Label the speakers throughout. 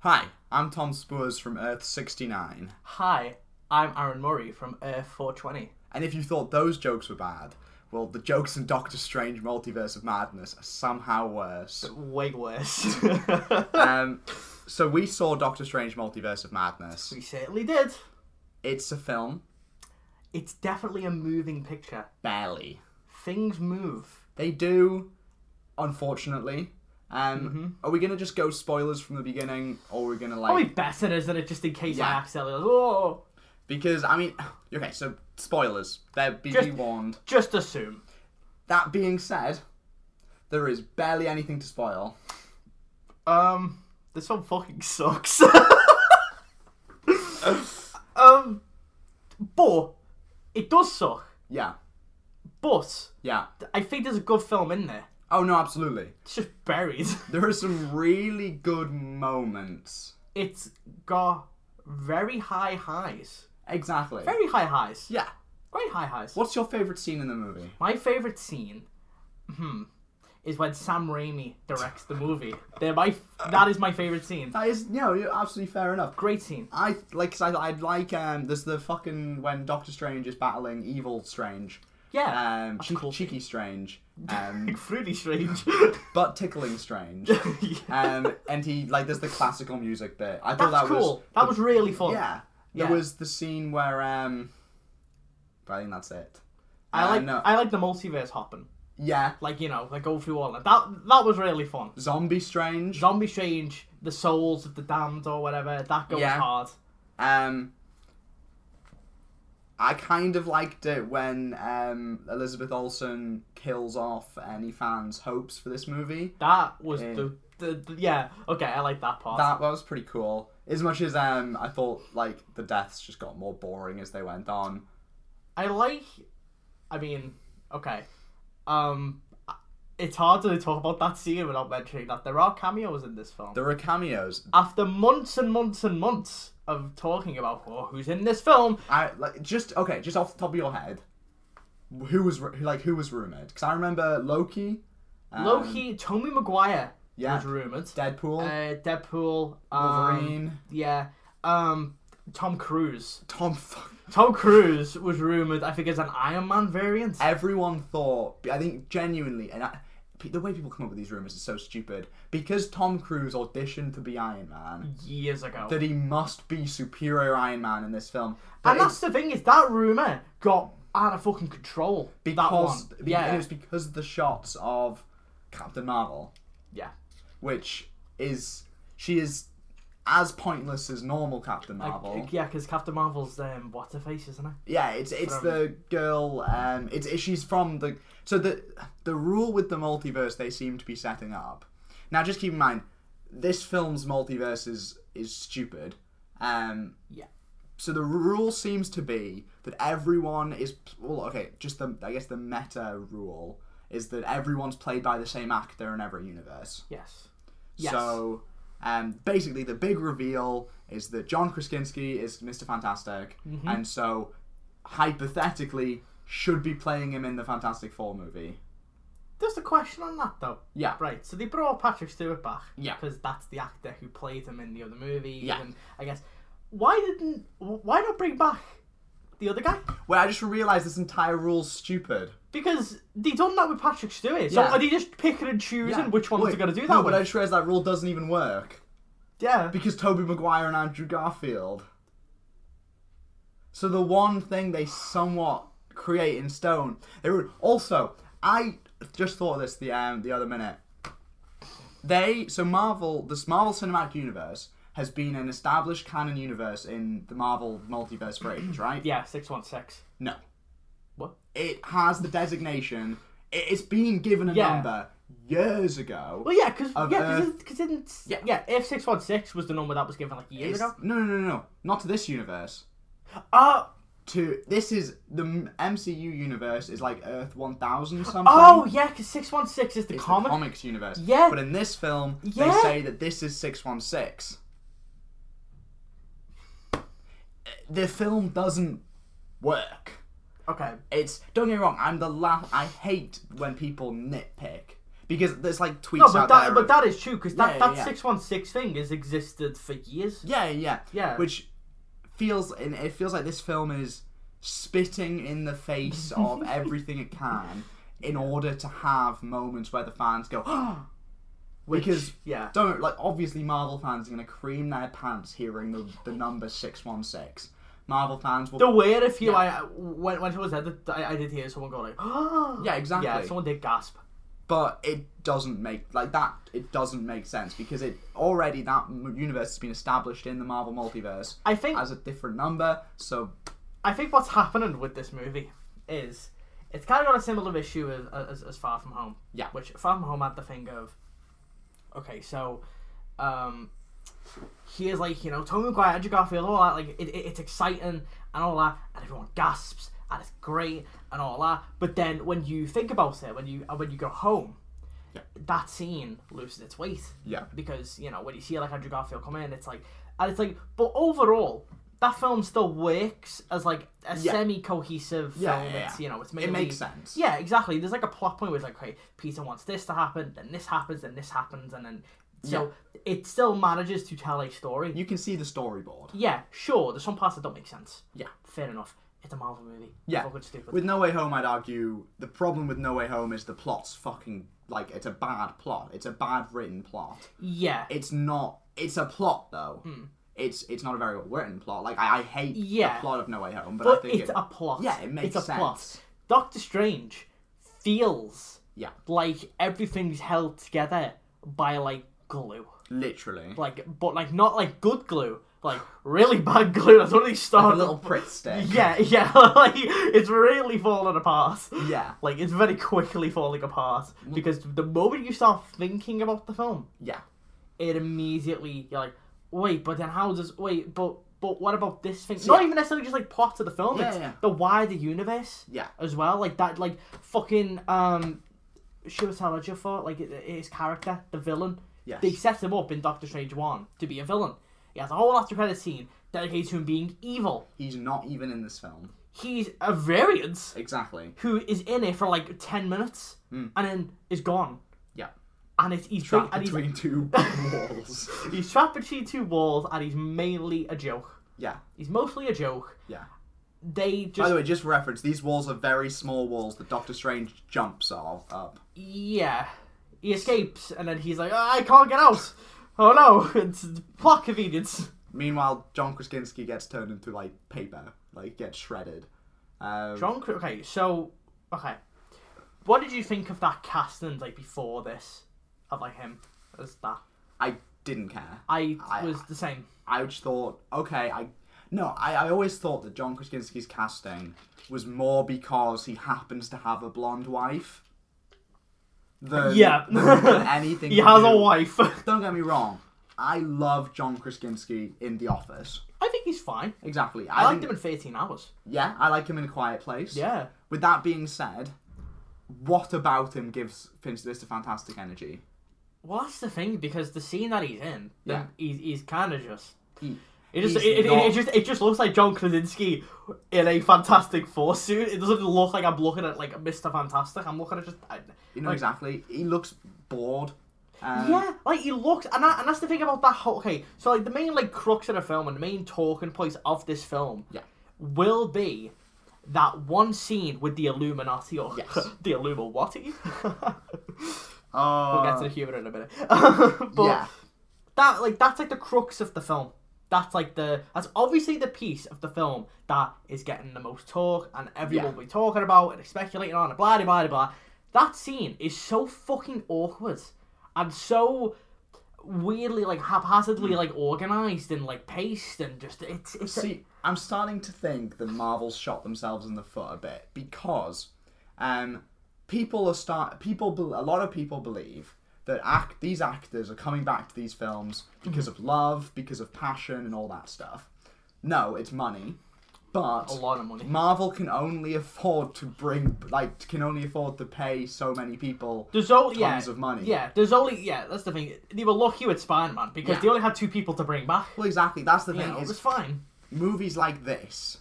Speaker 1: Hi, I'm Tom Spurs from Earth 69.
Speaker 2: Hi, I'm Aaron Murray from Earth 420.
Speaker 1: And if you thought those jokes were bad, well, the jokes in Doctor Strange Multiverse of Madness are somehow worse.
Speaker 2: Way worse.
Speaker 1: um, so we saw Doctor Strange Multiverse of Madness.
Speaker 2: we certainly did.
Speaker 1: It's a film,
Speaker 2: It's definitely a moving picture.
Speaker 1: barely.
Speaker 2: Things move.
Speaker 1: They do, unfortunately. Um, Are we gonna just go spoilers from the beginning, or are we gonna like?
Speaker 2: Probably better isn't it? Just in case I
Speaker 1: Yeah.
Speaker 2: accidentally, oh,
Speaker 1: Because I mean, okay, so spoilers. There, be
Speaker 2: Just-
Speaker 1: warned.
Speaker 2: just assume.
Speaker 1: That being said, there is barely anything to spoil.
Speaker 2: Um, this one fucking sucks. um, but it does suck.
Speaker 1: Yeah,
Speaker 2: But
Speaker 1: yeah.
Speaker 2: I think there's a good film in there.
Speaker 1: Oh no, absolutely.
Speaker 2: It's just buried.
Speaker 1: There are some really good moments.
Speaker 2: It's got very high highs.
Speaker 1: Exactly.
Speaker 2: Very high highs.
Speaker 1: Yeah.
Speaker 2: Very high highs.
Speaker 1: What's your favorite scene in the movie?
Speaker 2: My favorite scene, hmm, is when Sam Raimi directs the movie. They're my that is my favorite scene.
Speaker 1: That is, no, you're absolutely fair enough.
Speaker 2: Great scene.
Speaker 1: I like, 'cause I, I'd like, um, there's the fucking when Doctor Strange is battling evil Strange,
Speaker 2: Yeah.
Speaker 1: um,
Speaker 2: That's
Speaker 1: cheek-
Speaker 2: cool.
Speaker 1: cheeky Strange, um,
Speaker 2: Fruity strange.
Speaker 1: butt tickling Strange, um, and he like, there's the classical music bit. I thought
Speaker 2: That's
Speaker 1: that
Speaker 2: cool.
Speaker 1: was,
Speaker 2: that was really fun.
Speaker 1: yeah. There
Speaker 2: Yeah.
Speaker 1: was the scene where, um, I think that's it.
Speaker 2: I
Speaker 1: Uh,
Speaker 2: like
Speaker 1: no,
Speaker 2: I like the multiverse hopping.
Speaker 1: yeah,
Speaker 2: Like you know, like go through all that. That that was really fun.
Speaker 1: zombie Strange.
Speaker 2: Zombie Strange, the souls of the damned or whatever. That goes
Speaker 1: Yeah.
Speaker 2: hard.
Speaker 1: Um, I kind of liked it when um, Elizabeth Olsen kills off any fans' hopes for this movie.
Speaker 2: That was
Speaker 1: Yeah.
Speaker 2: the, the, the yeah. Okay, I like that part.
Speaker 1: That was pretty cool. As much as um, I thought, like the deaths just got more boring as they went on.
Speaker 2: I like. I mean, okay. Um, it's hard to talk about that scene without mentioning that there are cameos in this film.
Speaker 1: There are cameos.
Speaker 2: After months and months and months of talking about oh, who's in this film,
Speaker 1: I like just okay, just off the top of your head, who was ru- like who was rumored? Because I remember Loki, um,
Speaker 2: Loki, Tommy Maguire
Speaker 1: yeah.
Speaker 2: was rumored.
Speaker 1: Deadpool,
Speaker 2: Uh, Deadpool, um,
Speaker 1: Wolverine,
Speaker 2: yeah. Um, Tom Cruise.
Speaker 1: Tom. F-
Speaker 2: Tom Cruise was rumored. I think as an Iron Man variant.
Speaker 1: everyone thought i think genuinely and I, pe- the way people come up with these rumors is so stupid because tom cruise auditioned to be iron
Speaker 2: Mm.
Speaker 1: man
Speaker 2: Years ago,
Speaker 1: that he must be superior iron man in this film But
Speaker 2: and that's the thing is that rumor got out of fucking control.
Speaker 1: it's
Speaker 2: that
Speaker 1: because
Speaker 2: one.
Speaker 1: be-
Speaker 2: yeah,
Speaker 1: it was because of the shots of captain marvel
Speaker 2: Yeah.
Speaker 1: which is she is as pointless as normal captain marvel
Speaker 2: Like, yeah, because Captain Marvel's um, what's her face, isn't it?
Speaker 1: Yeah, it's it's
Speaker 2: From-
Speaker 1: the girl. Um, it's it- she's from the so the the rule with the multiverse they seem to be setting up. Now, just keep in mind, this film's multiverse is is stupid. Um,
Speaker 2: Yeah.
Speaker 1: So the rule seems to be that everyone is well, okay. Just the I guess the meta rule is that everyone's played by the same actor in every universe.
Speaker 2: Yes. Yes.
Speaker 1: So, um, basically, the big reveal is that John Krasinski is Mr. Fantastic,
Speaker 2: Mm-hmm.
Speaker 1: and so hypothetically should be playing him in the Fantastic Four movie.
Speaker 2: There's a question on that though.
Speaker 1: Yeah.
Speaker 2: Right. So they brought Patrick Stewart back.
Speaker 1: Yeah.
Speaker 2: Because that's the actor who played him in the other movie.
Speaker 1: Yeah.
Speaker 2: And I guess why didn't why not bring back the other guy?
Speaker 1: Wait, I just realised this entire rule's stupid.
Speaker 2: Because they done that with Patrick Stewart. So
Speaker 1: Yeah.
Speaker 2: are they just picking and choosing which ones
Speaker 1: Wait,
Speaker 2: they're gonna do that
Speaker 1: no,
Speaker 2: with?
Speaker 1: but I just realised that rule doesn't even work
Speaker 2: Yeah.
Speaker 1: because Toby Maguire and Andrew Garfield. So the one thing they somewhat create in stone. They were also. I just thought of this the um, the other minute. They so Marvel this Marvel Cinematic Universe has been an established canon universe in the Marvel multiverse for ages, right?
Speaker 2: yeah. Six one six.
Speaker 1: No,
Speaker 2: What?
Speaker 1: it has the designation. it- It's been given a
Speaker 2: Yeah.
Speaker 1: number years ago.
Speaker 2: Well, yeah, because
Speaker 1: Of
Speaker 2: yeah,
Speaker 1: Earth-
Speaker 2: because
Speaker 1: Yeah.
Speaker 2: yeah, yeah, F six one six was the number that was given like years
Speaker 1: It's-
Speaker 2: ago.
Speaker 1: no, no, no, no, not to this universe.
Speaker 2: Uh,
Speaker 1: to this is the m- MCU universe is like Earth 1000 something.
Speaker 2: oh yeah, because six one six is the
Speaker 1: It's the
Speaker 2: comic.
Speaker 1: comics universe.
Speaker 2: Yeah.
Speaker 1: But in this film, they
Speaker 2: Yeah.
Speaker 1: say that this is 616. Uh, The film doesn't work.
Speaker 2: Okay.
Speaker 1: It's don't get me wrong. I'm the last. I hate when people nitpick because there's like tweets
Speaker 2: No,
Speaker 1: out
Speaker 2: but that
Speaker 1: there.
Speaker 2: but
Speaker 1: of-
Speaker 2: that is true because that
Speaker 1: Yeah, yeah,
Speaker 2: that
Speaker 1: yeah.
Speaker 2: six one six thing has existed for years.
Speaker 1: yeah, yeah,
Speaker 2: Yeah.
Speaker 1: Which feels and it feels like this film is spitting in the face of everything it can in order to have moments where the fans go, oh!
Speaker 2: Which-
Speaker 1: because
Speaker 2: yeah,
Speaker 1: don't like obviously Marvel fans are gonna cream their pants hearing the, the number six one six. Marvel fans will
Speaker 2: the weird if you I when when someone said that I, I did hear someone go like oh
Speaker 1: Yeah, exactly.
Speaker 2: yeah someone did gasp
Speaker 1: but it doesn't make like that it doesn't make sense because it already that m- universe has been established in the Marvel multiverse
Speaker 2: I think
Speaker 1: as a different number so
Speaker 2: I think what's happening with this movie is it's kind of got a similar issue as, as, as Far From Home.
Speaker 1: Yeah.
Speaker 2: Which Far From Home had the thing of, okay, so, um, here's like you know Tony McGuire, Andrew Garfield, all that. Like it, it, it's exciting and all that, and everyone gasps and it's great and all that. But then when you think about it, when you uh, when you go home,
Speaker 1: Yeah.
Speaker 2: that scene loses its weight.
Speaker 1: Yeah.
Speaker 2: Because you know when you see like Andrew Garfield come in, it's like and it's like, but overall. That film still works as like a
Speaker 1: Yeah.
Speaker 2: semi-cohesive
Speaker 1: Yeah,
Speaker 2: film.
Speaker 1: yeah,
Speaker 2: It's
Speaker 1: yeah.
Speaker 2: you know it's
Speaker 1: it
Speaker 2: mainly
Speaker 1: makes sense
Speaker 2: yeah, exactly. There's like a plot point where it's like, okay, Peter wants this to happen, then this happens, then this happens, and then so it still manages to tell a story.
Speaker 1: you can see the storyboard
Speaker 2: yeah, sure. There's some parts that don't make sense.
Speaker 1: Yeah.
Speaker 2: fair enough. It's a Marvel movie.
Speaker 1: Yeah.
Speaker 2: fucking stupid.
Speaker 1: with No Way Home I'd argue the problem with No Way Home is the plot's fucking like it's a bad plot it's a bad written plot
Speaker 2: yeah,
Speaker 1: it's not it's a plot though it's it's not a very well written plot like I, I hate
Speaker 2: Hmm. Yeah.
Speaker 1: the plot of No Way Home but, I
Speaker 2: but
Speaker 1: think
Speaker 2: it's
Speaker 1: it,
Speaker 2: a plot.
Speaker 1: yeah, it makes
Speaker 2: it's a plot.
Speaker 1: sense.
Speaker 2: Doctor Strange feels
Speaker 1: yeah
Speaker 2: like everything's held together by like glue.
Speaker 1: literally
Speaker 2: Like, but like not like good glue. Like really bad glue. That's what they
Speaker 1: like
Speaker 2: started.
Speaker 1: a little prick stick
Speaker 2: Yeah, yeah, like it's really falling apart.
Speaker 1: yeah Mm.
Speaker 2: Like it's very quickly falling apart because the moment you start thinking about the film,
Speaker 1: yeah
Speaker 2: it immediately you're like, wait, but then how does wait, but but what about this thing? Not even necessarily just like plot of the film,
Speaker 1: Yeah,
Speaker 2: it's
Speaker 1: yeah.
Speaker 2: the wider universe
Speaker 1: yeah
Speaker 2: as well. Like that, like fucking um, Shivatala Jafar, like i- i- his character, the villain.
Speaker 1: Yes.
Speaker 2: They set him up in Doctor Strange One to be a villain. He has a whole after credit scene dedicated to him being evil.
Speaker 1: he's not even in this film
Speaker 2: He's a variant.
Speaker 1: Exactly.
Speaker 2: who is in it for like 10 minutes and then is gone.
Speaker 1: Yeah.
Speaker 2: And it's, he's,
Speaker 1: Hmm. Trapped
Speaker 2: tra- and he's,
Speaker 1: between two walls.
Speaker 2: he's trapped between two walls and he's mainly a joke.
Speaker 1: Yeah,
Speaker 2: He's mostly a joke.
Speaker 1: yeah.
Speaker 2: They just.
Speaker 1: By the way, just for reference, these walls are very small walls that Doctor Strange jumps off up.
Speaker 2: yeah. He escapes and then he's like, "Ah, I can't get out. Oh no, it's plot convenience.
Speaker 1: Meanwhile, John Krasinski gets turned into like paper, like gets shredded. Um,
Speaker 2: John, Cr- okay, so. Okay. What did you think of that casting like before this? Of like him as that?
Speaker 1: I didn't care.
Speaker 2: I,
Speaker 1: I-
Speaker 2: was the same.
Speaker 1: I just thought, okay, I no, I, I always thought that John Krasinski's casting was more because he happens to have a blonde wife. Than,
Speaker 2: Yeah.
Speaker 1: than anything.
Speaker 2: He
Speaker 1: to
Speaker 2: has a
Speaker 1: do-
Speaker 2: wife. I
Speaker 1: Don't get me wrong. I love John Krasinski in The Office.
Speaker 2: think he's fine.
Speaker 1: Exactly.
Speaker 2: I
Speaker 1: I,
Speaker 2: liked
Speaker 1: think,
Speaker 2: him in 13 hours.
Speaker 1: Yeah, I like him in A Quiet Place.
Speaker 2: Yeah.
Speaker 1: With that being said, what about him gives Finch this fantastic energy?
Speaker 2: Well, that's the thing because the scene that he's in,
Speaker 1: Yeah.
Speaker 2: yeah. he's, he's kind of just.
Speaker 1: He,
Speaker 2: It just
Speaker 1: He's
Speaker 2: it, it,
Speaker 1: not-
Speaker 2: it just it just looks like John Krasinski in a Fantastic Four suit. It doesn't look like I'm looking at like Mister Fantastic. I'm looking at just I,
Speaker 1: you know
Speaker 2: like,
Speaker 1: exactly. He looks bored. Um,
Speaker 2: yeah, like he looks, and that, and that's the thing about that whole. Okay, so like the main like crux of the film and the main talking points of this film,
Speaker 1: Yeah.
Speaker 2: will be that one scene with the Illuminati or
Speaker 1: Yes.
Speaker 2: the Illuminati.
Speaker 1: Uh,
Speaker 2: we'll get to the humor in a minute. Um, but
Speaker 1: oh, yeah.
Speaker 2: that like that's like the crux of the film. That's like the that's obviously the piece of the film that is getting the most talk and everyone
Speaker 1: Yeah.
Speaker 2: will be talking about and speculating on and blah de blah de blah. That scene is so fucking awkward and so weirdly like haphazardly like organized and like paced and just it's it's
Speaker 1: See, I'm starting to think that Marvel's shot themselves in the foot a bit because um, people are start people bel- a lot of people believe that act these actors are coming back to these films because
Speaker 2: Mm-hmm.
Speaker 1: of love, because of passion, and all that stuff. No, it's money, but
Speaker 2: a lot of money.
Speaker 1: Marvel can only afford to bring like can only afford to pay so many people.
Speaker 2: There's only yeah,
Speaker 1: tons of money.
Speaker 2: Yeah, there's only yeah. That's the thing. They were lucky with Spider Man because
Speaker 1: Yeah.
Speaker 2: they only had two people to bring back.
Speaker 1: Well, exactly. That's the
Speaker 2: You
Speaker 1: thing.
Speaker 2: know, it
Speaker 1: is
Speaker 2: was fine.
Speaker 1: movies like this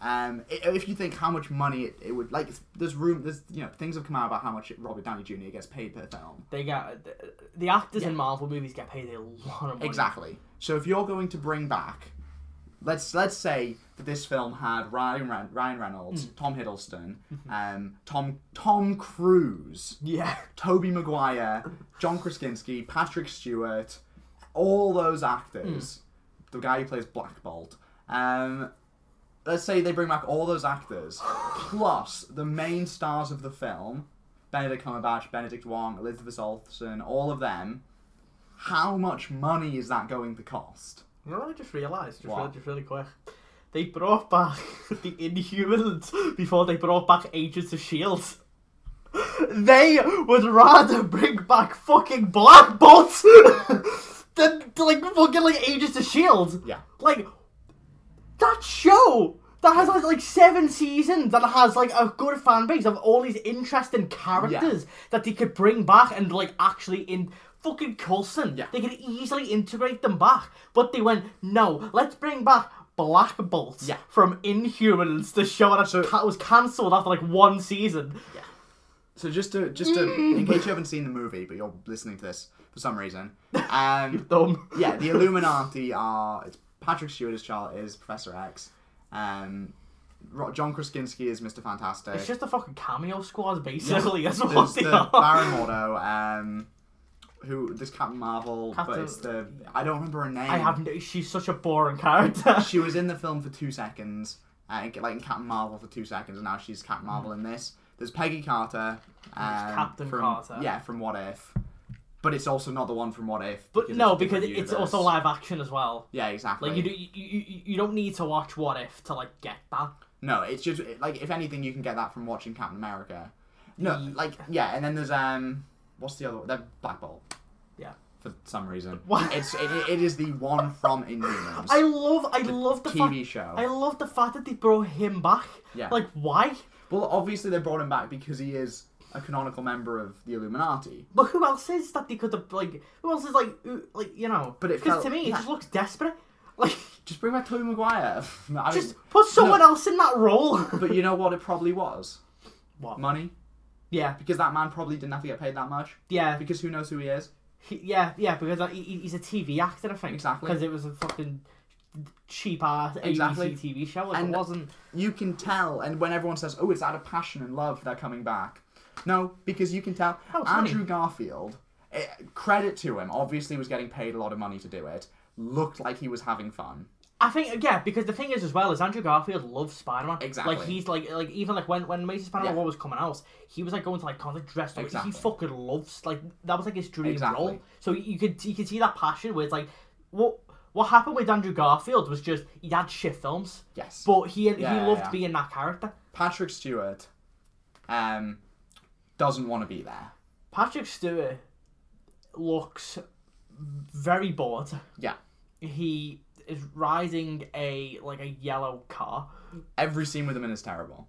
Speaker 1: Um, i- if you think how much money it, it would like, there's room. There's you know things have come out about how much Robert Downey Jr. gets paid per film.
Speaker 2: They get the, the actors in Marvel movies get paid a lot of money.
Speaker 1: Exactly. So if you're going to bring back, let's let's say that this film had Ryan Ren- Ryan Reynolds, Tom Hiddleston, um, Tom Tom Cruise,
Speaker 2: Yeah.
Speaker 1: Toby Maguire, John Krasinski, Patrick Stewart, all those actors. The guy who plays Black Bolt. Um, let's say they bring back all those actors, plus the main stars of the film, Benedict Cumberbatch, Benedict Wong, Elizabeth Olsen, all of them. How much money is that going to cost?
Speaker 2: You know what I just realised? Just,
Speaker 1: What?
Speaker 2: really, just really quick. They brought back the Inhumans before they brought back Agents of S.H.I.E.L.D. E They would rather bring back fucking Black Bolt than, like, fucking, like, Agents of S.H.I.E.L.D.
Speaker 1: Yeah.
Speaker 2: E Like, that show that has, like, like, seven seasons that has, like, a good fan base of all these interesting characters that they could bring back and, like, actually in fucking Coulson.
Speaker 1: Yeah.
Speaker 2: They could easily integrate them back. But they went, no, let's bring back Black Bolt
Speaker 1: Yeah.
Speaker 2: from Inhumans, the show that
Speaker 1: So-
Speaker 2: ca- was cancelled after, like, one season.
Speaker 1: So just to just to in case you haven't seen the movie, but you're listening to this for some reason, um,
Speaker 2: Dumb.
Speaker 1: yeah, the Illuminati are it's Patrick Stewart as Charles is Professor X. Um, Ro- John Krasinski is Mister Fantastic.
Speaker 2: It's just a fucking cameo squad, basically. That's
Speaker 1: There's
Speaker 2: what they
Speaker 1: the
Speaker 2: are.
Speaker 1: Baron Mordo. Um, who this Captain Marvel? But
Speaker 2: Captain-
Speaker 1: it's the I don't remember her name.
Speaker 2: I have no, she's such a boring character.
Speaker 1: She was in the film for two seconds, uh, like in Captain Marvel for two seconds, and now she's Captain Marvel in this. There's Peggy Carter. Um,
Speaker 2: Hmm. Captain
Speaker 1: from,
Speaker 2: Carter.
Speaker 1: Yeah, from What If. But it's also not the one from What If.
Speaker 2: But no,
Speaker 1: a
Speaker 2: because
Speaker 1: different
Speaker 2: it's
Speaker 1: universe.
Speaker 2: also live action as well.
Speaker 1: Yeah, exactly.
Speaker 2: Like you, do, you, you you- you don't need to watch What If to like get that.
Speaker 1: No, it's just like if anything, you can get that from watching Captain America. No, like yeah, and then there's um, what's the other? one? That Black Bolt
Speaker 2: Yeah.
Speaker 1: for some reason.
Speaker 2: What?
Speaker 1: It's it, it is the one from Inhumans
Speaker 2: I love I love the
Speaker 1: TV
Speaker 2: fact
Speaker 1: show.
Speaker 2: I love the fact that they brought him back.
Speaker 1: Yeah.
Speaker 2: Like why?
Speaker 1: Well, obviously they brought him back because he is a canonical member of the Illuminati.
Speaker 2: But who else is that they could have like? Who else is like who- like you know?
Speaker 1: But it
Speaker 2: because
Speaker 1: felt-
Speaker 2: to me it
Speaker 1: yeah.
Speaker 2: just looks desperate. Like
Speaker 1: Just bring back Tobey Maguire. No, I mean-
Speaker 2: just put someone
Speaker 1: No.
Speaker 2: else in that role.
Speaker 1: but you know what? It probably was
Speaker 2: What?
Speaker 1: money
Speaker 2: yeah,
Speaker 1: because that man probably didn't have to get paid that much
Speaker 2: yeah,
Speaker 1: because who knows who he is.
Speaker 2: he, yeah, yeah. Because like, he, he- he's a TV actor, I think.
Speaker 1: Exactly.
Speaker 2: Because it was a fucking cheap ass ABC
Speaker 1: Exactly.
Speaker 2: TV show. Like,
Speaker 1: And-
Speaker 2: it wasn't.
Speaker 1: you can tell, and when everyone says, "Oh, it's out of passion and love they're coming back," no, because you can tell.
Speaker 2: Oh, it's
Speaker 1: Andrew Garfield, eh, credit to him, obviously was getting paid a lot of money to do it. Looked like he was having fun.
Speaker 2: I think yeah, because the thing is as well is Andrew Garfield loves Spider Man.
Speaker 1: Exactly.
Speaker 2: Like he's like like even like when when Amazing Spider Man
Speaker 1: Yeah.
Speaker 2: War was coming out, he was like going to like kind of like, dressed up.
Speaker 1: Exactly.
Speaker 2: He fucking loves like that was like his dream
Speaker 1: Exactly.
Speaker 2: role. So you could you could see that passion where it's like what what happened with Andrew Garfield was just he had shit films,
Speaker 1: Yes.
Speaker 2: but he he
Speaker 1: Yeah,
Speaker 2: loved
Speaker 1: yeah.
Speaker 2: being that character.
Speaker 1: Patrick Stewart, um, doesn't want to be there.
Speaker 2: Patrick Stewart looks very bored.
Speaker 1: Yeah.
Speaker 2: He is riding a like a yellow car.
Speaker 1: Every scene with him in is terrible.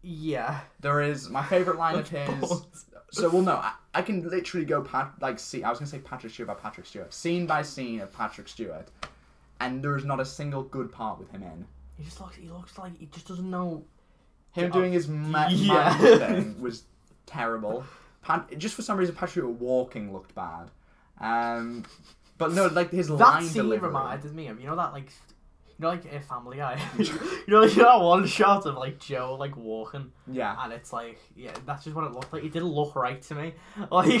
Speaker 2: Yeah.
Speaker 1: There is my favorite line of his.
Speaker 2: Balls.
Speaker 1: So well, no, I, I can literally go pat like see. I was gonna say Patrick Stewart by Patrick Stewart, scene by scene of Patrick Stewart, and there is not a single good part with him in.
Speaker 2: He just looks. He looks like he just doesn't know.
Speaker 1: Him doing his ma-
Speaker 2: oh, Yeah.
Speaker 1: magic thing was terrible. Pat- just for some reason, Patrick Stewart walking looked bad. Um, but no, like his
Speaker 2: That
Speaker 1: line
Speaker 2: scene
Speaker 1: delivery.
Speaker 2: reminded me of you know that like, you know like a Family Guy. you know, like, you know that one shot of like Joe like walking,
Speaker 1: Yeah,
Speaker 2: and it's like yeah, that's just what it looked like. It didn't look right to me. Like,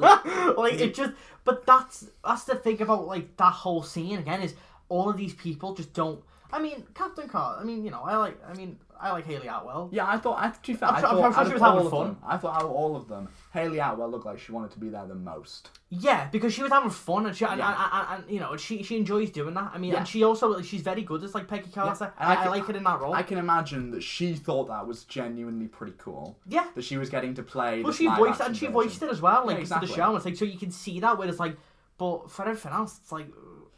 Speaker 2: like it just. But that's that's the thing about like that whole scene again is all of these people just don't. I mean, Captain Carter. I mean, you know, I like. I mean, I like Haley Atwell.
Speaker 1: yeah. I thought. I, to be fair, i
Speaker 2: I'm sure-
Speaker 1: thought
Speaker 2: I'm sure
Speaker 1: out
Speaker 2: she
Speaker 1: of
Speaker 2: was having
Speaker 1: all of
Speaker 2: fun.
Speaker 1: them- I thought out of all of them, Haley Atwell looked like she wanted to be there the most.
Speaker 2: Yeah, because she was having fun and she and,
Speaker 1: Yeah.
Speaker 2: and, and, and, you know and she she enjoys doing that. I mean,
Speaker 1: Yeah.
Speaker 2: and she also like, she's very good as like Peggy Carter.
Speaker 1: And I
Speaker 2: I, I
Speaker 1: can-
Speaker 2: like it in that role.
Speaker 1: I can imagine that she thought that was genuinely pretty cool.
Speaker 2: yeah.
Speaker 1: That she was getting to play.
Speaker 2: Well,
Speaker 1: this
Speaker 2: she
Speaker 1: live
Speaker 2: voiced
Speaker 1: action
Speaker 2: and she
Speaker 1: version.
Speaker 2: voiced it as well, like
Speaker 1: Yeah,
Speaker 2: for the
Speaker 1: exactly.
Speaker 2: show. It's like so you can see that where it's like, but for everything else, it's like.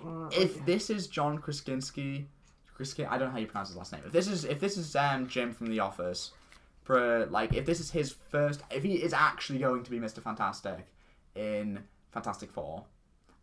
Speaker 2: uh,
Speaker 1: If this is John Krasinski, Krasinski, I don't know how you pronounce his last name. If this is if this is um, Jim from The Office, for like if this is his first, if he is actually going to be Mister Fantastic in Fantastic Four,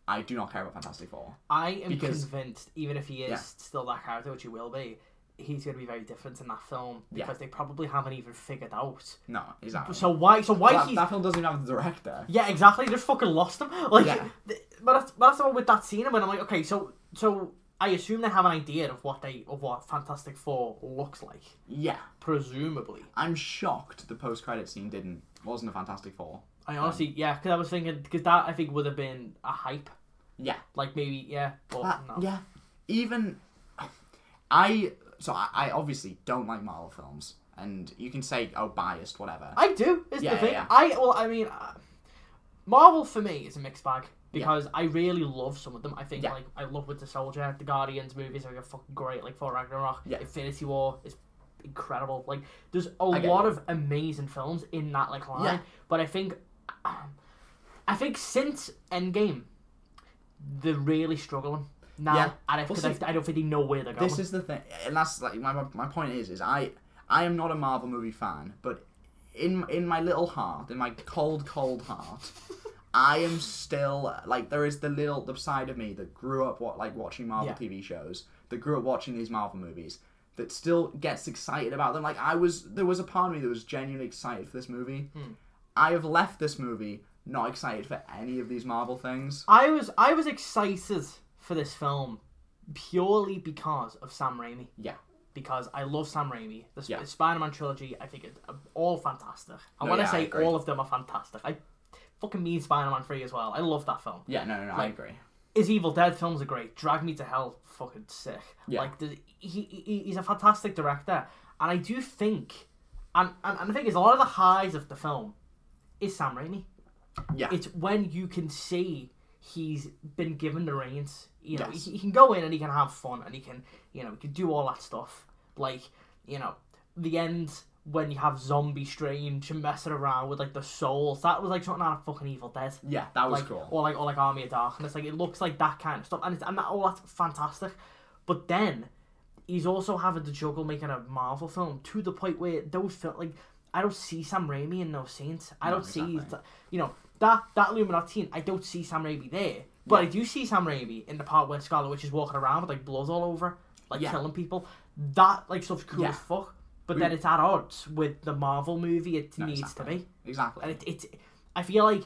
Speaker 1: I do not care about Fantastic Four.
Speaker 2: I am
Speaker 1: because-
Speaker 2: convinced, even if he is
Speaker 1: Yeah.
Speaker 2: still that character, which he will be, he's going to be very different in that film
Speaker 1: Yeah.
Speaker 2: because they probably haven't even figured out.
Speaker 1: No, exactly.
Speaker 2: So why? So why
Speaker 1: that,
Speaker 2: he's
Speaker 1: that film doesn't even have the director.
Speaker 2: yeah, exactly. They just fucking lost them. Like,
Speaker 1: Yeah.
Speaker 2: th- but that's but that's the one with that scene. When I'm like, okay, so so I assume they have an idea of what they of what Fantastic Four looks like,
Speaker 1: Yeah,
Speaker 2: presumably.
Speaker 1: I'm shocked the post-credit scene didn't wasn't a Fantastic Four.
Speaker 2: I honestly, yeah, because I was thinking because that I think would have been a hype,
Speaker 1: Yeah,
Speaker 2: like maybe yeah, but
Speaker 1: That-
Speaker 2: no.
Speaker 1: yeah. Even I, so I, I obviously don't like Marvel films, and you can say oh biased, whatever.
Speaker 2: I do. Is
Speaker 1: Yeah,
Speaker 2: the
Speaker 1: yeah,
Speaker 2: thing.
Speaker 1: yeah.
Speaker 2: I well, I mean, uh, Marvel for me is a mixed bag because I really love some of them. I think
Speaker 1: Yeah.
Speaker 2: like I love with the Soldier, the Guardians movies are fucking great. Like for Ragnarok,
Speaker 1: Yeah.
Speaker 2: Infinity War is incredible. Like there's a
Speaker 1: get
Speaker 2: lot of amazing films in that like line.
Speaker 1: Yeah.
Speaker 2: But I think, um, I think since Endgame, they're really struggling now.
Speaker 1: Yeah.
Speaker 2: And I, 'cause
Speaker 1: Well, see,
Speaker 2: I, I don't think they know where they're going.
Speaker 1: This is the thing, and that's like my, my my point is is I I am not a Marvel movie fan, but in in my little heart, in my cold cold heart, I am still like there is the little the side of me that grew up what like watching Marvel
Speaker 2: Yeah.
Speaker 1: TV shows, that grew up watching these Marvel movies, that still gets excited about them. Like I was, there was a part of me that was genuinely excited for this movie.
Speaker 2: Hmm.
Speaker 1: I have left this movie not excited for any of these Marvel things.
Speaker 2: I was I was excited for this film purely because of Sam Raimi
Speaker 1: Yeah,
Speaker 2: because I love Sam Raimi. The Sp-
Speaker 1: Yeah.
Speaker 2: Spider-Man trilogy, I think it's uh, all fantastic. And
Speaker 1: No,
Speaker 2: when
Speaker 1: yeah, I
Speaker 2: I say
Speaker 1: agree.
Speaker 2: all of them are fantastic, I fucking mean Spider-Man 3 as well. I love that film.
Speaker 1: yeah, no, no, no I
Speaker 2: Like,
Speaker 1: agree.
Speaker 2: His Evil Dead films are great. Drag Me to Hell, fucking sick.
Speaker 1: Yeah.
Speaker 2: Like the, he, he he's a fantastic director, and I do think, and, and and the thing is, a lot of the highs of the film is Sam Raimi
Speaker 1: Yeah,
Speaker 2: it's when you can see he's been given the reins. You know,
Speaker 1: Yes.
Speaker 2: he, he can go in and he can have fun and he can, you know, he can do all that stuff. Like, you know, the end when you have Zombie Strange and messing around with like the souls. That was like something out of fucking Evil Dead.
Speaker 1: yeah, that was
Speaker 2: Like,
Speaker 1: cool.
Speaker 2: or like or like Army of Darkness. Like it looks like that kind of stuff, and it's, and that, all that's fantastic. But then he's also having to juggle making a Marvel film to the point where those feel like I don't see Sam Raimi in those scenes. I
Speaker 1: No,
Speaker 2: don't see
Speaker 1: exactly.
Speaker 2: th- you know that that Illuminati scene. I don't see Sam Raimi there, but I do see Sam Raimi in the part where Scarlet Witch is walking around with like blood all over, like
Speaker 1: Yeah.
Speaker 2: killing people. That like stuff's cool
Speaker 1: Yeah.
Speaker 2: as fuck. But
Speaker 1: We-
Speaker 2: then it's at odds with the Marvel movie it
Speaker 1: No,
Speaker 2: needs
Speaker 1: exactly.
Speaker 2: to be
Speaker 1: Exactly.
Speaker 2: and it, it I feel like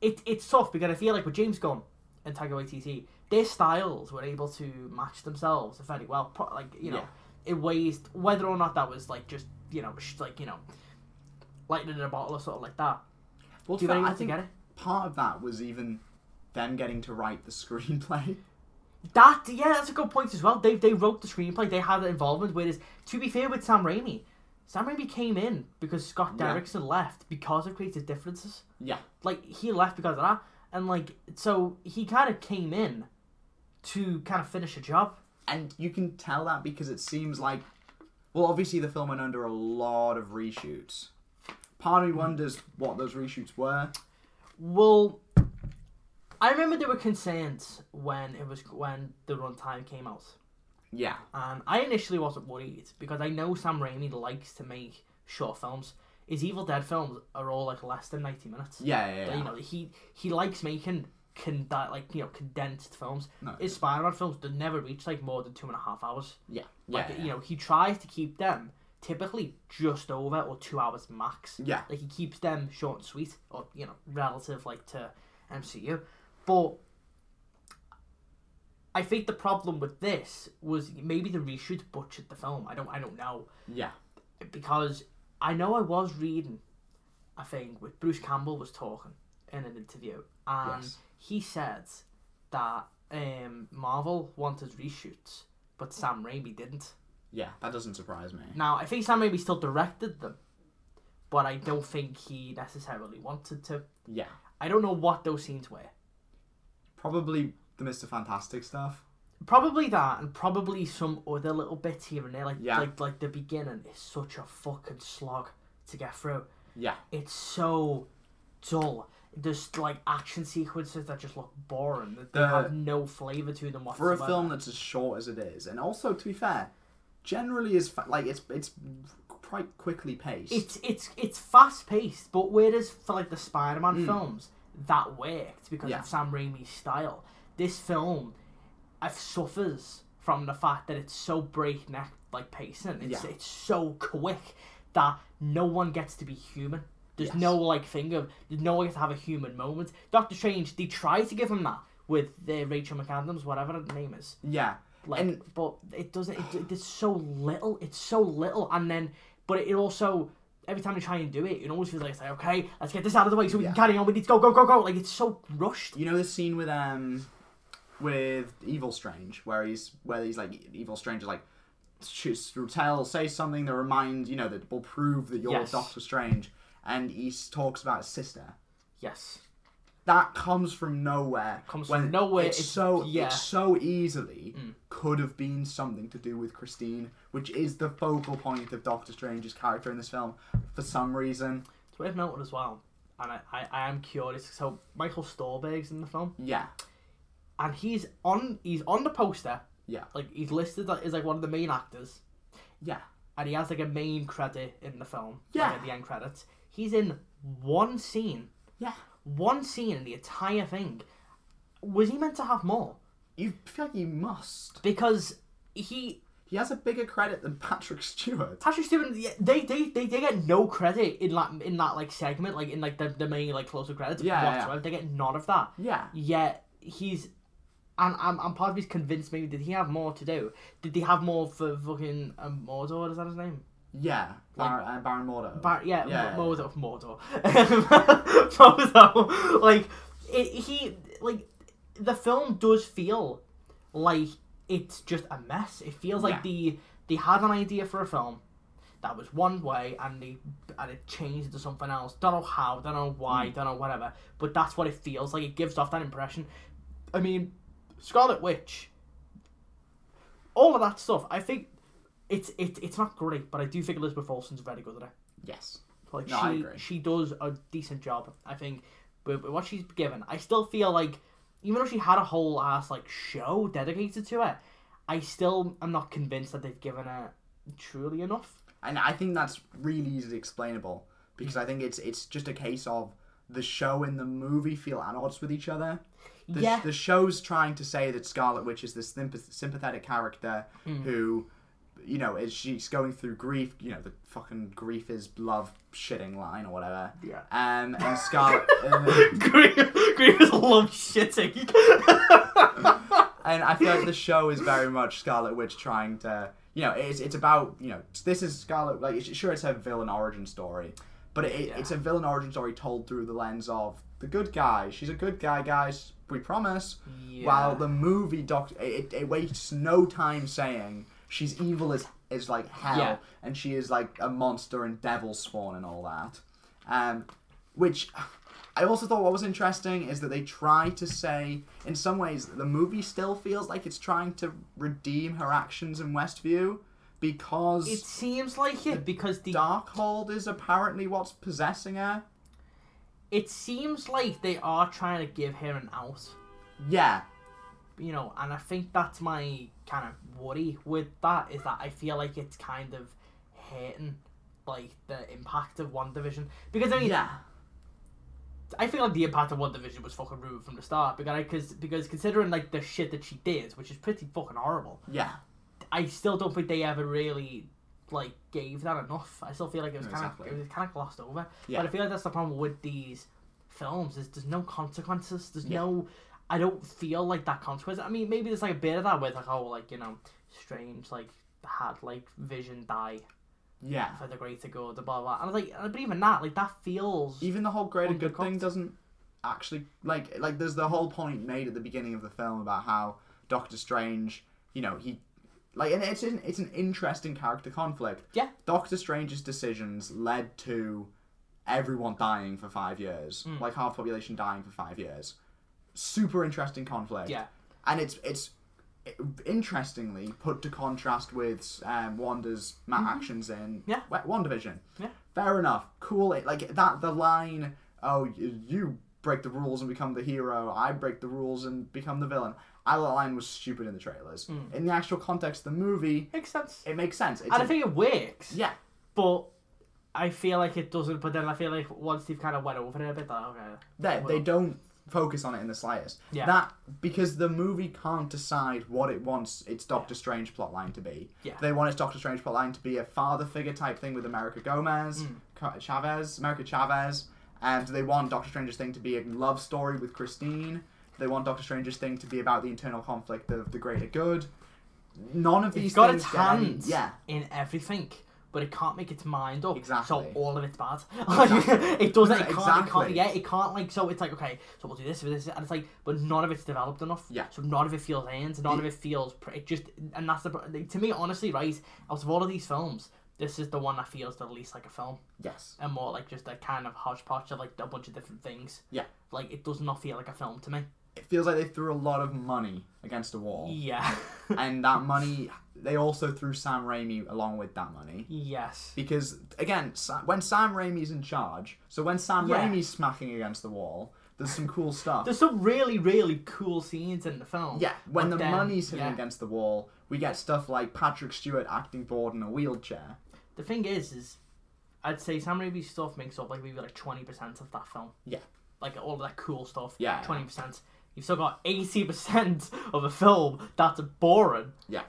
Speaker 2: it it's tough because I feel like with James Gunn and Taika Waititi, their styles were able to match themselves very well. Pro- Like you know,
Speaker 1: Yeah.
Speaker 2: it weighs whether or not that was like just you know sh- like you know lightning in a bottle or something like that.
Speaker 1: Well,
Speaker 2: Do you
Speaker 1: fair,
Speaker 2: think
Speaker 1: I
Speaker 2: that's
Speaker 1: think
Speaker 2: together?
Speaker 1: part of that was even them getting to write the screenplay.
Speaker 2: That yeah, that's a good point as well. They they wrote the screenplay, they had an involvement. Whereas to be fair with Sam Raimi, Sam Raimi came in because Scott
Speaker 1: Yeah.
Speaker 2: Derrickson left because of creative differences.
Speaker 1: Yeah,
Speaker 2: like he left because of that, and like so he kind of came in to kind of finish a job.
Speaker 1: and you can tell that because it seems like, well, obviously the film went under a lot of reshoots. Part of me wonders what those reshoots were.
Speaker 2: Well, I remember there were concerns when it was when the runtime came out,
Speaker 1: Yeah,
Speaker 2: and I initially wasn't worried because I know Sam Raimi likes to make short films. His Evil Dead films are all like less than ninety minutes.
Speaker 1: yeah, yeah, yeah.
Speaker 2: You know, he he likes making con- like you know condensed films.
Speaker 1: No.
Speaker 2: His Spider-Man films they never reach like more than two and a half hours.
Speaker 1: yeah, yeah,
Speaker 2: Like
Speaker 1: yeah.
Speaker 2: you know, he tries to keep them typically just over or two hours max.
Speaker 1: Yeah.
Speaker 2: Like he keeps them short and sweet, or you know, relative like to MCU. But I think the problem with this was maybe the reshoot butchered the film. I don't I don't know.
Speaker 1: yeah,
Speaker 2: Because I know I was reading a thing with Bruce Campbell was talking in an interview and
Speaker 1: Yes.
Speaker 2: he said that um, Marvel wanted reshoots, but Sam Raimi didn't.
Speaker 1: yeah. That doesn't surprise me.
Speaker 2: Now, I think Sam Raimi still directed them, but I don't think he necessarily wanted to.
Speaker 1: Yeah,
Speaker 2: I don't know what those scenes were.
Speaker 1: probably the Mister Fantastic stuff.
Speaker 2: Probably that, and probably some other little bits here and there. Like,
Speaker 1: Yeah.
Speaker 2: like, like the beginning is such a fucking slog to get through.
Speaker 1: Yeah,
Speaker 2: It's so dull. There's like action sequences that just look boring. That they
Speaker 1: The-
Speaker 2: have no flavor to them
Speaker 1: for
Speaker 2: whatsoever.
Speaker 1: a film that's as short as it is, and also to be fair, generally is fa- like it's it's quite quickly paced.
Speaker 2: it's it's it's fast paced, but whereas for like the Spider Man films, that worked because
Speaker 1: Hmm. Yeah.
Speaker 2: of Sam Raimi's style. This film, i uh, suffers from the fact that it's so breakneck like pacing. It's
Speaker 1: Yeah.
Speaker 2: it's so quick that no one gets to be human. There's
Speaker 1: Yes.
Speaker 2: no like thing of there's no way to have a human moment. Doctor Strange, they try to give him that with uh, Rachel McAdams, whatever her name is.
Speaker 1: Yeah.
Speaker 2: Like,
Speaker 1: And-
Speaker 2: but it doesn't. It, it's so little. It's so little, and then, but it also every time they try and do it, it always feels like it's like okay, let's get this out of the way so we can
Speaker 1: Yeah.
Speaker 2: carry on. We need to go, go, go, go. Like it's so rushed.
Speaker 1: You know the scene with um with Evil Strange where he's where he's like Evil Strange is like "Sh- tell say something that reminds you know that will prove that you're
Speaker 2: Yes.
Speaker 1: Doctor Strange and he s- talks about his sister.
Speaker 2: Yes.
Speaker 1: That comes from nowhere.
Speaker 2: Comes from nowhere,
Speaker 1: It's,
Speaker 2: it's-
Speaker 1: so
Speaker 2: yeah. Mm.
Speaker 1: it so easily could have been something to do with Christine, which is the focal point of Doctor Strange's character in this film for some reason.
Speaker 2: It's worth noting as well, and I, I, I am curious. So Michael Storberg's in the film,
Speaker 1: Yeah,
Speaker 2: and he's on he's on the poster.
Speaker 1: yeah,
Speaker 2: Like he's listed as like one of the main actors,
Speaker 1: yeah.
Speaker 2: and he has like a main credit in the film. like,
Speaker 1: Yeah.
Speaker 2: at the end credits, he's in one scene.
Speaker 1: Yeah.
Speaker 2: One scene in the entire thing. Was he meant to have more?
Speaker 1: You feel like you must.
Speaker 2: Because he
Speaker 1: He has a bigger credit than Patrick Stewart.
Speaker 2: Patrick Stewart, yeah, they they, they, they get no credit in that in that like segment, like in like the, the main like closer credits
Speaker 1: Yeah, yeah, yeah.
Speaker 2: whatsoever. They get none of that.
Speaker 1: Yeah.
Speaker 2: Yet he's, and I'm, I'm part of me's convinced maybe did he have more to do? Did he have more for fucking um, Mordor? Is that his name?
Speaker 1: Yeah. Bar- uh, Baron Mordo.
Speaker 2: Bar- yeah, M-
Speaker 1: Yeah, yeah,
Speaker 2: Mordor, Mordor, Mordor. Like it, he, like the film does feel like it's just a mess. It feels like
Speaker 1: Yeah.
Speaker 2: the they had an idea for a film that was one way, and they and it changed to something else. Don't know how, don't know
Speaker 1: Hmm.
Speaker 2: why, don't know whatever. But that's what it feels like. It gives off that impression. I mean, Scarlet Witch, all of that stuff. I think. It's, it, it's not great, but I do think Elizabeth Olsen's very good at it.
Speaker 1: yes.
Speaker 2: Like
Speaker 1: No,
Speaker 2: she
Speaker 1: I agree.
Speaker 2: she does a decent job, I think. But, but what she's given, I still feel like even though she had a whole ass like show dedicated to it, I still am not convinced that they've given her truly enough.
Speaker 1: And I think that's really easily explainable because I think it's it's just a case of the show and the movie feel at odds with each other. The,
Speaker 2: Yeah.
Speaker 1: the show's trying to say that Scarlet Witch is this sympath- sympathetic character
Speaker 2: Mm.
Speaker 1: who, you know, is she's going through grief. You know, the fucking grief is love shitting line or whatever.
Speaker 2: Yeah.
Speaker 1: Um, and Scarlet.
Speaker 2: Grief Grief is love shitting.
Speaker 1: And I feel like the show is very much Scarlet Witch trying to, you know, it's it's about, you know, this is Scarlet. Like, it's, sure, it's her villain origin story, but it, it's a villain origin story told through the lens of the good guy. She's a good guy, guys. We promise. While the movie doc, it, it wastes no time saying she's evil as is like hell,
Speaker 2: Yeah.
Speaker 1: and she is like a monster and devil spawn and all that. Um, which I also thought what was interesting is that they try to say, in some ways, the movie still feels like it's trying to redeem her actions in Westview because
Speaker 2: it seems like it because the
Speaker 1: Darkhold is apparently what's possessing her.
Speaker 2: it seems like they are trying to give her an out.
Speaker 1: Yeah,
Speaker 2: you know, and I think that's my kind of worry with that is that I feel like it's kind of hurting like the impact of One Division because I mean
Speaker 1: yeah,
Speaker 2: I feel like the impact of One Division was fucking ruined from the start because because because considering like the shit that she did, which is pretty fucking horrible,
Speaker 1: yeah,
Speaker 2: I still don't think they ever really like gave that enough. I still feel like it was
Speaker 1: No,
Speaker 2: kind
Speaker 1: exactly.
Speaker 2: of it was kind of glossed over.
Speaker 1: Yeah.
Speaker 2: But I feel like that's the problem with these films is there's no consequences. There's
Speaker 1: Yeah.
Speaker 2: no. I don't feel like that consequence. I mean, maybe there's like a bit of that with like oh like you know strange like had like vision die
Speaker 1: yeah.
Speaker 2: for the greater good blah blah. And I was like, but even that like that feels
Speaker 1: Even the whole greater good
Speaker 2: Undercut.
Speaker 1: thing doesn't actually like like there's the whole point made at the beginning of the film about how Doctor Strange, you know, he like and it's an, it's an interesting character conflict.
Speaker 2: yeah
Speaker 1: Doctor Strange's decisions led to everyone dying for five years,
Speaker 2: Hmm.
Speaker 1: like half population dying for five years. Super interesting conflict.
Speaker 2: Yeah.
Speaker 1: and it's it's interestingly put to contrast with um, Wanda's Matt actions in
Speaker 2: Mm-hmm. Yeah.
Speaker 1: Wa- WandaVision.
Speaker 2: Yeah.
Speaker 1: fair enough. Cool. It like that. The line, "Oh, y- you break the rules and become the hero. I break the rules and become the villain." I, that line was stupid in the trailers. In the actual context of the movie,
Speaker 2: makes sense.
Speaker 1: it makes sense. It's
Speaker 2: Hmm. And I
Speaker 1: a-
Speaker 2: think it works.
Speaker 1: yeah,
Speaker 2: But I feel like it doesn't. But then I feel like once they've kind of went over it a bit, that okay.
Speaker 1: They, they don't focus on it in the slightest.
Speaker 2: Yeah.
Speaker 1: That because the movie can't decide what it wants its Doctor Strange plotline to be.
Speaker 2: Yeah.
Speaker 1: They want its Doctor Strange plotline to be a father figure type thing with America Gomez,
Speaker 2: Mm.
Speaker 1: Ca- Chavez, America Chavez, and they want Doctor Strange's thing to be a love story with Christine. They want Doctor Strange's thing to be about the internal conflict of the greater good. None of these
Speaker 2: It's got
Speaker 1: things
Speaker 2: its
Speaker 1: get any-
Speaker 2: hands
Speaker 1: yeah.
Speaker 2: in everything, but it can't make its mind up. So
Speaker 1: Exactly.
Speaker 2: all of it's bad. Like, it doesn't. It can't, it
Speaker 1: Exactly.
Speaker 2: can't. Yeah, it can't. Like so, it's like okay, so we'll do this, we'll do this, and it's like, but none of it's developed enough.
Speaker 1: Yeah.
Speaker 2: So none of it feels ends. None of
Speaker 1: The-
Speaker 2: it feels. pr- It just and that's the pr- like, to me honestly right. Out of all of these films, this is the one that feels the least like a film
Speaker 1: Yes.
Speaker 2: and more like just a kind of hodgepodge of like a bunch of different things.
Speaker 1: Yeah.
Speaker 2: Like it does not feel like a film to me.
Speaker 1: It feels like they threw a lot of money against a wall.
Speaker 2: Yeah.
Speaker 1: and that money they also threw Sam Raimi along with that money
Speaker 2: yes.
Speaker 1: because again Sa- when Sam Raimi's in charge so when Sam
Speaker 2: Yeah.
Speaker 1: Raimi's smacking against the wall there's some cool stuff
Speaker 2: There's some really, really cool scenes in the film.
Speaker 1: yeah when
Speaker 2: but
Speaker 1: the
Speaker 2: then-
Speaker 1: money's hitting
Speaker 2: yeah.
Speaker 1: against the wall we get stuff like Patrick Stewart acting bored in a wheelchair
Speaker 2: The thing is, is I'd say Sam Raimi's stuff makes up like maybe like twenty percent of that film.
Speaker 1: Yeah.
Speaker 2: Like all of that cool stuff.
Speaker 1: Yeah.
Speaker 2: Twenty percent. You've still got eighty percent of a film that's boring,
Speaker 1: yeah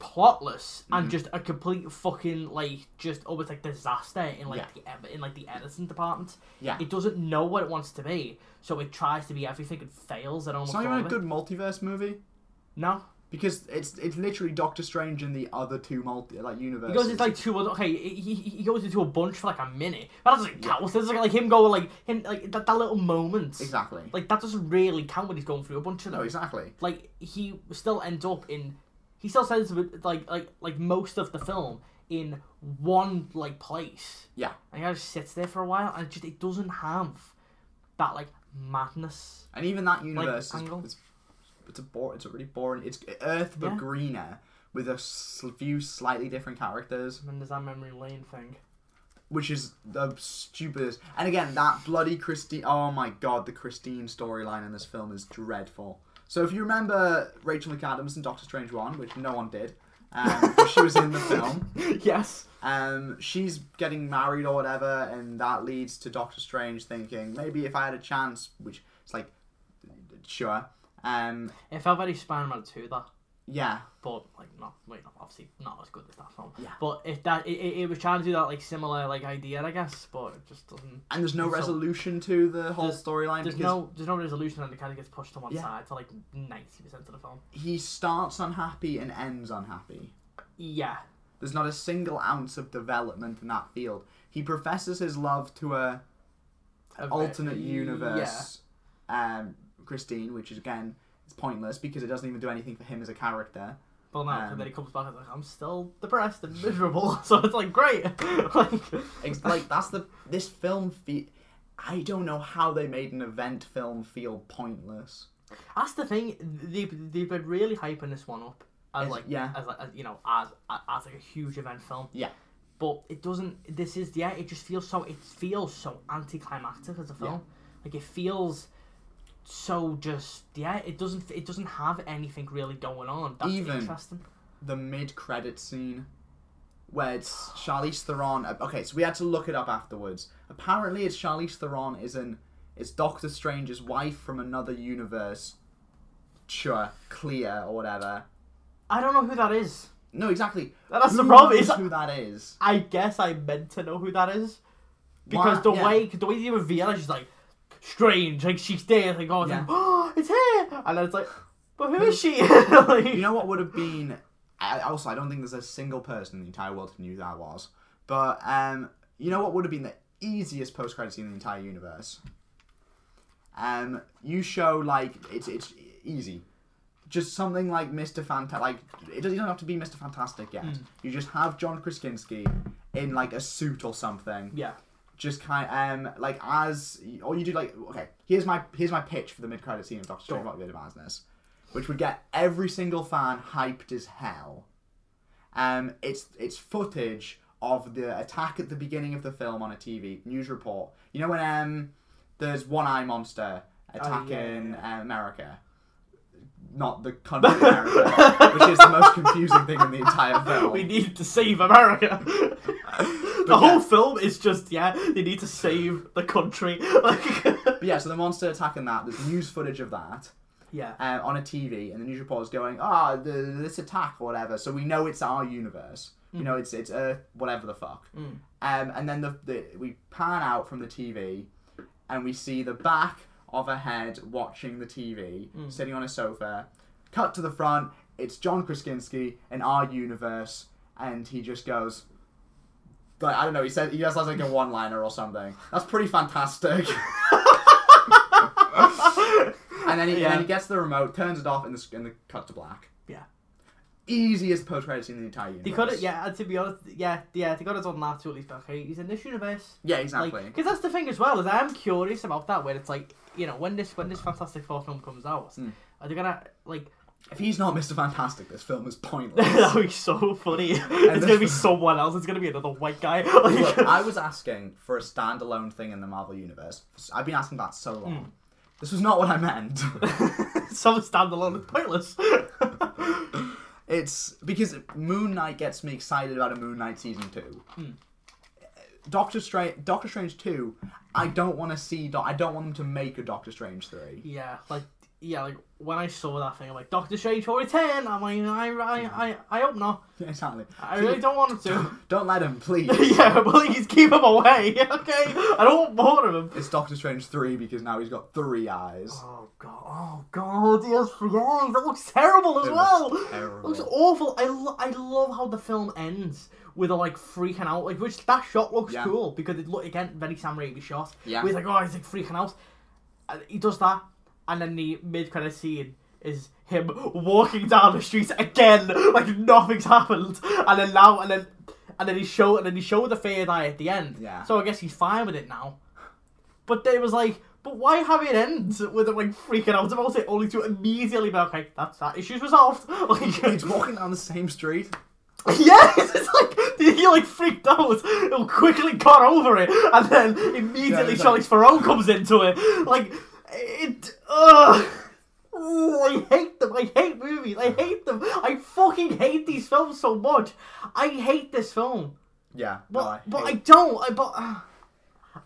Speaker 2: plotless,
Speaker 1: Mm-hmm.
Speaker 2: and just a complete fucking like just almost like disaster in like
Speaker 1: Yeah.
Speaker 2: the ev- in like the editing department.
Speaker 1: yeah
Speaker 2: It doesn't know what it wants to be, so it tries to be everything and fails at almost.
Speaker 1: it's not
Speaker 2: all
Speaker 1: even
Speaker 2: of
Speaker 1: a
Speaker 2: it.
Speaker 1: good multiverse movie
Speaker 2: No,
Speaker 1: because it's it's literally Doctor Strange and the other two multi like universes
Speaker 2: He goes into like two other. Okay, he, he he goes into a bunch for like a minute, but that doesn't count. There's like, like him going like him like that, that little moment.
Speaker 1: exactly
Speaker 2: Like that doesn't really count when he's going through a bunch of
Speaker 1: no
Speaker 2: them.
Speaker 1: exactly
Speaker 2: Like he still ends up in. He still spends with like like like most of the film in one like place.
Speaker 1: yeah
Speaker 2: And he just sits there for a while, and it just it doesn't have that like madness.
Speaker 1: And even that universe is,
Speaker 2: angle?
Speaker 1: it's it's a bore, it's a really boring. It's Earth but
Speaker 2: Yeah.
Speaker 1: greener with a s- few slightly different characters,
Speaker 2: And there's that memory lane thing.
Speaker 1: which is the stupidest. And again, that bloody Christine. Oh my god, the Christine storyline in this film is dreadful. So if you remember Rachel McAdams in Doctor Strange One, which no one did, um, but she was in the film.
Speaker 2: yes.
Speaker 1: Um, she's getting married or whatever, and that leads to Doctor Strange thinking maybe if I had a chance, which it's like, sure. Um,
Speaker 2: It felt very Spider-Man 2, that.
Speaker 1: yeah,
Speaker 2: but like not wait, not- obviously not as good as that film.
Speaker 1: Yeah.
Speaker 2: But if that it, it, it was trying to do that like similar like idea, I guess, but it just doesn't.
Speaker 1: and there's no
Speaker 2: So-
Speaker 1: resolution to the whole storyline
Speaker 2: There's
Speaker 1: because
Speaker 2: no there's no resolution and it kind of gets pushed to one
Speaker 1: Yeah.
Speaker 2: side to like ninety percent of the film.
Speaker 1: he starts unhappy and ends unhappy.
Speaker 2: Yeah.
Speaker 1: There's not a single ounce of development in that field. He professes his love to a
Speaker 2: A bit-
Speaker 1: alternate universe, um, Christine, which is again it's pointless because it doesn't even do anything for him as a character.
Speaker 2: Yeah. Well, no,
Speaker 1: Um,
Speaker 2: and then he comes back and like I'm still depressed and miserable, so it's like great. like
Speaker 1: It's like that's the this film. Fe- I don't know how they made an event film feel pointless.
Speaker 2: that's the thing. They they've been really hyping this one up. As
Speaker 1: As-
Speaker 2: like
Speaker 1: yeah.
Speaker 2: as, like, as you know, as as like a huge event film.
Speaker 1: Yeah,
Speaker 2: but it doesn't. This is yeah. It just feels so. It feels so anticlimactic as a film. Like it feels so just yeah. It doesn't. It doesn't have anything really going on. That's
Speaker 1: Even-
Speaker 2: interesting.
Speaker 1: the mid credit scene where it's Charlize Theron. Okay, so we had to look it up afterwards. Apparently, it's Charlize Theron is an it's Doctor Strange's wife from another universe. Sure, clear or whatever.
Speaker 2: I don't know who that is.
Speaker 1: No, exactly.
Speaker 2: That's
Speaker 1: Who
Speaker 2: the problem.
Speaker 1: knows
Speaker 2: Is
Speaker 1: who that is?
Speaker 2: I guess I meant to know who that is because
Speaker 1: Why-
Speaker 2: the
Speaker 1: yeah.
Speaker 2: way the way they reveal it, she's like strange. Like she's there. Like oh, it's,
Speaker 1: Yeah.
Speaker 2: like, oh, it's her. And then it's like, but who is she? Like,
Speaker 1: You know what would have been? I, also, I don't think there's a single person in the entire world who knew who that was. But um, you know what would have been the easiest post credit scene in the entire universe? Um, you show like it's it's easy. Just something like Mr. Fantastic. Like it doesn't even have to be Mr. Fantastic yet. You just have John Krasinski in like a suit or something
Speaker 2: Yeah.
Speaker 1: just kind um like as or you do like okay here's my here's my pitch for the mid credit scene of Doctor Strange: Multiverse of Madness, which would get every single fan hyped as hell. Um, it's it's footage of the attack at the beginning of the film on a TV news report. You know when um there's one eye monster attacking uh, America, not the country America, which is the most confusing thing in the entire film.
Speaker 2: We need to save America. the whole
Speaker 1: yeah.
Speaker 2: film is just yeah. They need to save the country. Like
Speaker 1: But yeah, so the monster attacking that. There's news footage of that
Speaker 2: yeah,
Speaker 1: uh, on a TV, and the news reporter's going, "Ah, the this attack or whatever." So we know it's our universe. You know, it's it's Earth, whatever the fuck. Um, and then the, the we pan out from the TV, and we see the back of a head watching the TV,
Speaker 2: Mm.
Speaker 1: sitting on a sofa. Cut to the front. It's John Krasinski in our universe, and he just goes. Like, I don't know. He said he just has like a one-liner or something. That's pretty fantastic. And then he, and
Speaker 2: Yeah.
Speaker 1: then he gets the remote, turns it off, and the, and the cut to black.
Speaker 2: yeah.
Speaker 1: Easiest post credit scene in the entire universe.
Speaker 2: They could have yeah. And to be honest, yeah, yeah. They could have done that to at least. Okay, he's in this universe.
Speaker 1: Yeah, exactly.
Speaker 2: Like, because that's the thing as well is I'm curious about that. Where it's like, you know, when this when this Fantastic Four film comes out, are they gonna like?
Speaker 1: if he's not Mr. Fantastic, this film is pointless.
Speaker 2: that would be so funny. It's gonna be someone else. It's gonna be another white guy. Like,
Speaker 1: Look, I was asking for a standalone thing in the Marvel universe. I've been asking that so long.
Speaker 2: Hmm.
Speaker 1: This was not what I meant.
Speaker 2: some standalone is pointless.
Speaker 1: it's because Moon Knight gets me excited about a Moon Knight season two.
Speaker 2: Hmm.
Speaker 1: Doctor Strange, Doctor Strange two. I don't want to see. Do- I don't want them to make a Doctor Strange three.
Speaker 2: yeah, like yeah, like when I saw that thing, I'm like Doctor Strange for return. I'm like, I I I I hope not.
Speaker 1: exactly.
Speaker 2: I really don't want him to.
Speaker 1: Don't let him, please.
Speaker 2: yeah, please keep him away. Okay, I don't want more of him.
Speaker 1: It's Doctor Strange 3 because now he's got three eyes.
Speaker 2: Oh god! Oh god! He has three eyes. That looks terrible as
Speaker 1: It
Speaker 2: well.
Speaker 1: looks terrible.
Speaker 2: Looks awful. I, lo- I love how the film ends with her like freaking out. Like which that shot looks
Speaker 1: Yeah.
Speaker 2: cool because it look again very Sam Raimi shot.
Speaker 1: Yeah.
Speaker 2: Where he's like oh he's like freaking out. And he does that, and then the mid credit scene is him walking down the street again like nothing's happened, and then now and then. And then he show and then he showed the third eye at the end.
Speaker 1: Yeah.
Speaker 2: So I guess he's fine with it now. But they was like, but why have it end with them like freaking out about it, only to immediately be like, okay, that's that issue's resolved. Like,
Speaker 1: He's walking down the same street.
Speaker 2: yes, it's like he like freaked out, and quickly got over it, and then immediately
Speaker 1: it's
Speaker 2: Charlie Theron comes into it. Like, it. Ugh. Oh, I hate them. I hate movies. I hate them. I fucking hate these films so much. I hate this film.
Speaker 1: Yeah.
Speaker 2: But,
Speaker 1: no, I
Speaker 2: but I
Speaker 1: hate-
Speaker 2: don't. I but uh,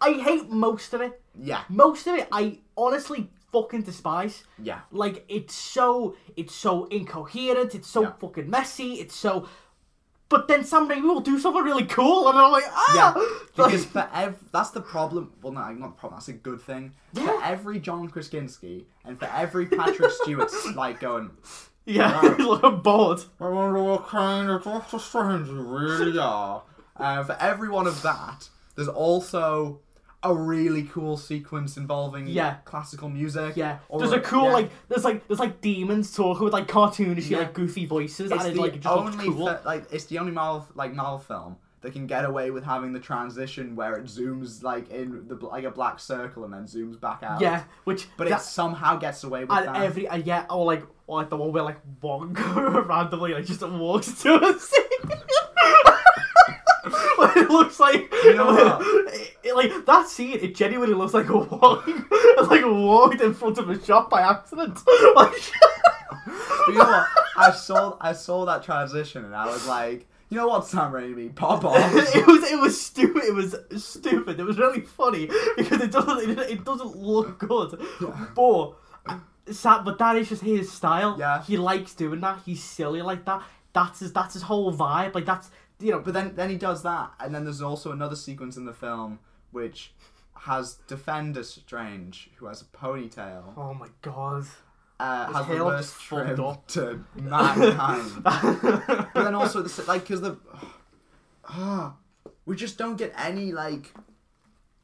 Speaker 2: I hate most of it.
Speaker 1: Yeah.
Speaker 2: Most of it, I honestly fucking despise.
Speaker 1: Yeah.
Speaker 2: Like it's so it's so incoherent. It's so
Speaker 1: Yeah.
Speaker 2: fucking messy. It's so. But then someday we will do something really cool, and I'm like,
Speaker 1: Yeah.
Speaker 2: ah,
Speaker 1: Because for ev- that's the problem. Well, no, not the problem. That's a good thing. For
Speaker 2: Yeah.
Speaker 1: every John Krasinski and for every Patrick Stewart, like going,
Speaker 2: yeah, like, I'm bored.
Speaker 1: I wonder what kind of Doctor Strange you really are. Uh, for every one of that, there's also a really cool sequence involving
Speaker 2: Yeah.
Speaker 1: classical music.
Speaker 2: Yeah,
Speaker 1: Or-
Speaker 2: there's a cool
Speaker 1: yeah.
Speaker 2: like there's like there's like demons talking with like cartoonish
Speaker 1: Yeah.
Speaker 2: like goofy voices,
Speaker 1: it's
Speaker 2: and it
Speaker 1: the
Speaker 2: like just looks
Speaker 1: only
Speaker 2: cool.
Speaker 1: fi- like it's the only Marvel like Marvel film that can get away with having the transition where it zooms like in the bl- like a black circle and then zooms back out.
Speaker 2: yeah, which
Speaker 1: but it
Speaker 2: that-
Speaker 1: somehow gets away with
Speaker 2: And
Speaker 1: that.
Speaker 2: every and yeah, or like or like the one where like Wong randomly like just walks to a scene. Where it looks like
Speaker 1: You know what?
Speaker 2: it, it- like that scene. It genuinely looks like a Wong, like walked in front of a shop by accident. Like,
Speaker 1: But you know what? I saw I saw that transition and I was like, you know what, Sam Raimi, pop off.
Speaker 2: it was it was stupid. It was stupid. It was really funny because it doesn't it, it doesn't look good. But Sa- but that is just his style.
Speaker 1: Yeah.
Speaker 2: he likes doing that. He's silly like that. That's his that's his whole vibe. Like that's you know.
Speaker 1: but then then he does that, and then there's also another sequence in the film which has Defender Strange, who has a ponytail,
Speaker 2: Oh my god.
Speaker 1: uh, has the
Speaker 2: tail
Speaker 1: worst
Speaker 2: just fucked
Speaker 1: trim
Speaker 2: up.
Speaker 1: to mankind. But then also, the, like, because the. Ah, we just don't get any, like.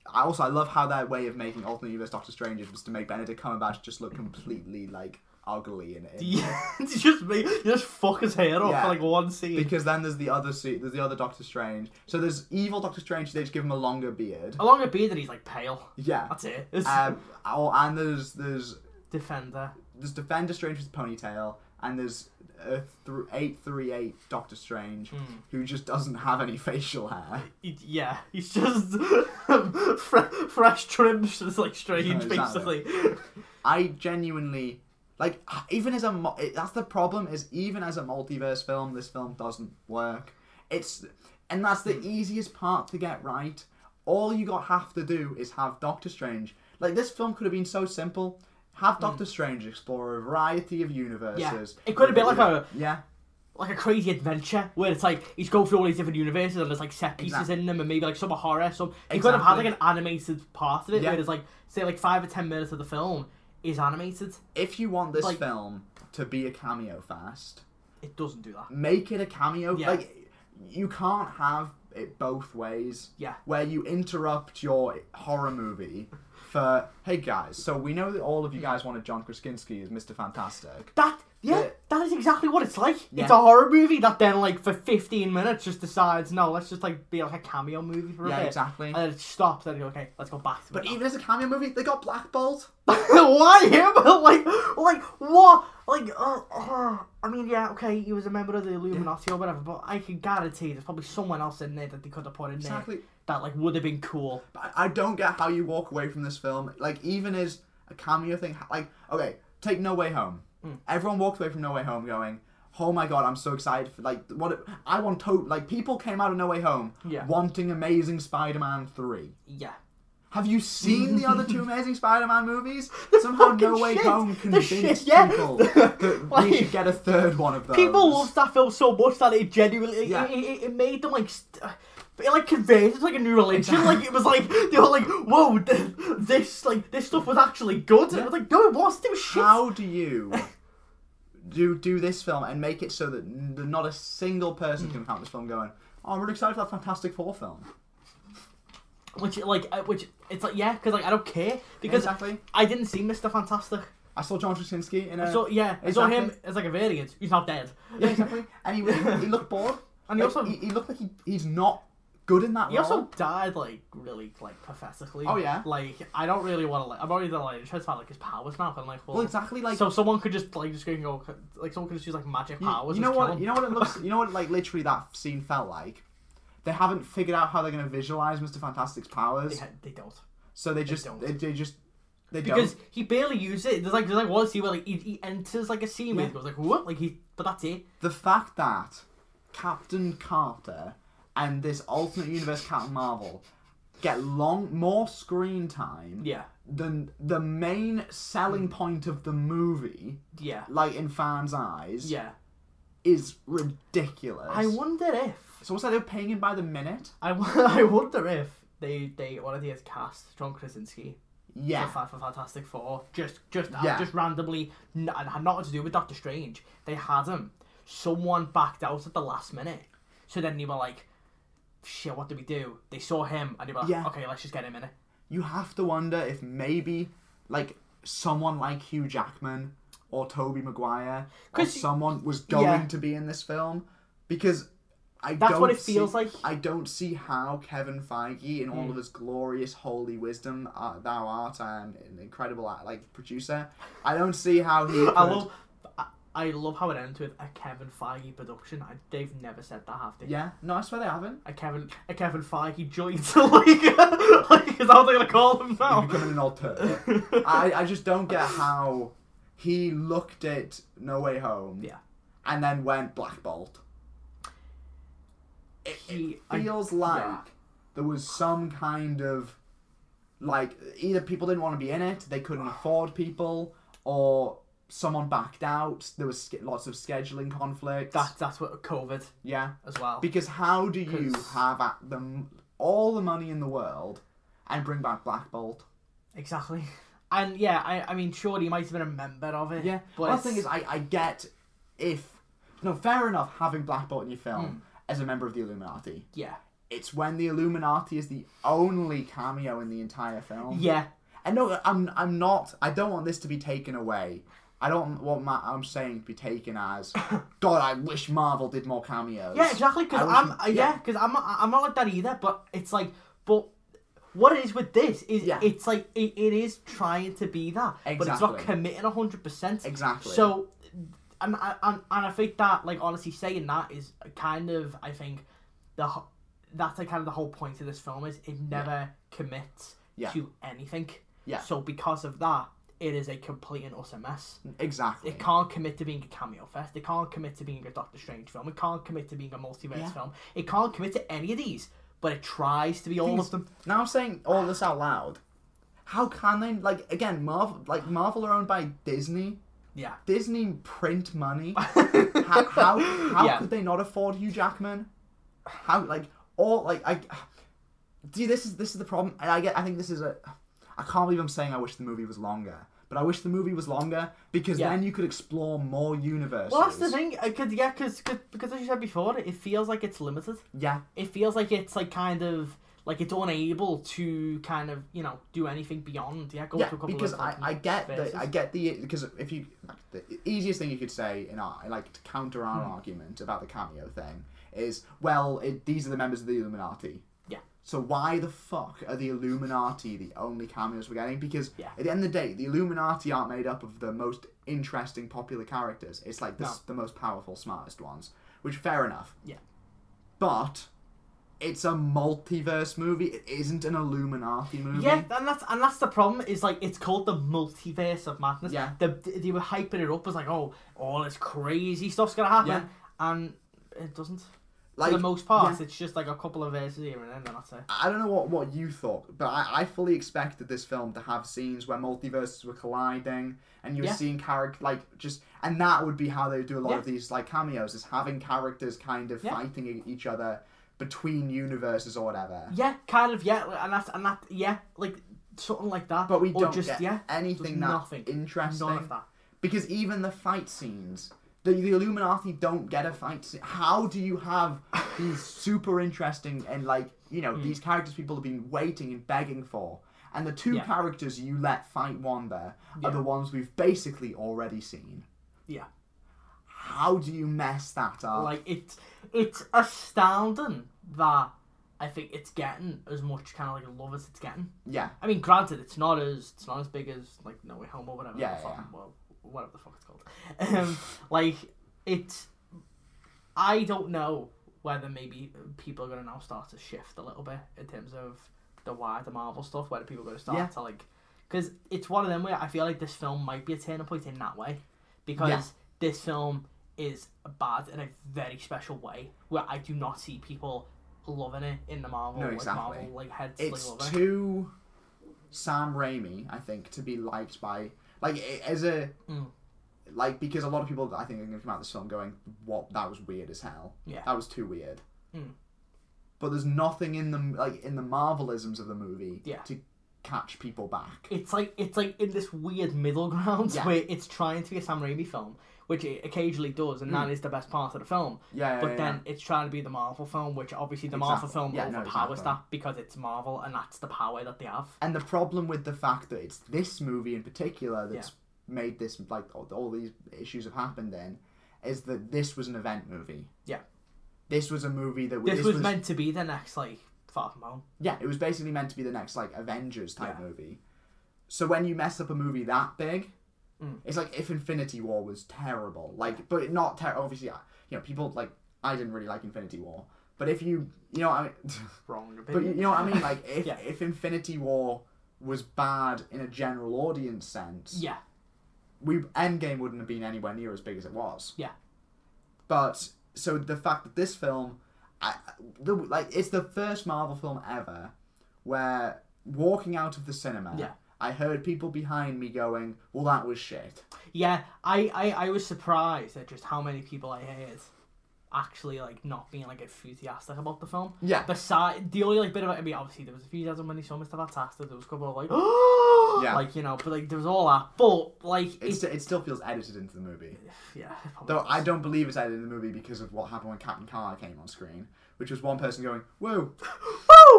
Speaker 1: I also, I love how their way of making Ultimate Universe Doctor Strange is- was to make Benedict Cumberbatch just look completely, like, ugly in it.
Speaker 2: yeah, it's just me. You just fuck his hair up
Speaker 1: Yeah.
Speaker 2: for like one scene.
Speaker 1: Because then there's the other suit, there's the other Doctor Strange. So there's evil Doctor Strange, they just give him a longer beard.
Speaker 2: Along with beard, and he's like pale.
Speaker 1: Yeah.
Speaker 2: That's it. It's
Speaker 1: Um, oh, and there's there's
Speaker 2: defender.
Speaker 1: there's Defender Strange with ponytail, and there's uh, through eight three eight Doctor Strange, who just doesn't have any facial hair.
Speaker 2: He- Yeah, he's just fre- fresh trim, just like strange,
Speaker 1: Yeah, exactly.
Speaker 2: basically.
Speaker 1: I genuinely like uh, even as a mu- it- that's the problem is even as a multiverse film, this film doesn't work. It's And that's
Speaker 2: Hmm.
Speaker 1: the easiest part to get right. All you got have to do is have Doctor Strange. Like this film could have been so simple. Have Doctor Strange explore a variety of universes.
Speaker 2: Hmm. It could have been like a-
Speaker 1: yeah.
Speaker 2: like a crazy adventure where it's like he's going through all these different universes and there's like set pieces
Speaker 1: Exact-
Speaker 2: in them and maybe like some are horror. Some he could have had like
Speaker 1: Exactly.
Speaker 2: an animated part of it
Speaker 1: Yeah.
Speaker 2: where there's like say like five or ten minutes of the film is animated.
Speaker 1: If you want this
Speaker 2: Like-
Speaker 1: film to be a cameo fast,
Speaker 2: It doesn't do that.
Speaker 1: make it a cameo.
Speaker 2: Yeah.
Speaker 1: Like you can't have it both ways.
Speaker 2: Yeah.
Speaker 1: Where you interrupt your horror movie for hey guys, so we know that all
Speaker 2: Hmm.
Speaker 1: of you guys wanted John Krasinski as Mr. Fantastic.
Speaker 2: That yeah,
Speaker 1: Yeah.
Speaker 2: that is exactly what it's like.
Speaker 1: Yeah.
Speaker 2: It's a horror movie that then like for fifteen minutes just decides no, let's just like be like a cameo movie for a
Speaker 1: Yeah,
Speaker 2: bit.
Speaker 1: exactly.
Speaker 2: And then it stops. Then you go, okay, let's go back to
Speaker 1: But
Speaker 2: it.
Speaker 1: even as a cameo movie, they got blackballed.
Speaker 2: Why him? like, like what? Like, uh, uh, I mean, yeah, okay, he was a member of the Illuminati or whatever, but I can guarantee there's probably someone else in there that they could have put in
Speaker 1: Exactly.
Speaker 2: there that like would have been cool.
Speaker 1: But I don't get how you walk away from this film. Like even as a cameo thing, like okay, take No Way Home.
Speaker 2: Hmm.
Speaker 1: Everyone walked away from No Way Home going, "Oh my god, I'm so excited for like what I want." To like people came out of No Way Home
Speaker 2: Yeah.
Speaker 1: wanting Amazing Spider-Man three.
Speaker 2: Yeah.
Speaker 1: Have you seen the other two Amazing Spider-Man movies? Somehow, No
Speaker 2: fucking
Speaker 1: Way
Speaker 2: shit.
Speaker 1: Home
Speaker 2: They're shit,
Speaker 1: convinced
Speaker 2: yeah.
Speaker 1: people that we
Speaker 2: Like-
Speaker 1: should get a third one of those.
Speaker 2: People loved that film so much that it genuinely,
Speaker 1: Um, Yeah.
Speaker 2: it, it, it made them like. St- it like converted to like a new religion. Like it was like they were like, "Whoa, th- this like this stuff was actually good." And it was like, "No, it wasn't. It was shit."
Speaker 1: How do you do do this film and make it so that n- that not a single person can count this film going, oh, I'm really excited for that Fantastic Four film.
Speaker 2: Which like, uh, which it's like, yeah, because like I don't care because
Speaker 1: Exactly.
Speaker 2: I didn't see Mister Fantastic.
Speaker 1: I saw John Krasinski in a...
Speaker 2: So yeah, I saw him
Speaker 1: Exactly.
Speaker 2: as like a variant. He's not dead.
Speaker 1: Yeah, exactly. And he, was- he looked bored.
Speaker 2: And he
Speaker 1: Like,
Speaker 2: also-
Speaker 1: He, he looked like he, he's not good in that
Speaker 2: He
Speaker 1: role.
Speaker 2: also died like really like pathetically.
Speaker 1: Oh, yeah?
Speaker 2: Like I don't really want to like. I'm already like interested about like his powers now. 'cause I'm like, well,
Speaker 1: Well, exactly like...
Speaker 2: so someone could just like just go and go like someone could just use like magic
Speaker 1: you,
Speaker 2: powers.
Speaker 1: you
Speaker 2: and
Speaker 1: know
Speaker 2: just kill
Speaker 1: what?
Speaker 2: him.
Speaker 1: You know what it looks... You know what, like, literally that scene felt like? They haven't figured out how they're going to visualize Mr. Fantastic's powers,
Speaker 2: They, ha- they don't
Speaker 1: so they just...
Speaker 2: don't.
Speaker 1: They, they just... They
Speaker 2: because
Speaker 1: don't.
Speaker 2: he barely used it. There's like there's like one scene where like he, he enters like a scene where
Speaker 1: Yeah.
Speaker 2: he goes like what like he but that's it.
Speaker 1: the fact that Captain Carter and this alternate universe Captain Marvel get long more screen time
Speaker 2: Yeah. Hmm.
Speaker 1: than the main selling point of the movie,
Speaker 2: Yeah.
Speaker 1: like in fans' eyes,
Speaker 2: Yeah.
Speaker 1: is ridiculous.
Speaker 2: I wonder if
Speaker 1: so what's that? They're paying him by the minute.
Speaker 2: I, won- I wonder if they they one of these cast John Krasinski
Speaker 1: Yeah,
Speaker 2: for, Fa- for Fantastic Four. Just, just, uh,
Speaker 1: Yeah.
Speaker 2: just randomly, n- and had nothing to do with Doctor Strange. They had him. Someone backed out at the last minute, so then they were like, "Shit, what do we do?" They saw him, and they were like,
Speaker 1: Yeah.
Speaker 2: "Okay, let's just get him in it."
Speaker 1: you have to wonder if maybe like someone like Hugh Jackman or Toby Maguire or
Speaker 2: 'Cause you-
Speaker 1: someone was going
Speaker 2: yeah.
Speaker 1: to be in this film because I
Speaker 2: That's
Speaker 1: don't
Speaker 2: what it feels
Speaker 1: see-
Speaker 2: like. Hmm.
Speaker 1: I don't see how Kevin Feige in all of his glorious holy wisdom uh, thou art um, an incredible uh, like producer I don't see how he
Speaker 2: I
Speaker 1: could-
Speaker 2: love, I, I love how it ends with a Kevin Feige production. I, they've never said that, have they?
Speaker 1: yeah no I swear they haven't
Speaker 2: A Kevin, a Kevin Feige joint, like, like, is that what they're gonna call him now?
Speaker 1: becoming an alternative I, I just don't get how he looked at No Way Home
Speaker 2: Yeah.
Speaker 1: and then went Black Bolt
Speaker 2: He- I-
Speaker 1: feels like
Speaker 2: yeah.
Speaker 1: there was some kind of like either people didn't want to be in it, they couldn't afford people, or someone backed out. There was sch- lots of scheduling conflicts.
Speaker 2: That, that's what COVID
Speaker 1: yeah,
Speaker 2: as well.
Speaker 1: because how do you
Speaker 2: 'Cause-
Speaker 1: have at the, m- all the money in the world and bring back Black Bolt?
Speaker 2: Exactly. And yeah, I, I mean, sure, he might have been a member of it.
Speaker 1: Yeah, but
Speaker 2: but
Speaker 1: the
Speaker 2: it's-
Speaker 1: thing is, I, I get if no fair enough having Black Bolt in your
Speaker 2: Hmm.
Speaker 1: film as a member of the Illuminati.
Speaker 2: yeah,
Speaker 1: It's when the Illuminati is the only cameo in the entire film.
Speaker 2: yeah,
Speaker 1: And no, I'm I'm not. I don't want this to be taken away. I don't want my I'm saying to be taken as. God, I wish Marvel did more cameos.
Speaker 2: yeah, exactly.
Speaker 1: I
Speaker 2: Because
Speaker 1: wish-
Speaker 2: I'm, uh, yeah, because I'm, not, I'm not like that either. But it's like, but what it is with this is,
Speaker 1: Yeah.
Speaker 2: it's like it, it is trying to be that, but it's not
Speaker 1: Exactly.
Speaker 2: committing hundred percent.
Speaker 1: Exactly.
Speaker 2: So, and, and and I think that, like, honestly, saying that is kind of, I think, the ho- that's like kind of the whole point of this film is it never commits
Speaker 1: Yeah.
Speaker 2: to anything.
Speaker 1: Yeah.
Speaker 2: So because of that, it is a complete and utter mess.
Speaker 1: Exactly.
Speaker 2: It can't commit to being a cameo fest. It can't commit to being a Doctor Strange film. It can't commit to being a multiverse
Speaker 1: Yeah.
Speaker 2: film. It can't commit to any of these, but it tries to be all of them.
Speaker 1: Now I'm saying all this out loud. How can they like again Marvel like Marvel are owned by Disney?
Speaker 2: Yeah.
Speaker 1: Disney print money. how how, how
Speaker 2: Yeah.
Speaker 1: could they not afford Hugh Jackman? How like all like I see this is this is the problem and I get I think this is a I can't believe I'm saying I wish the movie was longer. But I wish the movie was longer because
Speaker 2: Yeah.
Speaker 1: then you could explore more universes.
Speaker 2: Well, that's the thing. uh, Cause, yeah, cause, 'cause- because as you said before, it feels like it's limited.
Speaker 1: Yeah,
Speaker 2: It feels like it's like kind of like it's unable to kind of you know do anything beyond. Yeah, go
Speaker 1: yeah.
Speaker 2: to a couple
Speaker 1: Because
Speaker 2: of
Speaker 1: I, I get
Speaker 2: verses.
Speaker 1: the I get the because if you the easiest thing you could say in our like to counter
Speaker 2: Hmm.
Speaker 1: our argument about the cameo thing is well it, these are the members of the Illuminati.
Speaker 2: Yeah.
Speaker 1: So why the fuck are the Illuminati the only cameos we're getting? Because
Speaker 2: Yeah.
Speaker 1: at the end of the day, the Illuminati aren't made up of the most interesting, popular characters. It's like the,
Speaker 2: No.
Speaker 1: s the most powerful, smartest ones. Which fair enough.
Speaker 2: Yeah.
Speaker 1: But it's a multiverse movie. It isn't an Illuminati movie.
Speaker 2: Yeah, and that's and that's the problem. Is like it's called the multiverse of madness.
Speaker 1: Yeah.
Speaker 2: the, they were hyping it up as like, oh, all this crazy stuff's gonna happen,
Speaker 1: Yeah.
Speaker 2: and it doesn't.
Speaker 1: Like
Speaker 2: For the most part,
Speaker 1: yeah.
Speaker 2: it's just like a couple of verses here and then. And that's it.
Speaker 1: I don't know what, what you thought, but I, I fully expected this film to have scenes where multiverses were colliding and you were
Speaker 2: Yeah.
Speaker 1: seeing character like just and that would be how they would do a lot
Speaker 2: Yeah.
Speaker 1: of these like cameos is having characters kind of
Speaker 2: Yeah.
Speaker 1: fighting e- each other between universes or whatever.
Speaker 2: Yeah, kind of. Yeah, and that's and that. Yeah, like something like that.
Speaker 1: But we
Speaker 2: or
Speaker 1: don't
Speaker 2: just
Speaker 1: get
Speaker 2: yeah,
Speaker 1: anything that
Speaker 2: nothing.
Speaker 1: interesting.
Speaker 2: none of that.
Speaker 1: Because even the fight scenes, the, the Illuminati don't get a fight scene. How do you have these super interesting and like you
Speaker 2: Hmm.
Speaker 1: know these characters people have been waiting and begging for? And the two
Speaker 2: Yeah.
Speaker 1: characters you let fight Wanda
Speaker 2: Yeah.
Speaker 1: are the ones we've basically already seen.
Speaker 2: Yeah,
Speaker 1: How do you mess that up?
Speaker 2: like it's it's astounding that I think it's getting as much kind of like love as it's getting.
Speaker 1: yeah,
Speaker 2: I mean, granted, it's not as it's not as big as like No Way Home or whatever.
Speaker 1: Yeah,
Speaker 2: the
Speaker 1: yeah,
Speaker 2: fuck-
Speaker 1: yeah.
Speaker 2: well, whatever the fuck it's called. Um, like it's, I don't know whether maybe people are gonna now start to shift a little bit in terms of the wider Marvel stuff. Whether people are gonna start
Speaker 1: Yeah.
Speaker 2: to like, because it's one of them where I feel like this film might be a turning point in that way, because
Speaker 1: Yeah.
Speaker 2: this film is bad in a very special way where I do not see people loving it in the Marvel
Speaker 1: No,
Speaker 2: like,
Speaker 1: exactly.
Speaker 2: Marvel like heads
Speaker 1: it's
Speaker 2: like, loving it.
Speaker 1: too Sam Raimi, I think, to be liked by like i- as a
Speaker 2: Mm.
Speaker 1: like because a lot of people I think are going to come out of this film going, "What? That was weird as hell.
Speaker 2: Yeah.
Speaker 1: that was too weird."
Speaker 2: Mm.
Speaker 1: But there's nothing in the like in the Marvelisms of the movie
Speaker 2: Yeah.
Speaker 1: to catch people back.
Speaker 2: it's like it's like in this weird middle ground
Speaker 1: Yeah.
Speaker 2: where it's trying to be a Sam Raimi film, which it occasionally does, and that is the best part of the film.
Speaker 1: Hmm. Yeah, yeah,
Speaker 2: But
Speaker 1: yeah,
Speaker 2: then it's trying to be the Marvel film, which obviously the Marvel
Speaker 1: Exactly.
Speaker 2: film
Speaker 1: Yeah, no,
Speaker 2: overpowers
Speaker 1: exactly.
Speaker 2: that because it's Marvel and that's the power that they have.
Speaker 1: And the problem with the fact that it's this movie in particular that's made this like all, all these issues have happened in is that this was an event movie.
Speaker 2: Yeah.
Speaker 1: This was a movie that
Speaker 2: This, was, meant to be the next like Far From Home.
Speaker 1: yeah, it was basically meant to be the next like Avengers type
Speaker 2: Yeah.
Speaker 1: movie. So when you mess up a movie that big,
Speaker 2: Mm.
Speaker 1: it's like if Infinity War was terrible, like but not terrible. Obviously, I- you know people like I didn't really like Infinity War, but if you you know what I mean,
Speaker 2: Wrong
Speaker 1: but you
Speaker 2: opinion.
Speaker 1: you know what I mean, like if
Speaker 2: Yeah.
Speaker 1: if Infinity War was bad in a general audience sense,
Speaker 2: yeah,
Speaker 1: we Endgame wouldn't have been anywhere near as big as it was.
Speaker 2: Yeah.
Speaker 1: But so the fact that this film, I, the, like it's the first Marvel film ever where walking out of the cinema,
Speaker 2: Yeah.
Speaker 1: I heard people behind me going, "Well, that was shit."
Speaker 2: yeah. I, I I was surprised at just how many people I heard actually like not being like enthusiastic about the film.
Speaker 1: Yeah.
Speaker 2: Besides, the only like bit of it, I mean, obviously there was enthusiasm when he saw Mr. Fantastic. There was a couple of like, oh,
Speaker 1: Yeah.
Speaker 2: like you know, but like there was all that. But like,
Speaker 1: It's,
Speaker 2: it's,
Speaker 1: it still feels edited into the movie,
Speaker 2: yeah, it probably
Speaker 1: though
Speaker 2: was.
Speaker 1: I don't believe it's edited in the movie because of what happened when Captain Carter came on screen, which was one person going, "Whoa,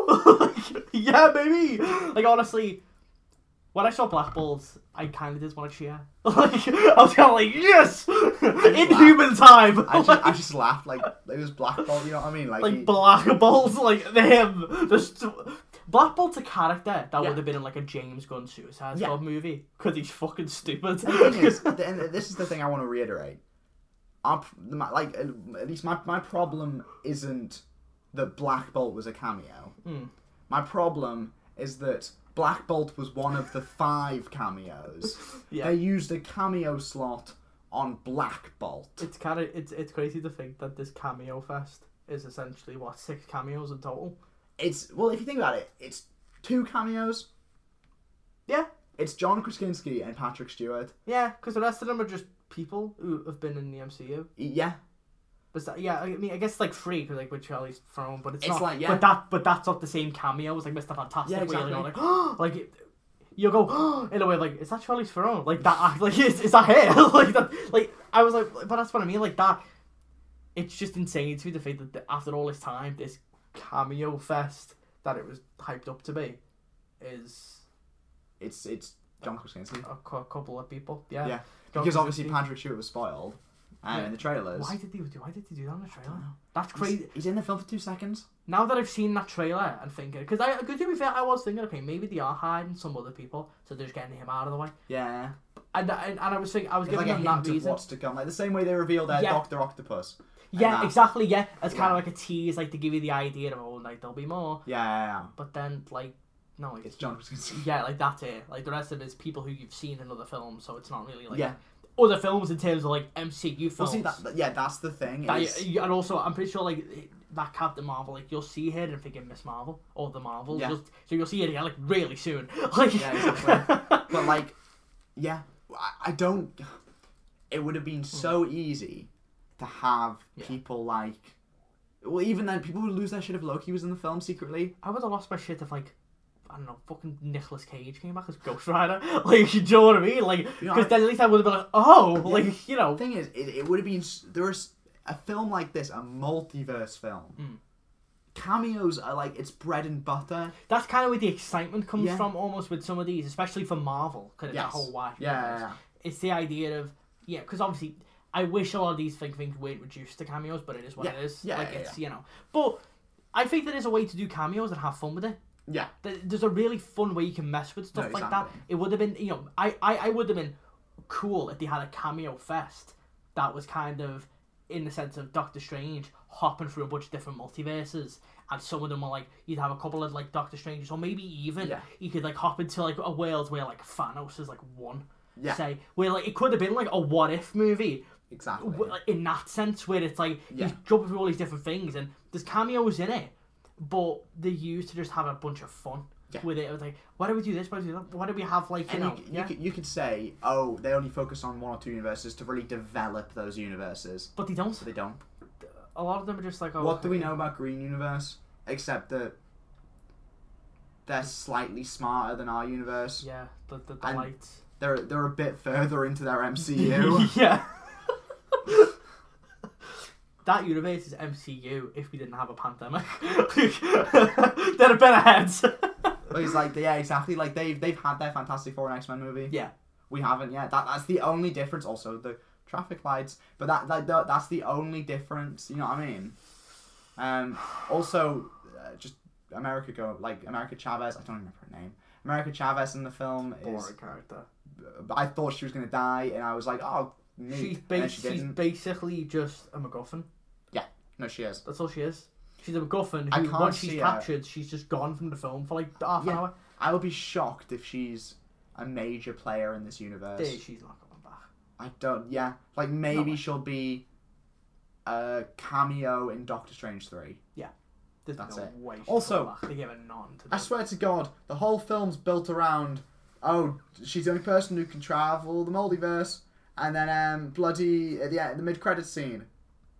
Speaker 2: Woo! Like, yeah, baby. Like honestly, when I saw Black Balls, I kind of did want to cheer. Like I was kind of like, yes, inhuman time.
Speaker 1: I just,
Speaker 2: like,
Speaker 1: I just laughed like it was blackball." You know what I mean? Like, he-
Speaker 2: like Black Balls, like him. Just Black Ball's a character that
Speaker 1: Yeah.
Speaker 2: would have been in like a James Gunn Suicide
Speaker 1: Yeah.
Speaker 2: Squad movie because he's fucking stupid.
Speaker 1: the thing is, th- and this is the thing I want to reiterate. Our, p- my, like at at least my, my problem
Speaker 2: Hmm.
Speaker 1: isn't that Black Bolt was a cameo. My problem is that Black Bolt was one of the five cameos.
Speaker 2: Yeah.
Speaker 1: They used a cameo slot on Black Bolt.
Speaker 2: It's kind of it's it's crazy to think that this cameo fest is essentially what six cameos in total.
Speaker 1: It's well, if you think about it, it's two cameos.
Speaker 2: Yeah,
Speaker 1: It's John Krasinski and Patrick Stewart.
Speaker 2: yeah, because the rest of them are just people who have been in the MCU.
Speaker 1: Y- Yeah,
Speaker 2: But that- yeah, I mean, I guess it's like free, 'cause, like with Charlie's Throne, but it's,
Speaker 1: It's
Speaker 2: not.
Speaker 1: like, yeah.
Speaker 2: But that but that's not the same cameo. It's like Mr. Fantastic.
Speaker 1: Yeah,
Speaker 2: where you're
Speaker 1: exactly.
Speaker 2: like, oh, like it, you'll go oh, in a way like is that Charlie's Throne? Like that act like is, is that her? like that like I was like, but that's what I mean. Like that, it's just insane to me the fact that the- after all this time, this cameo fest that it was hyped up to be is
Speaker 1: it's it's John Krasinski
Speaker 2: a cou- couple of people. Yeah.
Speaker 1: Yeah,
Speaker 2: John
Speaker 1: because obviously
Speaker 2: Krasinski.
Speaker 1: Patrick Stewart was spoiled um,
Speaker 2: Yeah.
Speaker 1: in the trailers.
Speaker 2: Why did they do? Why did they do that in the trailer?
Speaker 1: know.
Speaker 2: That's crazy.
Speaker 1: He's, he's in the film for two seconds.
Speaker 2: now that I've seen that trailer and thinking, because I, cause to be fair, I was thinking, okay, maybe they are hiding some other people, so they're just getting him out of the way.
Speaker 1: Yeah,
Speaker 2: And and, and I was thinking, I was
Speaker 1: it's like
Speaker 2: giving
Speaker 1: a
Speaker 2: them that
Speaker 1: hint of
Speaker 2: reason.
Speaker 1: what's to come, like the same way they revealed uh,
Speaker 2: Yeah.
Speaker 1: Doctor Octopus. and
Speaker 2: yeah,
Speaker 1: that.
Speaker 2: exactly. Yeah, it's kind
Speaker 1: Yeah.
Speaker 2: of like a tease, like to give you the idea of oh, like there'll be more,
Speaker 1: Yeah, yeah, yeah.
Speaker 2: but then like no, it's,
Speaker 1: it's John Krasinski.
Speaker 2: yeah, like that's it. Like the rest of it's people who you've seen in other films, so it's not really like
Speaker 1: yeah,
Speaker 2: other films in terms of like MCU films.
Speaker 1: well, see that, that- Yeah, that's the thing.
Speaker 2: That-
Speaker 1: is-
Speaker 2: and also, I'm pretty sure like that Captain Marvel, like you'll see her in freaking Miss Marvel or the Marvels,
Speaker 1: Yeah.
Speaker 2: you'll- so you'll see it again like really soon. Like,
Speaker 1: Yeah, exactly. But like, yeah, I, I don't. It would have been so easy to have
Speaker 2: Yeah.
Speaker 1: people like. Well, even then, people would lose their shit if Loki was in the film secretly.
Speaker 2: I would have lost my shit if like. I don't know, fucking Nicolas Cage came back as Ghost Rider. Like, you know what I mean? Like, because
Speaker 1: Yeah, I-
Speaker 2: then at least I would have been like, oh,
Speaker 1: Yeah.
Speaker 2: like, you know.
Speaker 1: The thing is, it, it would have been s- there was a film like this, a multiverse film. Cameos are like it's bread and butter.
Speaker 2: That's kind of where the excitement comes
Speaker 1: Yeah.
Speaker 2: from almost with some of these, especially for Marvel, because it's a
Speaker 1: Yes.
Speaker 2: whole wide
Speaker 1: Yeah,
Speaker 2: universe.
Speaker 1: yeah, yeah.
Speaker 2: It's the idea of, yeah, because obviously, I wish a lot of these things, things weren't reduced to cameos, but it is what
Speaker 1: Yeah.
Speaker 2: it is.
Speaker 1: Yeah,
Speaker 2: like,
Speaker 1: yeah,
Speaker 2: it's, you know. But I think there is a way to do cameos and have fun with it.
Speaker 1: Yeah,
Speaker 2: Th- There's a really fun way you can mess with stuff
Speaker 1: No,
Speaker 2: like that.
Speaker 1: exactly.
Speaker 2: It would have been, you know, I, I, I would have been cool if they had a cameo fest that was kind of in the sense of Doctor Strange hopping through a bunch of different multiverses. And some of them were like, you'd have a couple of like Doctor Stranges, or maybe even
Speaker 1: Yeah.
Speaker 2: you could like hop into like a world where like Thanos is like one.
Speaker 1: Yeah.
Speaker 2: Say, where like it could have been like a what if movie
Speaker 1: exactly.
Speaker 2: w- like, in that sense where it's like
Speaker 1: Yeah.
Speaker 2: he's jumping through all these different things and there's cameos in it but they're used to just have a bunch of fun
Speaker 1: Yeah.
Speaker 2: with it it was like why do we do this why do we do that why do we have like you
Speaker 1: And you,
Speaker 2: know
Speaker 1: c- you,
Speaker 2: yeah.
Speaker 1: could, you could say, oh, they only focus on one or two universes to really develop those universes,
Speaker 2: but they don't
Speaker 1: but they don't.
Speaker 2: a lot of them are just like oh,
Speaker 1: What do we
Speaker 2: okay.
Speaker 1: know about Green Universe? Except that they're slightly smarter than our universe.
Speaker 2: yeah the, the, the
Speaker 1: And-
Speaker 2: lights
Speaker 1: They're they're a bit further into their MCU.
Speaker 2: yeah that universe is MCU if we didn't have a pandemic they're a better heads
Speaker 1: but it's like yeah, exactly. Like they've they've had their Fantastic Four and X Men movie.
Speaker 2: yeah
Speaker 1: We haven't yet. That that's the only difference. Also the traffic lights, but that, that, that that's the only difference. You know what I mean? Um. Also, uh, just America go like America Chavez. I don't remember her name. America Chavez in the film is. uh,
Speaker 2: boring character
Speaker 1: I thought she was gonna die, and I was like, oh. neat.
Speaker 2: she's,
Speaker 1: And then
Speaker 2: bas-
Speaker 1: she
Speaker 2: she's
Speaker 1: didn't.
Speaker 2: basically just a MacGuffin
Speaker 1: No, she is.
Speaker 2: That's all she is. She's a MacGuffin
Speaker 1: I
Speaker 2: who,
Speaker 1: can't
Speaker 2: once she's
Speaker 1: see her.
Speaker 2: captured, she's just gone from the film for like half an
Speaker 1: Yeah.
Speaker 2: hour.
Speaker 1: I would be shocked if she's a major player in this universe.
Speaker 2: Dude, she's not coming back.
Speaker 1: I don't. Yeah, like maybe she'll be a cameo in Doctor Strange three.
Speaker 2: There's
Speaker 1: That's
Speaker 2: no
Speaker 1: it.
Speaker 2: way. She's
Speaker 1: Also-
Speaker 2: coming back. they give her none to
Speaker 1: I
Speaker 2: this.
Speaker 1: swear to God, the whole film's built around. Oh, she's the only person who can travel the multiverse, and then um, bloody at the end, the mid credit scene,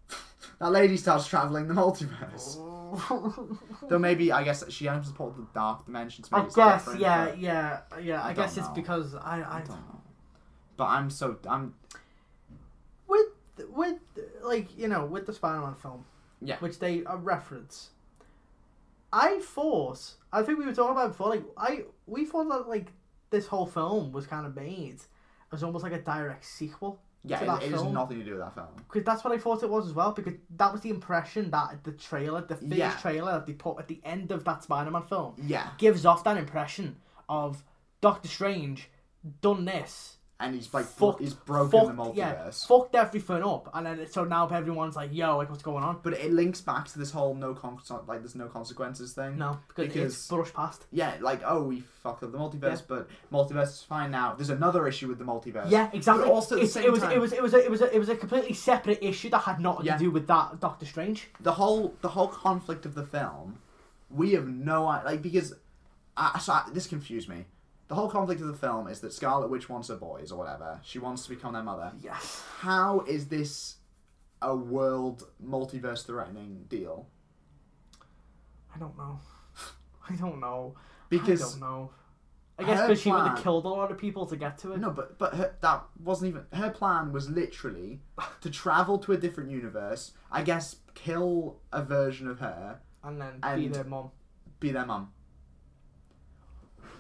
Speaker 1: that lady starts traveling the multiverse. Though maybe I guess she ends up all the dark dimensions.
Speaker 2: I
Speaker 1: maybe it's
Speaker 2: guess,
Speaker 1: different,
Speaker 2: yeah,
Speaker 1: but
Speaker 2: yeah, yeah. I,
Speaker 1: I
Speaker 2: guess
Speaker 1: don't
Speaker 2: it's
Speaker 1: know.
Speaker 2: because I, I,
Speaker 1: I don't know. But I'm so I'm
Speaker 2: with with like you know with the Spider-Man film,
Speaker 1: Yeah.
Speaker 2: which they uh, reference. I thought I think we were talking about it before. Like I we thought that like this whole film was kind of made as almost like a direct sequel. to
Speaker 1: yeah.
Speaker 2: that
Speaker 1: It, it has
Speaker 2: film.
Speaker 1: nothing to do with that film.
Speaker 2: Because that's what I thought it was as well. Because that was the impression that the trailer, the first
Speaker 1: Yeah.
Speaker 2: trailer that they put at the end of that Spider-Man film,
Speaker 1: Yeah.
Speaker 2: gives off that impression of Doctor Strange done this
Speaker 1: and he's like
Speaker 2: Fucked-
Speaker 1: he's broken
Speaker 2: fucked,
Speaker 1: the multiverse.
Speaker 2: Yeah, fucked everything up, and then so now everyone's like, "Yo, like what's going on?"
Speaker 1: but it links back to this whole no con- like there's no consequences thing.
Speaker 2: No, because,
Speaker 1: Because-
Speaker 2: it's brushed past.
Speaker 1: Yeah, like oh we fucked up the multiverse,
Speaker 2: Yeah.
Speaker 1: but multiverse is fine now. There's another issue with the multiverse.
Speaker 2: Yeah, exactly.
Speaker 1: But also at the
Speaker 2: It's-
Speaker 1: same
Speaker 2: it was
Speaker 1: time,
Speaker 2: it was it was a, it was a, it was a completely separate issue that had nothing
Speaker 1: Yeah.
Speaker 2: to do with that Doctor Strange.
Speaker 1: the whole the whole conflict of the film, we have no idea. Like because, I, so I- this confused me. The whole conflict of the film is that Scarlet Witch wants her boys or whatever. She wants to become their mother.
Speaker 2: Yes.
Speaker 1: How is this a world multiverse threatening deal?
Speaker 2: I don't know. I don't know.
Speaker 1: Because-
Speaker 2: I don't know. I
Speaker 1: Her
Speaker 2: guess because she would
Speaker 1: plan-
Speaker 2: have killed a lot of people to get to it.
Speaker 1: No, but but her, that wasn't even her plan. Was literally to travel to a different universe. I guess kill a version of her,
Speaker 2: and then be
Speaker 1: And-
Speaker 2: their mom.
Speaker 1: be their mum.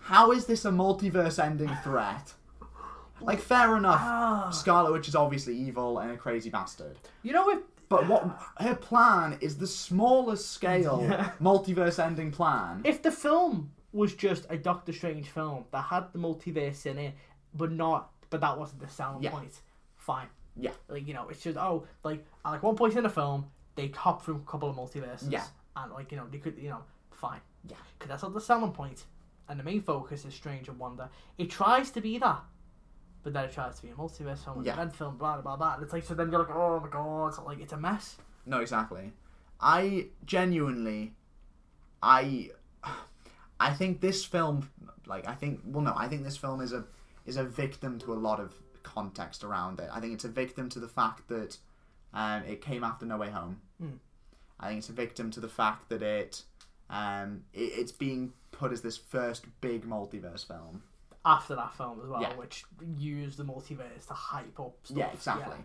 Speaker 1: How is this a multiverse-ending threat? Like, fair enough. Scarlet Witch is obviously evil and a crazy bastard.
Speaker 2: You know if
Speaker 1: But what her plan is the smallest scale multiverse-ending plan.
Speaker 2: if the film was just a Doctor Strange film that had the multiverse in it, but not but that wasn't the selling
Speaker 1: Yeah.
Speaker 2: point. Fine.
Speaker 1: Yeah.
Speaker 2: Like you know, it's just oh like at like one point in the film they hop through a couple of multiverses.
Speaker 1: Yeah.
Speaker 2: And like you know they could you know fine.
Speaker 1: Yeah.
Speaker 2: Because that's not the selling point, and the main focus is Strange and Wonder. It tries to be that. But then it tries to be a multiverse film, an
Speaker 1: Yeah.
Speaker 2: event film, blah blah blah. And it's like so then you're like, oh my god, so, like it's a mess.
Speaker 1: No, exactly. I genuinely, I, I think this film, like, I think, well, no, I think this film is a is a victim to a lot of context around it. I think it's a victim to the fact that um, it came after No Way Home.
Speaker 2: Hmm.
Speaker 1: I think it's a victim to the fact that it, um, it it's being put as this first big multiverse film.
Speaker 2: After that film as well,
Speaker 1: Yeah.
Speaker 2: which used the multiverse to hype up. Stuff.
Speaker 1: Yeah, exactly.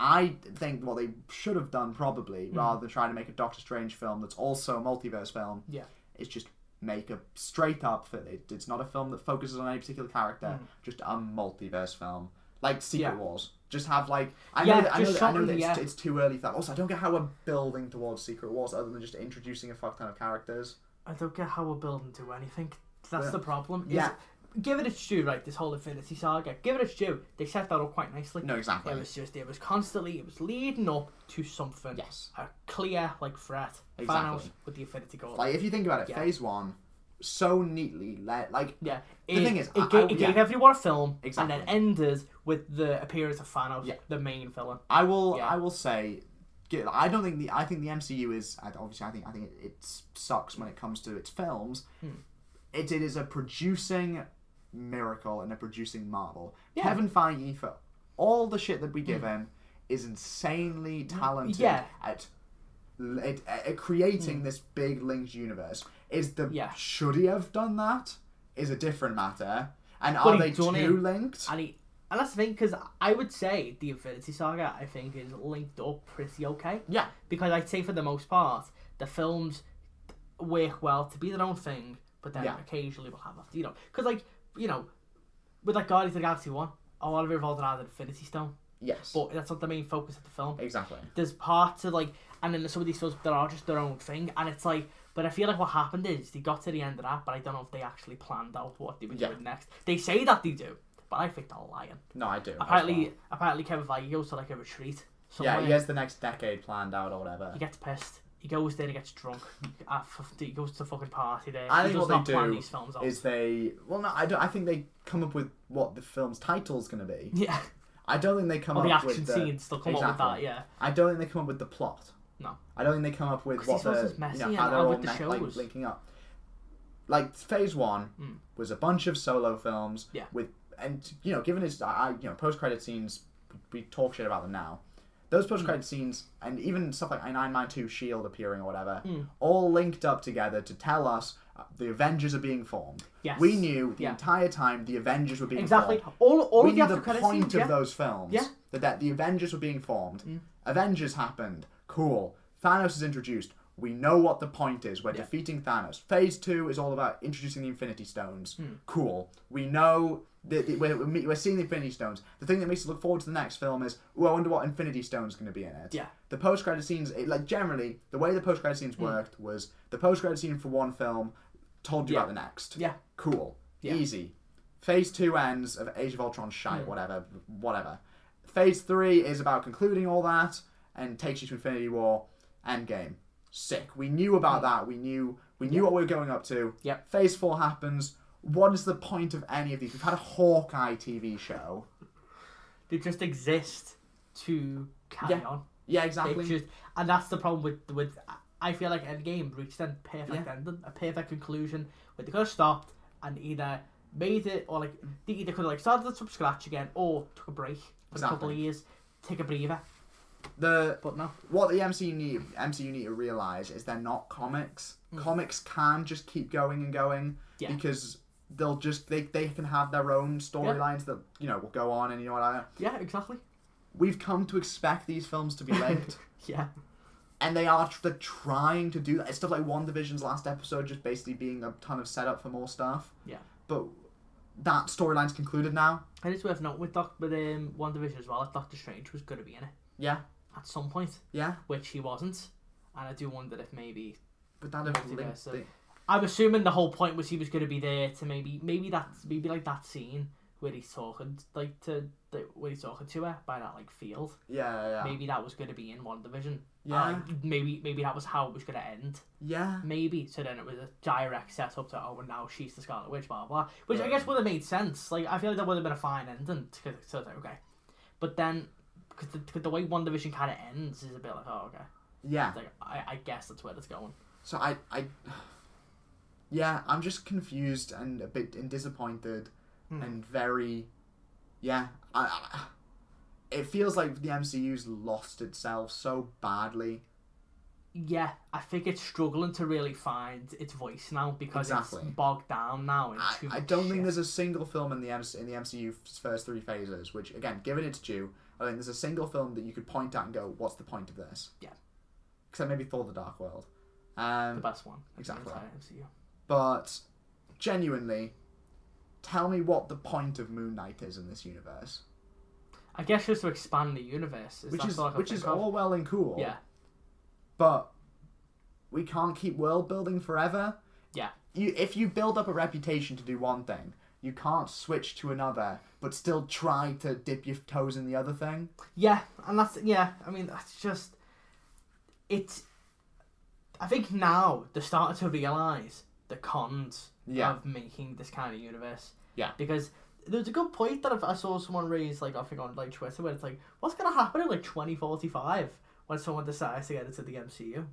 Speaker 1: I think what they should have done probably,
Speaker 2: Hmm.
Speaker 1: rather than trying to make a Doctor Strange film that's also a multiverse film,
Speaker 2: Yeah.
Speaker 1: is just make a straight up. fi- it- It's not a film that focuses on any particular character, just a multiverse film like Secret
Speaker 2: Hmm. Yeah.
Speaker 1: Wars. Just have like I
Speaker 2: Yeah,
Speaker 1: know that, I know
Speaker 2: just
Speaker 1: that, I know
Speaker 2: something,
Speaker 1: that it's,
Speaker 2: yeah.
Speaker 1: it's too early for that. Also, I don't get how we're building towards Secret Wars other than just introducing a fuck ton of characters.
Speaker 2: I don't get how we're building to anything. That's
Speaker 1: Yeah.
Speaker 2: the problem. is-
Speaker 1: Yeah.
Speaker 2: give it its due, right? This whole Infinity Saga. Give it its due. They set that up quite nicely.
Speaker 1: No, exactly.
Speaker 2: It was just it was constantly it was leading up to something.
Speaker 1: Yes.
Speaker 2: A clear like threat. Thanos
Speaker 1: Exactly.
Speaker 2: with the Infinity Gauntlet.
Speaker 1: Like if you think about it,
Speaker 2: Yeah.
Speaker 1: Phase One so neatly let like
Speaker 2: yeah.
Speaker 1: The
Speaker 2: it,
Speaker 1: thing is,
Speaker 2: it,
Speaker 1: I-
Speaker 2: ga-
Speaker 1: I-
Speaker 2: it
Speaker 1: yeah.
Speaker 2: gave everyone a film,
Speaker 1: Exactly.
Speaker 2: and then ended with the appearance of Thanos,
Speaker 1: Yeah.
Speaker 2: the main villain.
Speaker 1: I will.
Speaker 2: Yeah.
Speaker 1: I will say. get- I don't think the. I think the MCU is I- obviously. I think. I think it, it sucks when it comes to its films.
Speaker 2: Hmm.
Speaker 1: It, it is a producing miracle and a producing marvel. Kevin Feige for all the shit that we give him is insanely talented
Speaker 2: Hmm. Yeah. Hmm.
Speaker 1: at, l- at, at creating this big linked universe. Is the
Speaker 2: Yeah.
Speaker 1: should he have done that? Is a different matter. And
Speaker 2: But
Speaker 1: are they
Speaker 2: he
Speaker 1: too
Speaker 2: done it.
Speaker 1: linked?
Speaker 2: And he, and that's the thing because I would say the Infinity Saga I think is linked up pretty okay.
Speaker 1: yeah.
Speaker 2: because I'd say for the most part, the films work well to be their own thing, but then
Speaker 1: Yeah.
Speaker 2: occasionally we'll have a you know, because like you know, with like Guardians of the Galaxy one, a lot of it revolved around the Infinity Stone,
Speaker 1: Yes.
Speaker 2: but that's not the main focus of the film.
Speaker 1: exactly.
Speaker 2: There's parts of like, and then there's some of these films that are just their own thing, and it's like. But I feel like what happened is they got to the end of that, but I don't know if they actually planned out what they were
Speaker 1: Yeah.
Speaker 2: doing next. They say that they do, but I think they're lying.
Speaker 1: No, I do. as well.
Speaker 2: Apparently, apparently Kevin Feige goes to like a retreat. Somewhere.
Speaker 1: Yeah, he has the next decade planned out or whatever.
Speaker 2: He gets pissed. He goes there. He gets drunk. Uh, f- he goes to the fucking party there.
Speaker 1: I
Speaker 2: he
Speaker 1: think
Speaker 2: does
Speaker 1: what
Speaker 2: not
Speaker 1: they
Speaker 2: plan
Speaker 1: do
Speaker 2: these films out.
Speaker 1: Is they well? No, I don't. I think they come up with what the film's title's going to be.
Speaker 2: yeah,
Speaker 1: I don't think they come
Speaker 2: all the
Speaker 1: up
Speaker 2: action
Speaker 1: with the.
Speaker 2: scenes. They'll come
Speaker 1: exactly.
Speaker 2: up with that. Yeah,
Speaker 1: I don't think they come up with the plot.
Speaker 2: No.
Speaker 1: I don't think they come up with
Speaker 2: 'Cause
Speaker 1: what
Speaker 2: these films
Speaker 1: the
Speaker 2: is messy
Speaker 1: you know
Speaker 2: and
Speaker 1: how they're
Speaker 2: all
Speaker 1: all
Speaker 2: with the
Speaker 1: me- like,
Speaker 2: shows.
Speaker 1: linking up. Like phase one
Speaker 2: Mm.
Speaker 1: was a bunch of solo films.
Speaker 2: Yeah.
Speaker 1: With and you know, given it's I, I you know post credit scenes, we talk shit about them now. Those
Speaker 2: Hmm.
Speaker 1: post credit scenes and even stuff like Iron Man two, Shield E appearing or whatever,
Speaker 2: Hmm.
Speaker 1: all linked up together to tell us. uh, The Avengers are being formed.
Speaker 2: Yes.
Speaker 1: We knew the
Speaker 2: Yeah.
Speaker 1: entire time the Avengers were being
Speaker 2: exactly.
Speaker 1: formed.
Speaker 2: All all
Speaker 1: we
Speaker 2: of the
Speaker 1: knew
Speaker 2: after
Speaker 1: the
Speaker 2: credit
Speaker 1: point
Speaker 2: scenes.
Speaker 1: of
Speaker 2: Yeah.
Speaker 1: those films
Speaker 2: Yeah. Mm.
Speaker 1: that, that the Avengers were being formed. Avengers happened. Cool. Thanos is introduced. We know what the point is. We're defeating Thanos. Phase two is all about introducing the Infinity Stones.
Speaker 2: Hmm.
Speaker 1: Cool. We know that that we're, we're me- we're seeing the Infinity Stones. The thing that makes us look forward to the next film is, oh, I wonder what Infinity Stone's going to be in it.
Speaker 2: Yeah. Hmm.
Speaker 1: The post credit scenes, it, like generally, the way the post credit scenes worked was the post credit scene for one film told you
Speaker 2: Yeah.
Speaker 1: about the next.
Speaker 2: Yeah. Hmm.
Speaker 1: Cool.
Speaker 2: Yeah.
Speaker 1: Easy. Phase two ends of Age of Ultron shite, whatever, whatever. Phase three is about concluding all that and takes you to Infinity War, Endgame. Sick. We knew about
Speaker 2: Hmm.
Speaker 1: that. We knew we knew what we were going up to.
Speaker 2: Yep.
Speaker 1: Phase four happens. What is the point of any of these? We've had a Hawkeye TV show.
Speaker 2: They just exist to carry
Speaker 1: Yeah,
Speaker 2: on.
Speaker 1: Yeah,
Speaker 2: They
Speaker 1: exactly.
Speaker 2: just, and that's the problem with with I feel like Endgame reached a perfect
Speaker 1: Yeah.
Speaker 2: end, a perfect conclusion where they could have stopped and either made it or like they either could have like started it from scratch again or took a break for a couple
Speaker 1: Exactly.
Speaker 2: of years, take a breather.
Speaker 1: The
Speaker 2: But no,
Speaker 1: what the MCU need MCU need to realize is they're not comics. Comics can just keep going and going
Speaker 2: Mm. Yeah.
Speaker 1: because they'll just they, they can have their own storylines that you know will go on and you know what I
Speaker 2: yeah, exactly,
Speaker 1: we've come to expect these films to be linked
Speaker 2: yeah,
Speaker 1: and they are they're trying to do that. It's stuff like One Division's last episode just basically being a ton of setup for more stuff.
Speaker 2: Yeah.
Speaker 1: But that storyline's concluded now.
Speaker 2: and it's worth noting with Doc with um One Division as well. Like Doctor Strange was going to be in it
Speaker 1: Yeah.
Speaker 2: at some point,
Speaker 1: Yeah.
Speaker 2: which he wasn't, and I do wonder if maybe
Speaker 1: But that have linked
Speaker 2: Multiverse, uh,
Speaker 1: the-
Speaker 2: I'm assuming the whole point was he was going to be there to maybe maybe that maybe like that scene where he's talking like to the where he's talking to her by that like field.
Speaker 1: Yeah, yeah.
Speaker 2: Maybe that was going to be in one division.
Speaker 1: Yeah.
Speaker 2: maybe maybe that was how it was going to end.
Speaker 1: Yeah.
Speaker 2: Maybe so then it was a direct setup to oh well now she's the Scarlet Witch blah blah, blah. which I
Speaker 1: Right.
Speaker 2: guess would have made sense. Like I feel like that would have been a fine ending to, to, to okay, but then because the, 'cause the way one division kind of ends is a bit like oh okay,
Speaker 1: Yeah.
Speaker 2: It's like I, I guess that's where that's going.
Speaker 1: So I, I, yeah, I'm just confused and a bit and disappointed,
Speaker 2: Hmm.
Speaker 1: and very, yeah, I, I, it feels like the MCU's lost itself so badly.
Speaker 2: yeah, I think it's struggling to really find its voice now because
Speaker 1: Exactly.
Speaker 2: it's bogged down now. In
Speaker 1: I,
Speaker 2: too
Speaker 1: I
Speaker 2: much
Speaker 1: don't
Speaker 2: shit.
Speaker 1: think there's a single film in the MC, in the MCU's first three phases, which again, given its due, I think there's a single film that you could point at and go, "What's the point of this?"
Speaker 2: Yeah.
Speaker 1: Except maybe Thor: The Dark World.
Speaker 2: the
Speaker 1: Um,
Speaker 2: best one. in the
Speaker 1: Exactly.
Speaker 2: entire MCU.
Speaker 1: but genuinely, tell me what the point of Moon Knight is in this universe.
Speaker 2: I guess just to expand the universe, is
Speaker 1: which
Speaker 2: that's
Speaker 1: is
Speaker 2: all I can
Speaker 1: which is
Speaker 2: think of.
Speaker 1: all well and cool.
Speaker 2: yeah,
Speaker 1: But we can't keep world building forever.
Speaker 2: yeah,
Speaker 1: You if you build up a reputation to do one thing, you can't switch to another, but still try to dip your toes in the other thing.
Speaker 2: yeah, and that's yeah. I mean, that's just it's. I think now they're starting to realize the cons
Speaker 1: Yeah.
Speaker 2: of making this kind of universe.
Speaker 1: Yeah.
Speaker 2: because. There's a good point that I I saw someone raise, like I think on like Twitter, where it's like, what's gonna happen in like 2045 when someone decides to get into the MCU?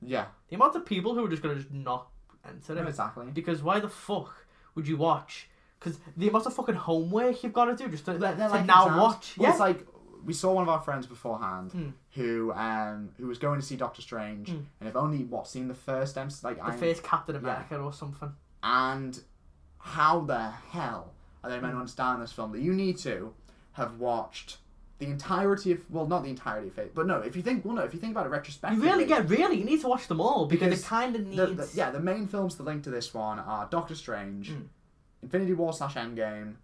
Speaker 1: Yeah.
Speaker 2: The amount of people who are just gonna just not enter it
Speaker 1: Exactly.
Speaker 2: because why the fuck would you watch? Because the amount of fucking homework you've got to do just to,
Speaker 1: They're- they're
Speaker 2: to
Speaker 1: like
Speaker 2: now
Speaker 1: exams.
Speaker 2: watch.
Speaker 1: Well,
Speaker 2: yeah, Hmm.
Speaker 1: It's like we saw one of our friends beforehand who um who was going to see Doctor Strange and have only what seen the first MC like
Speaker 2: the
Speaker 1: Iron
Speaker 2: first Captain America or something.
Speaker 1: and how the hell are they
Speaker 2: Hmm.
Speaker 1: meant to understand this film that you need to have watched the entirety of well not the entirety of it but no if you think well no if you think about it
Speaker 2: You
Speaker 1: retrospectively
Speaker 2: really, yeah, really, you need to watch them all because,
Speaker 1: Because
Speaker 2: it kind of
Speaker 1: the,
Speaker 2: needs. Hmm.
Speaker 1: the, yeah the main films that link to this one are Doctor Strange Infinity War slash Endgame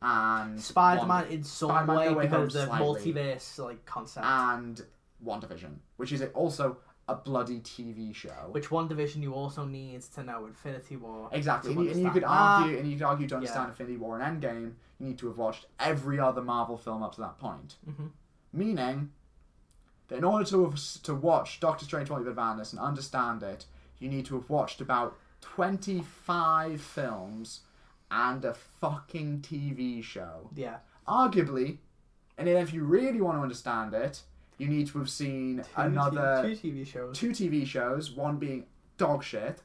Speaker 1: and
Speaker 2: Spider-Man in some
Speaker 1: Spider-Man No
Speaker 2: way
Speaker 1: Way
Speaker 2: because
Speaker 1: Home
Speaker 2: of the
Speaker 1: slightly. Ah.
Speaker 2: multiverse like concept.
Speaker 1: Wand- and WandaVision which is also a bloody TV show
Speaker 2: which one division you also need to know Infinity War.
Speaker 1: Exactly,
Speaker 2: to
Speaker 1: and you, and you could
Speaker 2: understand that.
Speaker 1: argue, and you could argue to understand Infinity War and Endgame, you need to have watched every other Marvel film up to that point.
Speaker 2: Mhm.
Speaker 1: Meaning that in order to have, to watch Doctor Strange: Multiverse of Madness and understand it, you need to have watched about twenty five films and a fucking TV show.
Speaker 2: Yeah,
Speaker 1: Arguably, and then if you really want to understand it, you need to have seen another
Speaker 2: two TV shows.
Speaker 1: two TV shows, one being dog shit,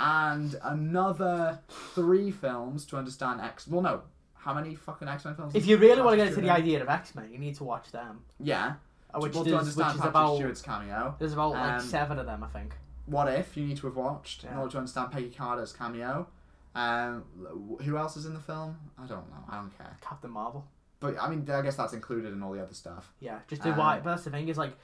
Speaker 1: and another three films to understand X. Well, no, how many fucking X Men films?
Speaker 2: If you really
Speaker 1: Patrick
Speaker 2: want to get into the
Speaker 1: Stewart
Speaker 2: idea of X Men, you need to watch them,
Speaker 1: in? yeah,
Speaker 2: uh, which,
Speaker 1: well,
Speaker 2: there's,
Speaker 1: to understand
Speaker 2: which is
Speaker 1: Patrick
Speaker 2: about
Speaker 1: Stewart's cameo.
Speaker 2: there's about
Speaker 1: um,
Speaker 2: like seven of them, I think.
Speaker 1: What if you need to have watched in
Speaker 2: Yeah.
Speaker 1: order to understand Peggy Carter's cameo? Um, wh- who else is in the film? I don't know. I don't care.
Speaker 2: Captain Marvel.
Speaker 1: But I mean, I guess that's included in all the other stuff.
Speaker 2: Yeah, just do
Speaker 1: Um,
Speaker 2: why. But that's the thing is like,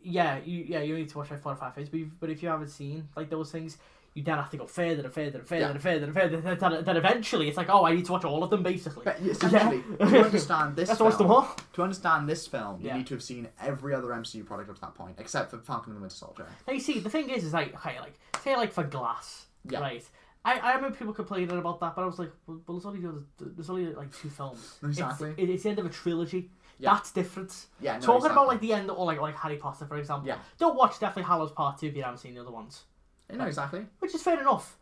Speaker 2: yeah, you yeah you need to watch like four or five things, but if, but if you haven't seen like those things, you then have to go further and further and further
Speaker 1: Yeah.
Speaker 2: and further and further. Then, then, then eventually it's like, oh, I need to watch all of them basically.
Speaker 1: But essentially, to understand this
Speaker 2: That's
Speaker 1: film,
Speaker 2: watch them all.
Speaker 1: to understand this film, you
Speaker 2: Yeah.
Speaker 1: need to have seen every other MCU product up to that point, except for Falcon and the Winter Soldier.
Speaker 2: Now you see, the thing is, is like okay, like say like for Glass,
Speaker 1: Yeah.
Speaker 2: right? I, I remember people complaining about that, but I was like, well, well there's only there's only like two films.
Speaker 1: Exactly.
Speaker 2: It's, it- it's the end of a trilogy.
Speaker 1: Yeah.
Speaker 2: That's different.
Speaker 1: Yeah, no,
Speaker 2: Talking about
Speaker 1: exactly.
Speaker 2: like the end or like like Harry Potter, for example.
Speaker 1: Yeah.
Speaker 2: Don't watch Deathly Hallows Part Two if you haven't seen the other ones,
Speaker 1: You know exactly.
Speaker 2: which is fair enough.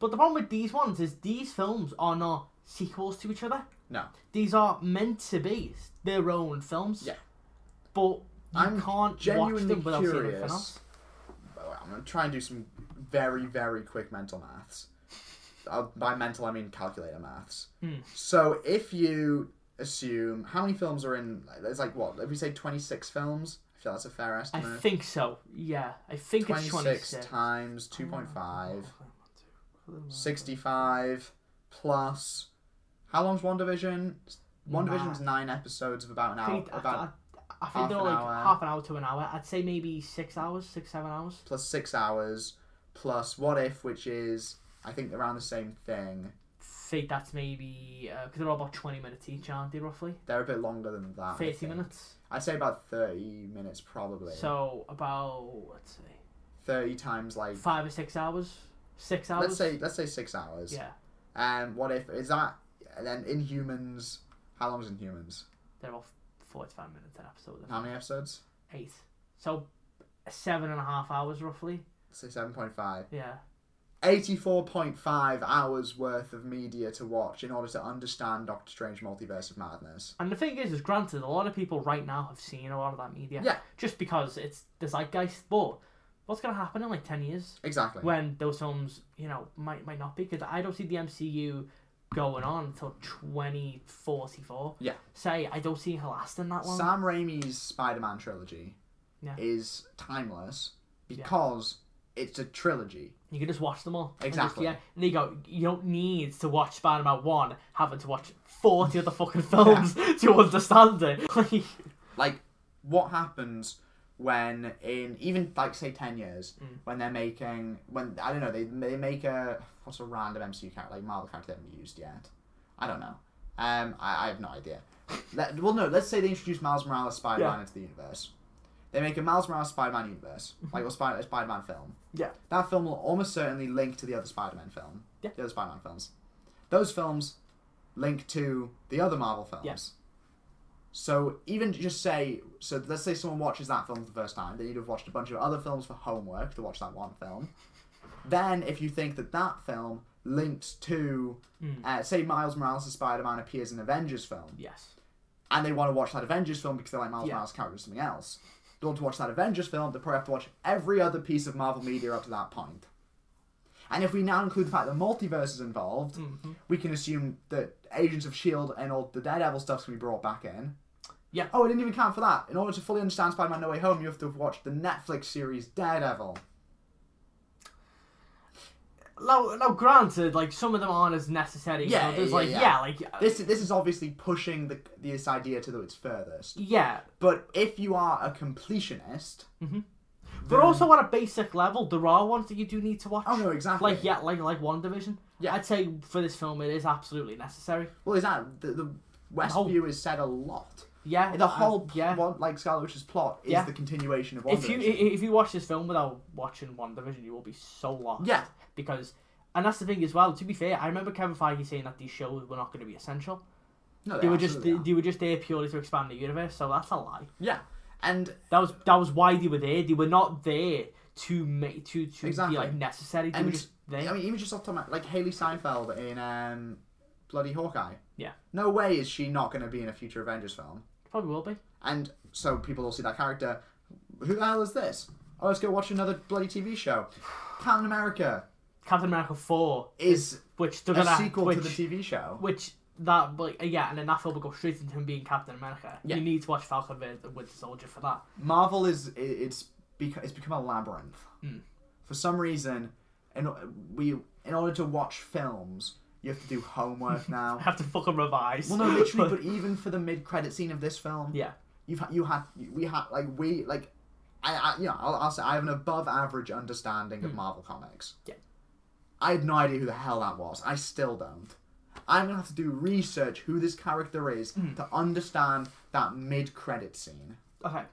Speaker 2: But the problem with these ones is these films are not sequels to each other.
Speaker 1: No.
Speaker 2: These are meant to be their own films.
Speaker 1: Yeah.
Speaker 2: But you
Speaker 1: I'm
Speaker 2: can't watch
Speaker 1: genuinely
Speaker 2: them without seeing anything
Speaker 1: curious.
Speaker 2: else.
Speaker 1: Well, I'm gonna try and do some very very quick mental maths. Uh, by mental I mean calculator maths.
Speaker 2: Hmm.
Speaker 1: So if you assume how many films are in, there's like what if we say 26 films. I feel that's a fair
Speaker 2: I
Speaker 1: estimate.
Speaker 2: think so. Yeah, I think it's Oh,
Speaker 1: 26
Speaker 2: 26.
Speaker 1: times 2.5, 65 plus. How long's One Division? One Division's nine episodes of about an
Speaker 2: I
Speaker 1: hour,
Speaker 2: think, I-
Speaker 1: about
Speaker 2: I, I think
Speaker 1: half
Speaker 2: they're
Speaker 1: an
Speaker 2: like
Speaker 1: hour.
Speaker 2: half an hour to an hour. I'd say maybe six hours, six seven hours.
Speaker 1: plus six hours, plus What If, which is I think around the same thing.
Speaker 2: Say that's maybe because they're all about twenty minutes each, aren't they? Roughly
Speaker 1: They're a bit longer than that. Ah, I
Speaker 2: thirty
Speaker 1: think.
Speaker 2: minutes.
Speaker 1: I'd say about 30 minutes probably.
Speaker 2: So about let's say
Speaker 1: 30 times like
Speaker 2: five or six hours, six hours.
Speaker 1: let's say let's say 6 hours.
Speaker 2: yeah,
Speaker 1: And what if is that and then Inhumans how long's Inhumans?
Speaker 2: they're all forty-five minutes an episode.
Speaker 1: How many episodes?
Speaker 2: Eight. So seven and a half hours roughly.
Speaker 1: Say 7.5.
Speaker 2: Yeah.
Speaker 1: 84.5 hours worth of media to watch in order to understand Doctor Strange Multiverse of Madness.
Speaker 2: And the thing is, is granted, a lot of people right now have seen a lot of that media.
Speaker 1: Yeah.
Speaker 2: Just because it's the zeitgeist. But what's going to happen in like 10 years
Speaker 1: Exactly.
Speaker 2: when those films, you know, might might not be? Because I don't see the MCU going on until 2044.
Speaker 1: Yeah.
Speaker 2: Say, I don't see her lasting that long.
Speaker 1: Sam Raimi's Spider-Man trilogy
Speaker 2: Yeah.
Speaker 1: is timeless because it's a trilogy.
Speaker 2: you can just watch them all. And just-
Speaker 1: Exactly.
Speaker 2: yeah. And you go, you don't need to watch Spider Man 1 having to watch 40 other fucking films to understand it. Like,
Speaker 1: like what happens when in even like say 10 years
Speaker 2: Mm.
Speaker 1: when they're making when i don't know they, they make a what's a random mcu character like marvel character they haven't used yet i don't know um i, I have no idea Let, well no let's say they introduce miles morales spider-man
Speaker 2: Yeah.
Speaker 1: into the universe they make a miles morales spider-man universe like or Spider- spider-man film
Speaker 2: yeah.
Speaker 1: that film will almost certainly link to the other spider-man film
Speaker 2: Yeah.
Speaker 1: the other spider-man films those films link to the other marvel films
Speaker 2: Yeah.
Speaker 1: so even to just say so let's say someone watches that film for the first time they need to have watched a bunch of other films for homework to watch that one film then if you think that that film links to
Speaker 2: Hmm.
Speaker 1: uh, say miles morales' spider-man appears in avengers film
Speaker 2: Yes.
Speaker 1: and they want to watch that Avengers film because they like Miles
Speaker 2: Yeah.
Speaker 1: Morales' character or something else. They want to watch that Avengers film, they probably have to watch every other piece of Marvel media up to that point. And if we now include the fact that multiverse is involved,
Speaker 2: Mm-hmm.
Speaker 1: we can assume that Agents of S.H.I.E.L.D. E and all the Daredevil stuff's going to be brought back in.
Speaker 2: Yeah.
Speaker 1: Oh, I didn't even count for that. In order to fully understand Spider Man No Way Home, you have to have watched the Netflix series Daredevil.
Speaker 2: No, no. Granted, like some of them aren't as necessary.
Speaker 1: Yeah,
Speaker 2: Yeah, there's
Speaker 1: yeah,
Speaker 2: like
Speaker 1: yeah.
Speaker 2: yeah, like uh,
Speaker 1: This, this is obviously pushing the, this idea to its furthest.
Speaker 2: yeah.
Speaker 1: But if you are a completionist,
Speaker 2: But also on a basic level, there are ones that you do need to watch.
Speaker 1: oh no, exactly.
Speaker 2: Like yeah, like like One Division.
Speaker 1: Yeah.
Speaker 2: I'd say for this film it is absolutely necessary.
Speaker 1: Well, is that the, the West
Speaker 2: whole-
Speaker 1: View is said a lot.
Speaker 2: Yeah,
Speaker 1: The
Speaker 2: uh,
Speaker 1: whole
Speaker 2: yeah.
Speaker 1: plot, like Scarlet Witch's plot, is
Speaker 2: Yeah.
Speaker 1: the continuation of one.
Speaker 2: if you i- if you watch this film without watching One Division, you will be so lost.
Speaker 1: Yeah.
Speaker 2: because and that's the thing as well. To be fair, I remember Kevin Feige saying that these shows were not going to be essential.
Speaker 1: no,
Speaker 2: They were just they,
Speaker 1: absolutely
Speaker 2: they were just there purely to expand the universe. So that's a lie.
Speaker 1: are. yeah, and
Speaker 2: That was that was why they were there. They were not there to make to to
Speaker 1: Exactly.
Speaker 2: be like necessary. They
Speaker 1: and
Speaker 2: were just there.
Speaker 1: I mean, even just off the top of my- like Haley Seinfeld in um, bloody Hawkeye.
Speaker 2: yeah,
Speaker 1: No way is she not going to be in a future Avengers film.
Speaker 2: probably will be.
Speaker 1: And so people will see that character. Who the hell is this? Oh, let's go watch another bloody TV show. Captain America
Speaker 2: Captain America Four,
Speaker 1: is
Speaker 2: which they're
Speaker 1: a
Speaker 2: gonna
Speaker 1: sequel
Speaker 2: which,
Speaker 1: to the TV show.
Speaker 2: which that like yeah, and then that film will go straight into him being Captain America.
Speaker 1: Yeah.
Speaker 2: You need to watch Falcon and the Winter Soldier for that.
Speaker 1: Marvel is i- it's become it's become a labyrinth.
Speaker 2: Hmm.
Speaker 1: For some reason, in o- we in order to watch films, you have to do homework
Speaker 2: I
Speaker 1: now.
Speaker 2: have to fucking revise.
Speaker 1: Well, no, literally, but even for the mid credit scene of this film,
Speaker 2: yeah,
Speaker 1: you've ha- you had we had like we like I, I you know I'll, I'll say I have an above average understanding of Marvel comics.
Speaker 2: Hmm. Yeah.
Speaker 1: I had no idea who the hell that was. I still don't. I'm gonna have to do research who this character is
Speaker 2: Hmm.
Speaker 1: to understand that mid credit scene.
Speaker 2: okay.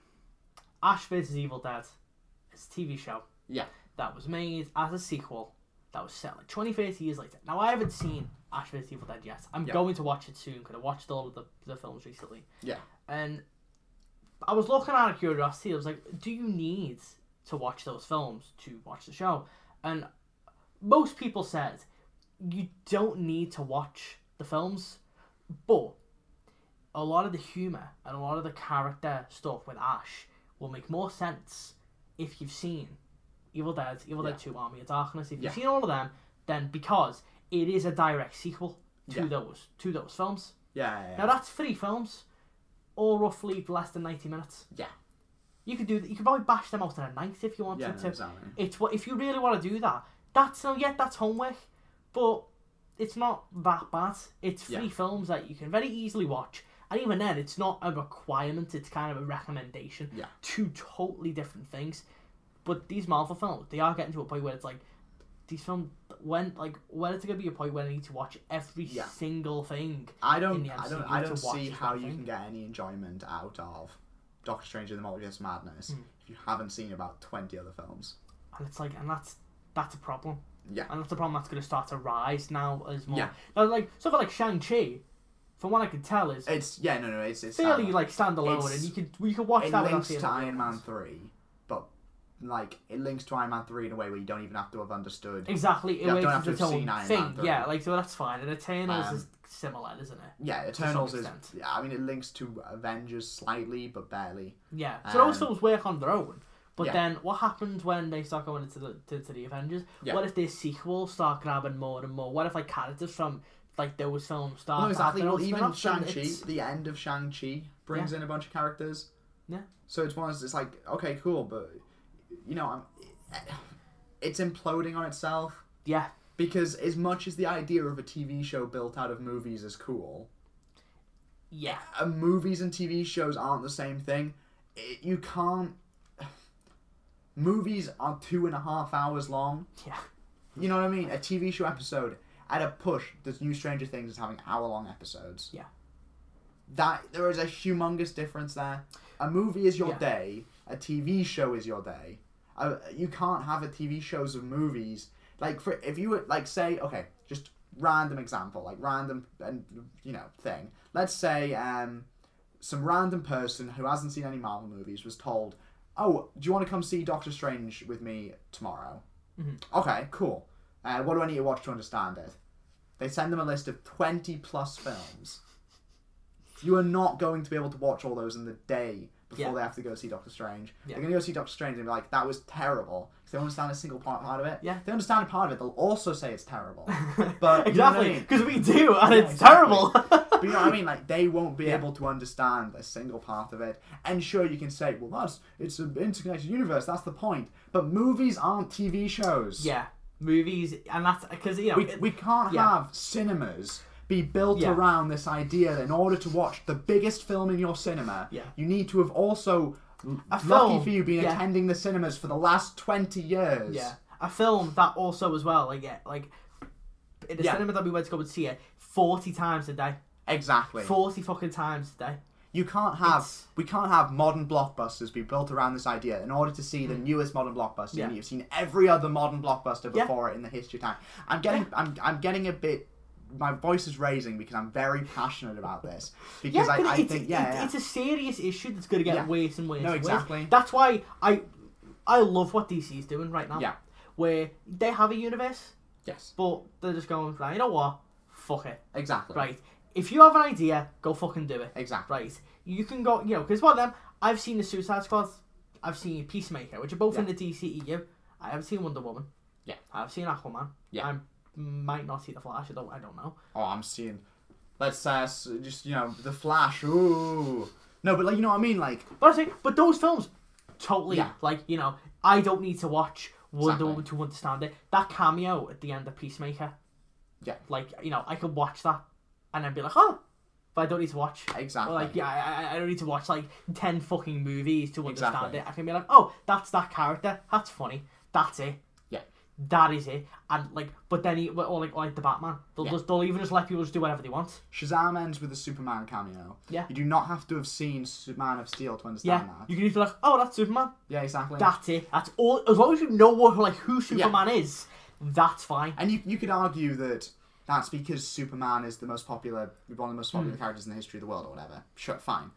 Speaker 2: Ash vs Evil Dead, it's a TV show
Speaker 1: Yeah.
Speaker 2: that was made as a sequel that was set like 20, 30 years later. Now, I haven't seen Ash vs. Evil Dead yet. I'm
Speaker 1: Yeah.
Speaker 2: going to watch it soon because I watched all of the, the films recently.
Speaker 1: Yeah.
Speaker 2: And I was looking out of curiosity. I was like, do you need to watch those films to watch the show? And most people said, you don't need to watch the films, but a lot of the humor and a lot of the character stuff with Ash will make more sense if you've seen Evil Dead, Evil
Speaker 1: Yeah.
Speaker 2: Dead 2, Army of Darkness. If you've
Speaker 1: Yeah.
Speaker 2: seen all of them, then because it is a direct sequel to
Speaker 1: Yeah.
Speaker 2: those to those films.
Speaker 1: Yeah. Yeah.
Speaker 2: Now that's three films, all roughly less than ninety minutes.
Speaker 1: yeah.
Speaker 2: You could do you could probably bash them out in a night if you wanted
Speaker 1: Yeah,
Speaker 2: to.
Speaker 1: exactly.
Speaker 2: It's what if you really want to do that. That's no, yeah, that's homework, but it's not that bad. It's three
Speaker 1: Yeah.
Speaker 2: films that you can very easily watch, and even then, it's not a requirement. It's kind of a recommendation.
Speaker 1: Yeah.
Speaker 2: Two totally different things, but these Marvel films, they are getting to a point where it's like these films when like when it's gonna be a point where I need to watch every
Speaker 1: Yeah.
Speaker 2: single thing.
Speaker 1: I don't,
Speaker 2: in the
Speaker 1: I don't,
Speaker 2: MCU
Speaker 1: I
Speaker 2: to
Speaker 1: don't
Speaker 2: watch
Speaker 1: see
Speaker 2: is
Speaker 1: how
Speaker 2: one
Speaker 1: you
Speaker 2: thing.
Speaker 1: can get any enjoyment out of Doctor Strange in the Multiverse of Madness
Speaker 2: Hmm.
Speaker 1: if you haven't seen about twenty other films.
Speaker 2: and it's like and that's that's a problem
Speaker 1: Yeah.
Speaker 2: and that's a problem that's going to start to rise now as more
Speaker 1: Yeah.
Speaker 2: now like something like Shang-Chi from what I can tell is
Speaker 1: It's yeah, no, no, it's it's
Speaker 2: fairly
Speaker 1: Iron Man.
Speaker 2: like standalone
Speaker 1: it's-
Speaker 2: and you can you can watch
Speaker 1: it
Speaker 2: that without
Speaker 1: links
Speaker 2: seeing
Speaker 1: to
Speaker 2: the other
Speaker 1: Iron Man
Speaker 2: ones.
Speaker 1: three, but like it links to Iron Man three in a way where you don't even have to have understood.
Speaker 2: exactly it
Speaker 1: Yeah,
Speaker 2: yeah,
Speaker 1: don't have
Speaker 2: is
Speaker 1: to
Speaker 2: its
Speaker 1: have
Speaker 2: own
Speaker 1: seen Iron Man
Speaker 2: thing
Speaker 1: though.
Speaker 2: yeah like so that's fine and Eternals
Speaker 1: Um,
Speaker 2: is similar isn't it
Speaker 1: yeah, Eternals is.
Speaker 2: extent.
Speaker 1: Yeah, I mean, it links to Avengers slightly, but barely.
Speaker 2: yeah so those
Speaker 1: um,
Speaker 2: films work on their own but
Speaker 1: yeah.
Speaker 2: then what happens when they start going into the to, to the Avengers
Speaker 1: Yeah.
Speaker 2: what if their sequels start grabbing more and more what if like characters from like those films start
Speaker 1: No, exactly.
Speaker 2: having
Speaker 1: Well,
Speaker 2: their own
Speaker 1: even
Speaker 2: spin-offs,
Speaker 1: Shang
Speaker 2: and
Speaker 1: Chi,
Speaker 2: it's-
Speaker 1: the end of Shang Chi brings in a bunch of characters.
Speaker 2: Yeah.
Speaker 1: So it's one. of those- It's like okay, cool, but you know, I'm, it's imploding on itself
Speaker 2: yeah
Speaker 1: because as much as the idea of a TV show built out of movies is cool,
Speaker 2: yeah
Speaker 1: uh, movies and TV shows aren't the same thing. It, you can't. Movies are two and a half hours long.
Speaker 2: yeah
Speaker 1: You know what I mean? A TV show episode at a push. This new Stranger Things is having hour-long episodes.
Speaker 2: Yeah.
Speaker 1: That there is a humongous difference there. A movie is your
Speaker 2: Yeah.
Speaker 1: day. A TV show is your day. Uh, you can't have a TV shows and movies like for if you were like say okay just random example like random and you know thing. Let's say um some random person who hasn't seen any Marvel movies was told, "Oh, do you want to come see Doctor Strange with me tomorrow?"
Speaker 2: Mm-hmm.
Speaker 1: Okay, cool. Uh, what do I need to watch to understand it? They send them a list of 20 plus films. You are not going to be able to watch all those in the day before
Speaker 2: Yeah.
Speaker 1: they have to go see Doctor Strange.
Speaker 2: Yeah.
Speaker 1: They're going to go see Doctor Strange and be like, that was terrible. 'cause they don't understand a single part, part of it.
Speaker 2: Yeah.
Speaker 1: If they understand a part of it, they'll also say it's terrible. But you know what I
Speaker 2: exactly
Speaker 1: mean?
Speaker 2: because we do, and it's
Speaker 1: exactly.
Speaker 2: terrible.
Speaker 1: But you know what I mean? Like they won't be able to understand a single part of it. And sure, you can say, well, that's it's an interconnected universe. That's the point. But movies aren't TV shows.
Speaker 2: yeah, movies, and that's because you know
Speaker 1: We,
Speaker 2: it-
Speaker 1: we can't
Speaker 2: yeah.
Speaker 1: have cinemas be built
Speaker 2: Yeah.
Speaker 1: around this idea that in order to watch the biggest film in your cinema,
Speaker 2: Yeah.
Speaker 1: you need to have also lucky
Speaker 2: film,
Speaker 1: for you been
Speaker 2: yeah.
Speaker 1: attending the cinemas for the last twenty years.
Speaker 2: yeah, a film that also as well like yeah, like in the
Speaker 1: Yeah.
Speaker 2: cinema that we went to go and see it forty times a day,
Speaker 1: Exactly.
Speaker 2: forty fucking times a day.
Speaker 1: You can't have
Speaker 2: It's-
Speaker 1: we can't have modern blockbusters be built around this idea. In order to see the newest modern blockbuster,
Speaker 2: Hmm. Yeah.
Speaker 1: you have seen every other modern blockbuster
Speaker 2: Yeah.
Speaker 1: before it in the history of time. I'm getting I'm, I'm getting a bit my voice is raising because I'm very passionate about this because
Speaker 2: but
Speaker 1: I, I
Speaker 2: it's,
Speaker 1: think
Speaker 2: it-
Speaker 1: yeah, yeah.
Speaker 2: it's a serious issue that's going to get
Speaker 1: Yeah.
Speaker 2: worse and worse.
Speaker 1: No,
Speaker 2: and worse.
Speaker 1: exactly.
Speaker 2: That's why I I love what DC's doing right now.
Speaker 1: Yeah.
Speaker 2: where they have a universe,
Speaker 1: yes
Speaker 2: but they're just going, right, you know what? Fuck it.
Speaker 1: exactly
Speaker 2: Right. If you have an idea, go fucking do it.
Speaker 1: exactly
Speaker 2: Right. You can go, you know, because one of them, I've seen the Suicide Squad, I've seen Peacemaker, which are both in the DCEU. I haven't seen Wonder Woman.
Speaker 1: Yeah.
Speaker 2: I've seen Aquaman.
Speaker 1: Yeah.
Speaker 2: I might not see The Flash, I don't, I don't know.
Speaker 1: oh I'm seeing let's uh, s- just you know the Flash ooh no but like you know what I mean like
Speaker 2: But I say, but those films, totally,
Speaker 1: Yeah.
Speaker 2: like, you know, I don't need to watch Wonder
Speaker 1: Exactly.
Speaker 2: Woman to understand it. That cameo at the end of Peacemaker.
Speaker 1: Yeah.
Speaker 2: Like, you know, I could watch that and then be like, oh, but I don't need to watch
Speaker 1: exactly
Speaker 2: Or like yeah, I, I- I don't need to watch like ten fucking movies to understand
Speaker 1: Exactly.
Speaker 2: it. I can be like, oh, that's that character. That's funny. That's it.
Speaker 1: Yeah.
Speaker 2: That is it. And like, but then he or like or like the Batman. They'll
Speaker 1: Yeah.
Speaker 2: just they'll even just let people just do whatever they want.
Speaker 1: Shazam ends with a Superman cameo
Speaker 2: Yeah.
Speaker 1: you do not have to have seen Man of Steel to
Speaker 2: Yeah.
Speaker 1: understand that
Speaker 2: You can just be like, oh, that's Superman.
Speaker 1: Yeah, exactly.
Speaker 2: That's it. That's all. As long as you know what like who Superman is, That's fine.
Speaker 1: And you, you could argue that that's because Superman is the most popular, one of the most
Speaker 2: Hmm.
Speaker 1: popular characters in the history of the world, or whatever. Sure, fine.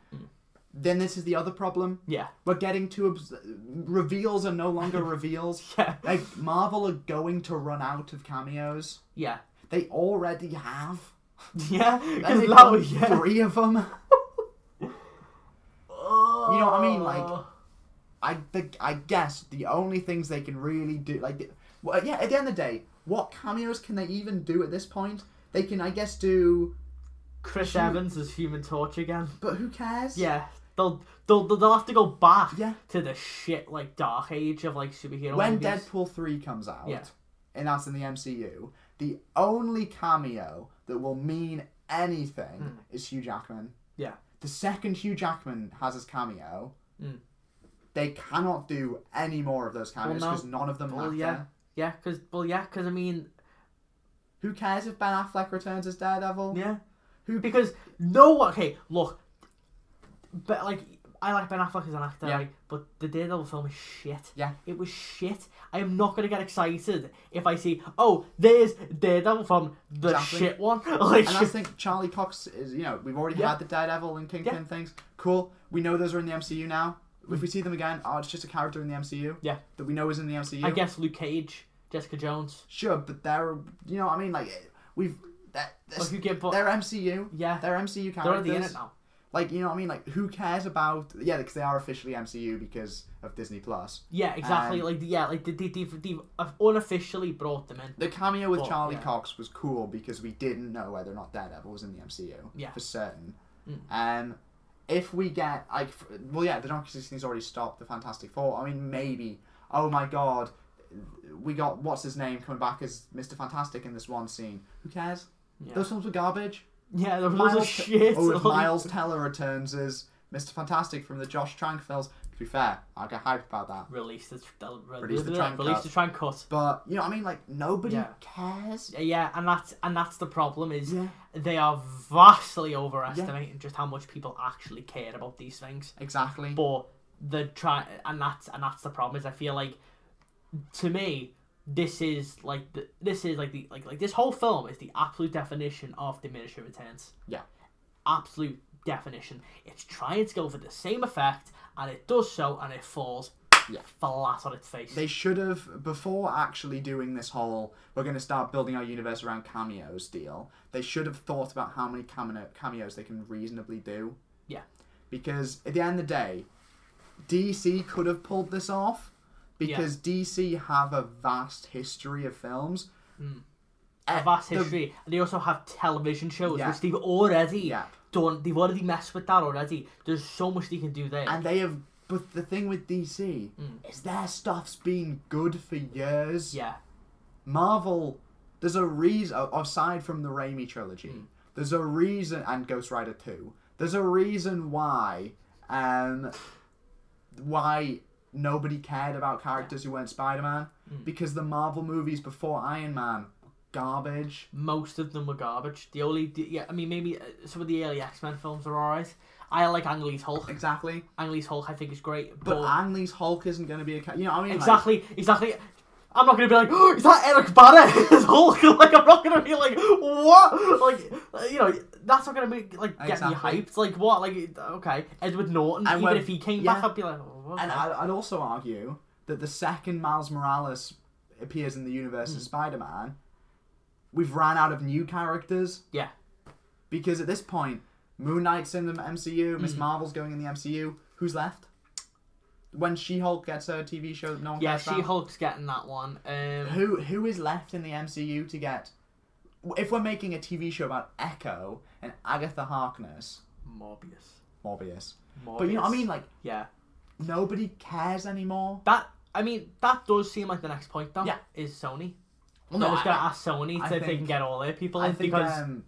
Speaker 1: Then this is the other problem.
Speaker 2: Yeah.
Speaker 1: We're getting to obs- reveals are no longer reveals.
Speaker 2: Yeah.
Speaker 1: Like Marvel are going to run out of cameos.
Speaker 2: Yeah.
Speaker 1: They already have.
Speaker 2: Yeah.
Speaker 1: And
Speaker 2: Because
Speaker 1: they've
Speaker 2: that was
Speaker 1: done
Speaker 2: yeah.
Speaker 1: three of them.
Speaker 2: You
Speaker 1: know what I mean? Like- I the, I guess the only things they can really do, like, the- well, yeah. At the end of the day, what cameos can they even do at this point? They can, I guess, do,
Speaker 2: Chris Evans as Human Torch again.
Speaker 1: but who cares?
Speaker 2: Yeah. They'll, they'll, they'll have to go back
Speaker 1: Yeah.
Speaker 2: to the shit like dark age of like superhero
Speaker 1: When
Speaker 2: movies.
Speaker 1: Deadpool three comes out,
Speaker 2: Yeah.
Speaker 1: and that's in the MCU, the only cameo that will mean anything
Speaker 2: Hmm.
Speaker 1: is Hugh Jackman.
Speaker 2: Yeah.
Speaker 1: The second Hugh Jackman has his cameo,
Speaker 2: Mm.
Speaker 1: they cannot do any more of those cameos
Speaker 2: no.
Speaker 1: because none of them
Speaker 2: Well,
Speaker 1: matter.
Speaker 2: yeah. Yeah, because well, yeah, 'cause I mean,
Speaker 1: Who cares if Ben Affleck returns as Daredevil?
Speaker 2: yeah,
Speaker 1: Who-
Speaker 2: because no one. Okay, look, but like I like Ben Affleck as an actor,
Speaker 1: Yeah.
Speaker 2: like, but the Daredevil film is shit.
Speaker 1: Yeah.
Speaker 2: it was shit. I am not gonna get excited if I see oh, there's Daredevil from the
Speaker 1: Exactly.
Speaker 2: shit one. Like,
Speaker 1: And I think Charlie Cox is, you know, we've already
Speaker 2: Yeah.
Speaker 1: had the Daredevil and Kingpin
Speaker 2: Yeah.
Speaker 1: things. Cool. We know those are in the MCU now. If we see them again, oh, it's just a character in the MCU.
Speaker 2: Yeah.
Speaker 1: That we know is in the MCU.
Speaker 2: I guess Luke Cage, Jessica Jones,
Speaker 1: Sure, but they're, you know, what I mean, like, it- we've, that,
Speaker 2: like who get but
Speaker 1: they're MCU.
Speaker 2: yeah,
Speaker 1: They're MCU characters.
Speaker 2: they're on the internet now.
Speaker 1: Like, you know what I mean? Like, who cares about, yeah, because they are officially MCU because of Disney Plus.
Speaker 2: Yeah, exactly.
Speaker 1: Um,
Speaker 2: like yeah, like they, they, they've, they've unofficially brought them in.
Speaker 1: The cameo with
Speaker 2: Well,
Speaker 1: Charlie
Speaker 2: yeah.
Speaker 1: Cox was cool because we didn't know whether or not Daredevil was in the MCU
Speaker 2: Yeah.
Speaker 1: for certain.
Speaker 2: Mm.
Speaker 1: Um, if we get like, f- well, yeah, the Doctor Strange's already stopped the Fantastic Four. I mean, maybe. Oh my God, we got what's his name coming back as Mister Fantastic in this one scene. Who cares?
Speaker 2: Yeah.
Speaker 1: Those films were garbage.
Speaker 2: Yeah, there was loads of shit.
Speaker 1: Oh, if
Speaker 2: like-
Speaker 1: Miles Teller returns as Mister Fantastic from the Josh Trank films, to be fair, I get hyped about that.
Speaker 2: release the tr- re-
Speaker 1: Release
Speaker 2: release
Speaker 1: the
Speaker 2: the
Speaker 1: tram
Speaker 2: release
Speaker 1: cut.
Speaker 2: the tram cut.
Speaker 1: But you know, what I mean, like nobody
Speaker 2: Yeah.
Speaker 1: cares.
Speaker 2: Yeah, Yeah, and that's and that's the problem is
Speaker 1: Yeah.
Speaker 2: they are vastly overestimating just how much people actually care about these things.
Speaker 1: Exactly.
Speaker 2: But the try and that's and that's the problem is I feel like to me this is like the, this is like the like like this whole film is the absolute definition of diminished returns.
Speaker 1: Yeah.
Speaker 2: Absolute definition. It's trying to go for the same effect and it does so and it falls
Speaker 1: Yeah.
Speaker 2: flat on its face.
Speaker 1: They should have, before actually doing this whole we're going to start building our universe around cameos deal, they should have thought about how many cameo- cameos they can reasonably do.
Speaker 2: Yeah.
Speaker 1: Because at the end of the day, DC could have pulled this off because DC have a vast history of films. Eh,
Speaker 2: a vast
Speaker 1: the-
Speaker 2: history, and they also have television shows,
Speaker 1: Yeah.
Speaker 2: which they've already
Speaker 1: Yeah.
Speaker 2: done. They've already messed with that already. There's so much they can do there.
Speaker 1: And they have. But the thing with DC is their stuff's been good for years.
Speaker 2: Hmm. yeah,
Speaker 1: Marvel, there's a reason, aside from the Raimi trilogy,
Speaker 2: Hmm.
Speaker 1: there's a reason, and Ghost Rider 2, there's a reason why, um, why nobody cared about characters who weren't Spider Man.
Speaker 2: Hmm.
Speaker 1: Because the Marvel movies before Iron Man were garbage.
Speaker 2: most of them were garbage. The only, the, yeah, I mean, maybe uh, some of the early X Men films are alright. I like Ang Lee's Hulk.
Speaker 1: Exactly.
Speaker 2: Ang Lee's Hulk, I think, is great. But,
Speaker 1: But Ang Lee's Hulk isn't going to be a. Ca- you know what I mean? Like,
Speaker 2: exactly, exactly. I'm not gonna be like, is that Eric Banner as Hulk? like, I'm not gonna be like, what? Like, uh, you know, that's not gonna be like get me
Speaker 1: Exactly.
Speaker 2: hyped. Like, what? Like, okay, Edward Norton.
Speaker 1: And
Speaker 2: even
Speaker 1: when-
Speaker 2: if he came back,
Speaker 1: yeah.
Speaker 2: I'd be like, oh, okay.
Speaker 1: And I, I'd also argue that the second Miles Morales appears in the universe as Spider Man, we've ran out of new characters.
Speaker 2: yeah.
Speaker 1: Because at this point, Moon Knight's in the MCU, Miss Marvel's going in the MCU. Who's left? When She Hulk gets her TV show, that no one
Speaker 2: Yeah,
Speaker 1: cares about.
Speaker 2: She Hulk's getting that one. Um,
Speaker 1: Who who is left in the MCU to get? If we're making a TV show about Echo and Agatha Harkness,
Speaker 2: Morbius.
Speaker 1: Morbius.
Speaker 2: Morbius.
Speaker 1: But you know, what I mean, like
Speaker 2: yeah,
Speaker 1: nobody cares anymore.
Speaker 2: that. I mean, that does seem like the next point. Though,
Speaker 1: Yeah.
Speaker 2: is Sony.
Speaker 1: Well,
Speaker 2: They're
Speaker 1: no,
Speaker 2: just
Speaker 1: I-
Speaker 2: gonna ask Sony
Speaker 1: I
Speaker 2: to if they
Speaker 1: think-
Speaker 2: can get all their people
Speaker 1: I
Speaker 2: in
Speaker 1: think
Speaker 2: because
Speaker 1: um,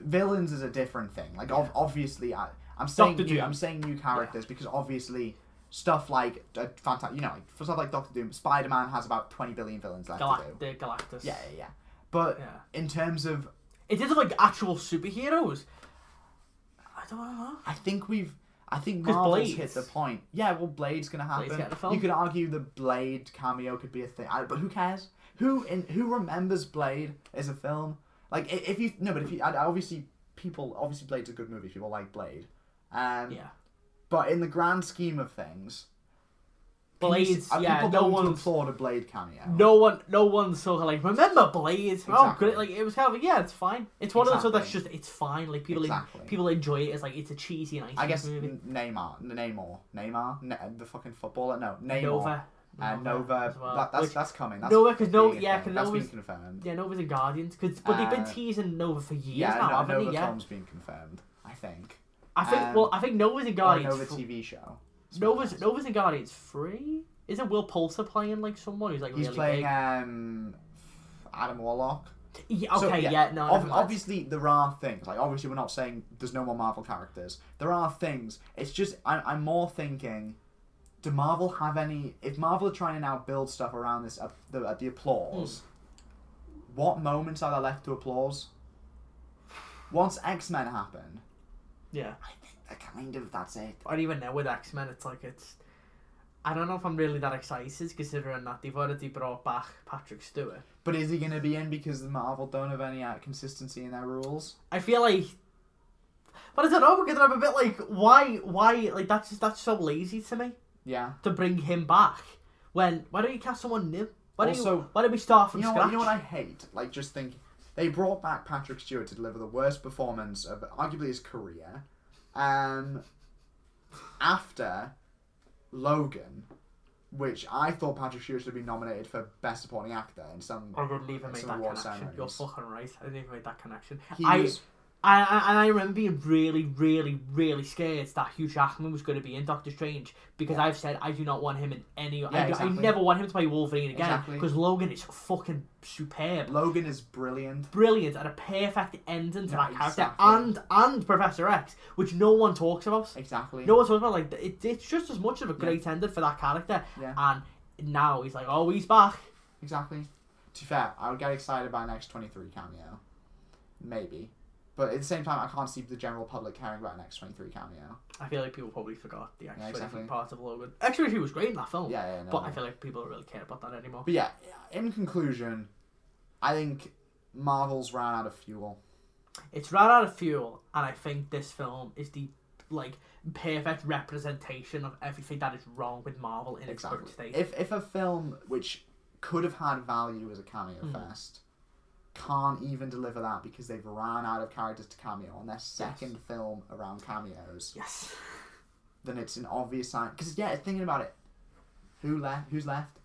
Speaker 1: villains is a different thing. Like ob- obviously, I, I'm saying
Speaker 2: Doctor
Speaker 1: new,
Speaker 2: Doom.
Speaker 1: I'm saying new characters because obviously stuff like uh, fantastic, you know, like, for stuff like Doctor Doom, Spider Man has about 20 billion villains left to
Speaker 2: Galact-
Speaker 1: do.
Speaker 2: the Galactus.
Speaker 1: Yeah, yeah, yeah. But
Speaker 2: Yeah.
Speaker 1: in terms of,
Speaker 2: It is like actual superheroes. I don't know.
Speaker 1: I think we've, I think
Speaker 2: 'Cause
Speaker 1: Marvel's hit
Speaker 2: Blade's-
Speaker 1: the point. Yeah, well, Blade's gonna happen.
Speaker 2: Blade's getting a film.
Speaker 1: You could argue the Blade cameo could be a thing, I, but who cares? Who in who remembers Blade as a film? Like, i- if you no, but if you I- I obviously people obviously Blade's a good movie. People like Blade. Um,
Speaker 2: Yeah.
Speaker 1: But in the grand scheme of things,
Speaker 2: Blades,
Speaker 1: are
Speaker 2: yeah,
Speaker 1: people
Speaker 2: no
Speaker 1: going to
Speaker 2: one's
Speaker 1: applaud a Blade cameo.
Speaker 2: no one, no one's sort of like remember Blade. Oh,
Speaker 1: Exactly.
Speaker 2: good. Like it was kind of like, yeah, it's fine. It's one of those that's
Speaker 1: Exactly.
Speaker 2: just it's fine. Like people, en-
Speaker 1: Exactly.
Speaker 2: people enjoy it. It's like it's a cheesy nineties
Speaker 1: I guess
Speaker 2: movie.
Speaker 1: N- Neymar, N- Neymar, Neymar, ne- the fucking footballer. No, Neymar.
Speaker 2: Nova,
Speaker 1: Uh, Nova.
Speaker 2: as well.
Speaker 1: That, that's
Speaker 2: Which-
Speaker 1: that's coming. That's
Speaker 2: Nova, 'cause no-
Speaker 1: being a
Speaker 2: yeah,
Speaker 1: thing.
Speaker 2: 'cause
Speaker 1: that's
Speaker 2: Nova's-
Speaker 1: been confirmed.
Speaker 2: yeah, Nova's a Guardians, cause, but they've been
Speaker 1: Uh,
Speaker 2: teasing Nova for years
Speaker 1: Yeah,
Speaker 2: now,
Speaker 1: no,
Speaker 2: haven't
Speaker 1: Nova
Speaker 2: they? Yeah,
Speaker 1: film's been confirmed. I think.
Speaker 2: I think.
Speaker 1: um,
Speaker 2: well, I think Nova's a
Speaker 1: Or
Speaker 2: Guardians.
Speaker 1: Nova
Speaker 2: fr-
Speaker 1: TV show. It's
Speaker 2: Nova's
Speaker 1: been
Speaker 2: Nova's a Guardians free. Isn't Will Poulter playing like someone who's like
Speaker 1: announced. He's playing
Speaker 2: really big?
Speaker 1: um, Adam Warlock.
Speaker 2: Yeah, okay,
Speaker 1: So,
Speaker 2: yeah. no,
Speaker 1: ob-
Speaker 2: never mind.
Speaker 1: obviously there are things. Like obviously we're not saying there's no more Marvel characters. There are things. It's just I, I'm more thinking. Do Marvel have any? If Marvel are trying to now build stuff around this, uh, the, uh, the applause.
Speaker 2: Hmm.
Speaker 1: What moments are there left to applause? Once X Men happen,
Speaker 2: yeah.
Speaker 1: I think that kind of that's it.
Speaker 2: I don't even know with X Men. It's like it's. I don't know if I'm really that excited considering that they've already brought back Patrick Stewart.
Speaker 1: But is he going to be in because the Marvel don't have any uh, consistency in their rules?
Speaker 2: I feel like, but I don't know because I'm a bit like, why, why, like that's just that's so lazy to me
Speaker 1: Yeah.
Speaker 2: to bring him back when why don't you cast someone new? Why don't you,
Speaker 1: Also-
Speaker 2: why don't we start from
Speaker 1: You know, what,
Speaker 2: scratch?
Speaker 1: you know what I hate? Like, just think they brought back Patrick Stewart to deliver the worst performance of arguably his career. Um, after Logan, which I thought Patrick Stewart should be nominated for Best Supporting Actor in some.
Speaker 2: I didn't even make
Speaker 1: Some
Speaker 2: that
Speaker 1: award
Speaker 2: connection. You're
Speaker 1: ceremonies.
Speaker 2: fucking right. I didn't even make that connection.
Speaker 1: He
Speaker 2: I,
Speaker 1: was-
Speaker 2: I, I, and I remember being really, really, really scared that Hugh Jackman was going to be in Doctor Strange because I've said I do not want him in any. I, do- I
Speaker 1: exactly.
Speaker 2: never want him to play Wolverine again
Speaker 1: Exactly.
Speaker 2: because Logan is fucking superb,
Speaker 1: Logan is brilliant.
Speaker 2: brilliant, and a perfect ending to
Speaker 1: Yeah,
Speaker 2: that character.
Speaker 1: exactly.
Speaker 2: And and Professor X, which no one talks about.
Speaker 1: Exactly.
Speaker 2: No one talks about like it, it's just as much of a great ending for that character.
Speaker 1: Yeah.
Speaker 2: And now he's like, oh, he's back.
Speaker 1: Exactly. To be fair, I would get excited by an X23 cameo. Maybe. But at the same time, I can't see the general public caring about an X23 cameo.
Speaker 2: I feel like people probably forgot the X twenty
Speaker 1: exactly.
Speaker 2: part of Logan. X twenty was great in that film.
Speaker 1: Yeah, yeah, no,
Speaker 2: but
Speaker 1: no.
Speaker 2: I feel like people don't really care about that anymore.
Speaker 1: But yeah, in conclusion, I think Marvel's ran out of fuel.
Speaker 2: It's ran out of fuel, and I think this film is the like perfect representation of everything that is wrong with Marvel in its current state.
Speaker 1: If if a film which could have had value as a cameo
Speaker 2: Hmm.
Speaker 1: fest can't even deliver that because they've ran out of characters to cameo on their second film around cameos,
Speaker 2: yes.
Speaker 1: then it's an obvious sign. Because yeah, thinking about it, who left? Who's left?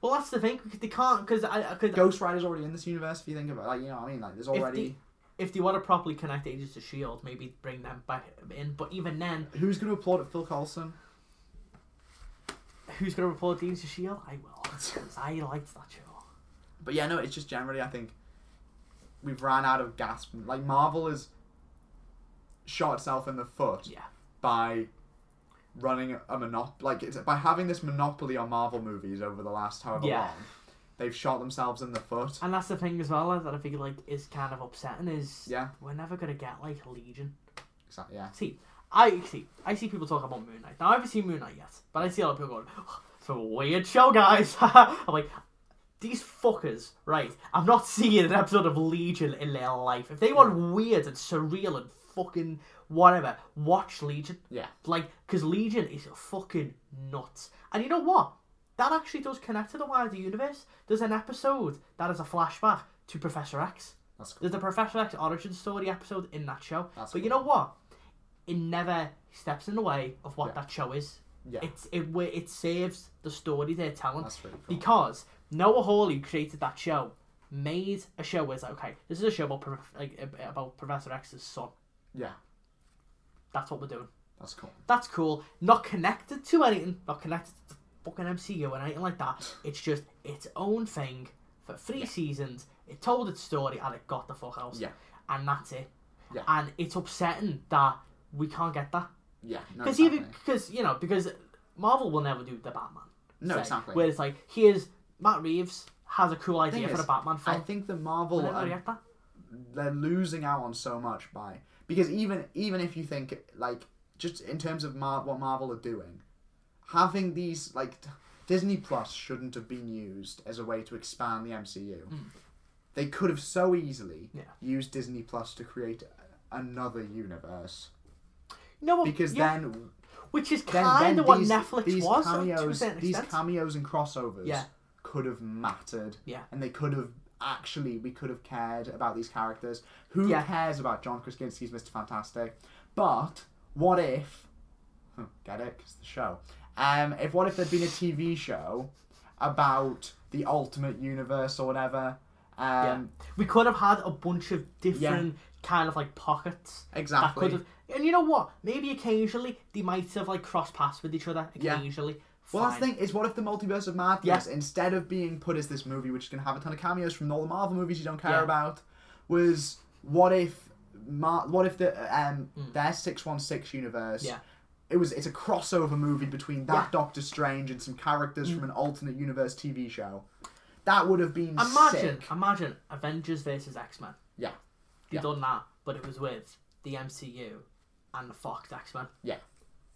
Speaker 2: Well, that's the thing. 'cause They can't because I because
Speaker 1: Ghost Rider's already in this universe. If you think about, it. like, you know what I mean? Like, there's already
Speaker 2: if they want to properly connect Agents to Shield, E maybe bring them back in. But even then,
Speaker 1: who's going to applaud at Phil Coulson?
Speaker 2: who's gonna report the Agents to Shield? I will. 'cause I liked that show.
Speaker 1: But yeah, no, it's just generally I think we've ran out of gas. Like Marvel has shot itself in the foot
Speaker 2: Yeah.
Speaker 1: by running a monop like it's, by having this monopoly on Marvel movies over the last however
Speaker 2: Yeah.
Speaker 1: long. They've shot themselves in the foot.
Speaker 2: And that's the thing as well that I think like is kind of upsetting is
Speaker 1: Yeah.
Speaker 2: we're never gonna get like Legion.
Speaker 1: Exactly. Yeah.
Speaker 2: See, I see I see people talk about Moon Knight. Now I haven't seen Moon Knight yet, but I see a lot of people going, oh, "It's a weird show, guys." I'm like, these fuckers, right? I'm not seeing an episode of Legion in their life. If they want weird and surreal and fucking whatever, watch Legion.
Speaker 1: Yeah.
Speaker 2: Like, because Legion is fucking nuts. And you know what? That actually does connect to the wider universe. There's an episode that is a flashback to Professor X.
Speaker 1: That's cool.
Speaker 2: There's a Professor X origin story episode in that show.
Speaker 1: That's
Speaker 2: but you
Speaker 1: cool.
Speaker 2: know what? It never steps in the way of what
Speaker 1: Yeah.
Speaker 2: that show is.
Speaker 1: Yeah.
Speaker 2: It's it wa- it saves the story they're telling
Speaker 1: That's really cool.
Speaker 2: because Noah Hawley who created that show made a show where it's like okay this is a show about prof- like ab- about Professor X's son.
Speaker 1: Yeah.
Speaker 2: That's what we're doing.
Speaker 1: That's cool.
Speaker 2: That's cool. Not connected to anything. Not connected to the fucking MCU or anything like that. It's just its own thing for three seasons. It told its story and it got the fuck out.
Speaker 1: Yeah.
Speaker 2: And that's it.
Speaker 1: Yeah.
Speaker 2: And it's upsetting that we can't get that
Speaker 1: Yeah. No,
Speaker 2: because
Speaker 1: exactly.
Speaker 2: even because you know because Marvel will never do the Batman.
Speaker 1: No,
Speaker 2: say,
Speaker 1: exactly.
Speaker 2: Where it's like here's Matt Reeves has a cool idea for
Speaker 1: is,
Speaker 2: the Batman
Speaker 1: I
Speaker 2: film.
Speaker 1: think the
Speaker 2: We'll
Speaker 1: Marvel
Speaker 2: never
Speaker 1: um,
Speaker 2: get that.
Speaker 1: they're losing out on so much by because even even if you think like just in terms of Mar- what Marvel are doing, having these like t- Disney Plus shouldn't have been used as a way to expand the MCU. They could have so easily
Speaker 2: Hmm. Yeah.
Speaker 1: used Disney Plus to create a- another universe
Speaker 2: No, well,
Speaker 1: because
Speaker 2: yeah,
Speaker 1: then
Speaker 2: which is
Speaker 1: then,
Speaker 2: kind
Speaker 1: then
Speaker 2: of what
Speaker 1: these,
Speaker 2: Netflix
Speaker 1: these
Speaker 2: was to a
Speaker 1: cameos,
Speaker 2: certain
Speaker 1: these
Speaker 2: extent.
Speaker 1: cameos and crossovers
Speaker 2: Yeah.
Speaker 1: could have mattered
Speaker 2: Yeah.
Speaker 1: and they could have actually we could have cared about these characters who
Speaker 2: Yeah.
Speaker 1: cares about john krasinski's mr fantastic but what if huh, get it because the show um if what if there'd been a tv show about the ultimate universe or whatever um
Speaker 2: we could have had a bunch of different kind of like pockets that
Speaker 1: exactly
Speaker 2: could have. And you know what? Maybe occasionally they might have like crossed paths with each other.
Speaker 1: Yeah.
Speaker 2: Occasionally,
Speaker 1: Well, that's
Speaker 2: Fine.
Speaker 1: the thing is, what if the multiverse of madness, instead of being put as this movie, which is going to have a ton of cameos from all the Marvel movies you don't care
Speaker 2: Yeah.
Speaker 1: about, was what if, Mar- what if the um their six one six universe?
Speaker 2: Hmm. Yeah.
Speaker 1: It was. It's a crossover movie between that
Speaker 2: Yeah. Hmm.
Speaker 1: Doctor Strange and some characters from an alternate universe TV show. That would have been
Speaker 2: Imagine,
Speaker 1: sick.
Speaker 2: imagine Avengers versus X Men.
Speaker 1: Yeah.
Speaker 2: They
Speaker 1: Yeah.
Speaker 2: done that, but it was with the MCU and the Fox X Men.
Speaker 1: Yeah.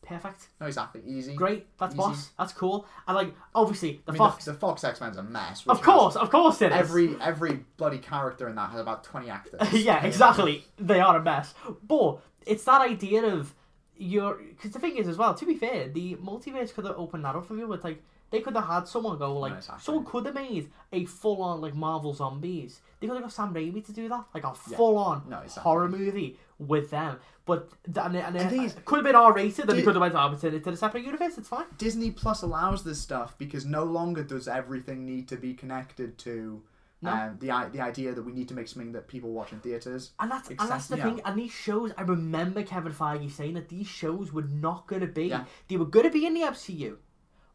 Speaker 2: Perfect.
Speaker 1: No, exactly. Easy.
Speaker 2: Great. That's
Speaker 1: Easy.
Speaker 2: boss. That's cool. And like, obviously,
Speaker 1: I
Speaker 2: the
Speaker 1: mean,
Speaker 2: Fox.
Speaker 1: The, the Fox X Men's a mess. which
Speaker 2: of course, of course, it
Speaker 1: has
Speaker 2: is.
Speaker 1: Every every bloody character in that has about twenty actors.
Speaker 2: yeah, exactly. They are a mess. But it's that idea of your because the thing is as well. To be fair, the multiverse could have opened that up for you with like they could have had someone go like
Speaker 1: exactly.
Speaker 2: someone could have made a full on like Marvel zombies. They could have got Sam Raimi to do that, like a full on
Speaker 1: No, exactly.
Speaker 2: horror movie with them. But th- and, it- and,
Speaker 1: And
Speaker 2: it
Speaker 1: thing is-
Speaker 2: could have been R rated. Then
Speaker 1: Do-
Speaker 2: they could have went oh, it's in- it's in a separate universe. It's fine.
Speaker 1: Disney Plus allows this stuff because no longer does everything need to be connected to um, the i- the idea that we need to make something that people watch in theaters.
Speaker 2: And that's, and that's the
Speaker 1: Exactly, yeah.
Speaker 2: thing. And these shows, I remember Kevin Feige saying that these shows were not going to be.
Speaker 1: Yeah.
Speaker 2: They were going to be in the MCU,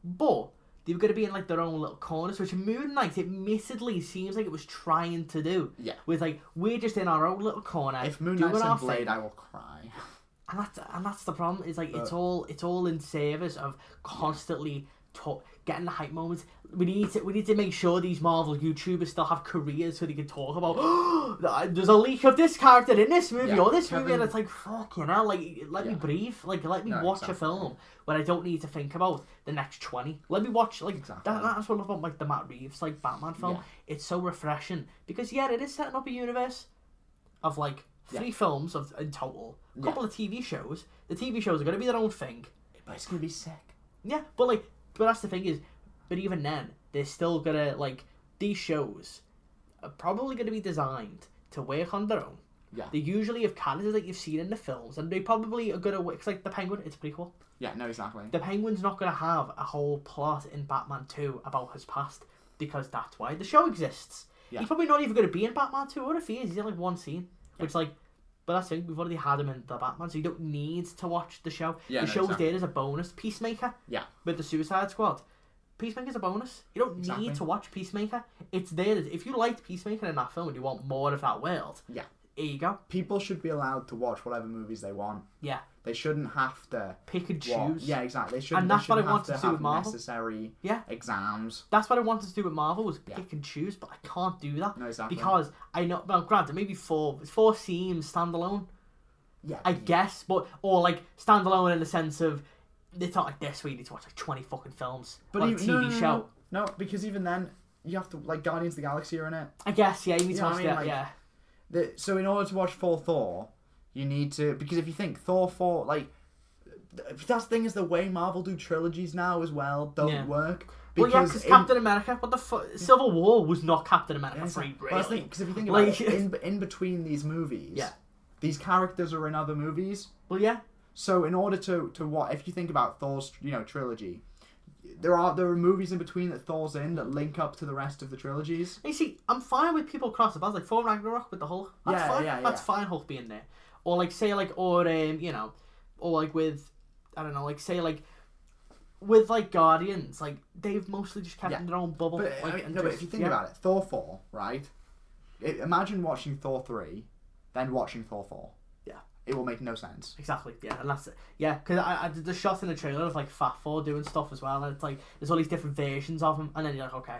Speaker 2: but they were going to be in like their own little corners. Which Moon Knight, admittedly, seems like it was trying to do.
Speaker 1: Yeah.
Speaker 2: With like we're just in our own little corner.
Speaker 1: If Moon
Speaker 2: doing
Speaker 1: Knight's
Speaker 2: our
Speaker 1: in Blade,
Speaker 2: thing.
Speaker 1: I will cry.
Speaker 2: and that's and that's the problem. Is like it's
Speaker 1: Uh.
Speaker 2: all it's all in service of constantly. ta- Getting the hype moments. We need to. We need to make sure these Marvel YouTubers still have careers so they can talk about. there's a leak of this character in this movie
Speaker 1: Yeah,
Speaker 2: or this movie,
Speaker 1: Kevin-
Speaker 2: and it's like fucking hell. Like let me
Speaker 1: Yeah.
Speaker 2: breathe. Like let me
Speaker 1: No,
Speaker 2: watch a
Speaker 1: exactly.
Speaker 2: film when I don't need to think about the next twenty. Let me watch like
Speaker 1: Exactly.
Speaker 2: that, that's what I love about like the Matt Reeves like Batman film.
Speaker 1: Yeah.
Speaker 2: It's so refreshing because yeah, it is setting up a universe of like three films of in total, a couple of TV shows. The TV shows are going to be their own thing.
Speaker 1: But it's gonna be sick.
Speaker 2: Yeah, but like, but that's the thing is, but even then, they're still gonna like these shows are probably gonna be designed to work on their own.
Speaker 1: Yeah.
Speaker 2: They usually have characters that you've seen in the films, and they probably are gonna work. 'cause, like the Penguin, it's a prequel.
Speaker 1: Yeah, no, exactly.
Speaker 2: The Penguin's not gonna have a whole plot in Batman Two about his past because that's why the show exists.
Speaker 1: Yeah.
Speaker 2: He's probably not even gonna be in Batman Two, or if he is, he's in like one scene, which like. But that's it. We've already had him in the Batman, so you don't need to watch the show.
Speaker 1: Yeah,
Speaker 2: the
Speaker 1: no,
Speaker 2: show's
Speaker 1: exactly.
Speaker 2: there as a bonus. Peacemaker,
Speaker 1: Yeah,
Speaker 2: with the Suicide Squad. Peacemaker's a bonus. You don't
Speaker 1: Exactly.
Speaker 2: need to watch Peacemaker. It's there. If you liked Peacemaker in that film and you want more of that world,
Speaker 1: yeah.
Speaker 2: here you go.
Speaker 1: People should be allowed to watch whatever movies they want.
Speaker 2: Yeah.
Speaker 1: They shouldn't have to.
Speaker 2: Pick and choose.
Speaker 1: wa- Yeah, exactly. They shouldn't.
Speaker 2: And
Speaker 1: they
Speaker 2: that's what I
Speaker 1: shouldn't have
Speaker 2: wanted to do
Speaker 1: have
Speaker 2: with Marvel.
Speaker 1: Necessary
Speaker 2: Yeah.
Speaker 1: exams.
Speaker 2: That's what I wanted to do with Marvel was
Speaker 1: Yeah.
Speaker 2: pick and choose, but I can't do that.
Speaker 1: No, exactly.
Speaker 2: Because I know well granted, maybe four four seems standalone.
Speaker 1: Yeah,
Speaker 2: I
Speaker 1: yeah.
Speaker 2: guess, but or like standalone in the sense of it's not like this where you need to watch like twenty fucking films. But on a
Speaker 1: even- e,
Speaker 2: TV
Speaker 1: no, no, no,
Speaker 2: show.
Speaker 1: No, no, because even then, you have to like Guardians of the Galaxy are in it.
Speaker 2: I guess, yeah, you need
Speaker 1: You
Speaker 2: to
Speaker 1: know
Speaker 2: watch
Speaker 1: what I mean?
Speaker 2: that,
Speaker 1: Like,
Speaker 2: yeah.
Speaker 1: the, so in order to watch full Thor, you need to because if you think Thor four like th- that's the thing is the way Marvel do trilogies now as well don't
Speaker 2: Yeah.
Speaker 1: work
Speaker 2: Well, yeah,
Speaker 1: because
Speaker 2: because Captain America, what the fuck? Civil War was not Captain America 3,
Speaker 1: because
Speaker 2: really.
Speaker 1: if you think about
Speaker 2: Like-
Speaker 1: it, in in between these movies,
Speaker 2: Yeah.
Speaker 1: these characters are in other movies.
Speaker 2: Well, yeah.
Speaker 1: So in order to to what if you think about Thor's you know trilogy, there are there are movies in between that Thor's in that link up to the rest of the trilogies.
Speaker 2: You see, I'm fine with people crossing. I was like, for Ragnarok with the Hulk. That's
Speaker 1: Yeah,
Speaker 2: fine.
Speaker 1: yeah,
Speaker 2: That's
Speaker 1: yeah.
Speaker 2: fine, Hulk being there. Or, like, say, like, or, um, you know, or, like, with, I don't know, like, say, like, with, like, Guardians, like, they've mostly just kept
Speaker 1: Yeah.
Speaker 2: in their own bubble.
Speaker 1: But, I
Speaker 2: like,
Speaker 1: mean,
Speaker 2: and
Speaker 1: no, but
Speaker 2: just-
Speaker 1: if you think
Speaker 2: yeah.
Speaker 1: about it, Thor 4, right? I imagine watching Thor 3, then watching Thor 4.
Speaker 2: Yeah.
Speaker 1: It will make no sense.
Speaker 2: Exactly, yeah, and that's it. Yeah, because I, I did the shot in the trailer of like Fat Four doing stuff as well, and it's like there's all these different versions of him, and then you're like, okay,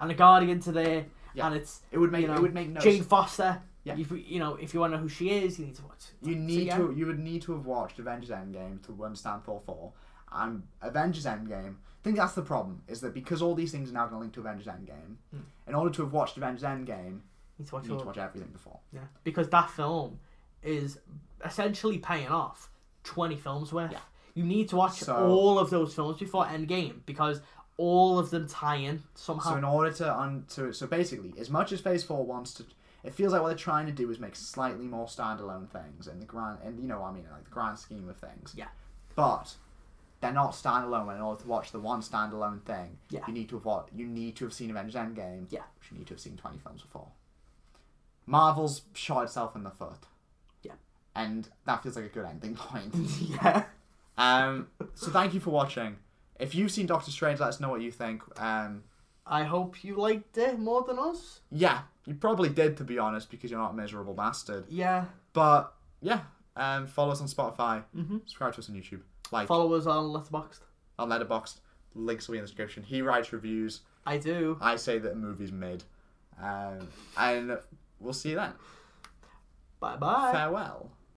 Speaker 2: and the Guardian to there,
Speaker 1: Yeah.
Speaker 2: and it's
Speaker 1: It would make
Speaker 2: you know,
Speaker 1: it would make no
Speaker 2: Jane
Speaker 1: sense.
Speaker 2: Foster,
Speaker 1: Yeah.
Speaker 2: If you, you know, if you want to know who she is, you need to watch.
Speaker 1: You
Speaker 2: so,
Speaker 1: need
Speaker 2: yeah.
Speaker 1: to. You would need to have watched Avengers Endgame to understand Thor four. And Avengers Endgame. I think that's the problem. Is that because all these things are now going to link to Avengers Endgame.
Speaker 2: Hmm.
Speaker 1: In order to have watched Avengers Endgame,
Speaker 2: need to watch
Speaker 1: you need
Speaker 2: all
Speaker 1: to watch everything before.
Speaker 2: Yeah, because that film is essentially paying off twenty films worth.
Speaker 1: Yeah.
Speaker 2: You need to watch
Speaker 1: So-
Speaker 2: all of those films before Endgame because all of them tie in
Speaker 1: So
Speaker 2: somehow.
Speaker 1: in order to un to so basically, as much as Phase Four wants to, it feels like what they're trying to do is make slightly more standalone things in the grand and you know what I mean, like the grand scheme of things.
Speaker 2: Yeah.
Speaker 1: But they're not standalone. and In order to watch the one standalone thing,
Speaker 2: Yeah.
Speaker 1: you need to have wa- you need to have seen Avengers Endgame.
Speaker 2: Yeah.
Speaker 1: Which you need to have seen twenty films before. Marvel's shot itself in the foot.
Speaker 2: Yeah.
Speaker 1: And that feels like a good ending point.
Speaker 2: yeah.
Speaker 1: um. So thank you for watching. If you've seen Doctor Strange, let us know what you think. Um.
Speaker 2: I hope you liked it more than us.
Speaker 1: Yeah, you probably did to be honest, because you're not a miserable bastard.
Speaker 2: Yeah.
Speaker 1: But yeah, um, follow us on Spotify,
Speaker 2: Mm-hmm.
Speaker 1: subscribe to us on YouTube, like
Speaker 2: Follow us on Letterboxd.
Speaker 1: on Letterboxd. Links will be in the description. He writes reviews.
Speaker 2: I do.
Speaker 1: I say that a movie's mid, um, and we'll see you then.
Speaker 2: Bye bye.
Speaker 1: Farewell.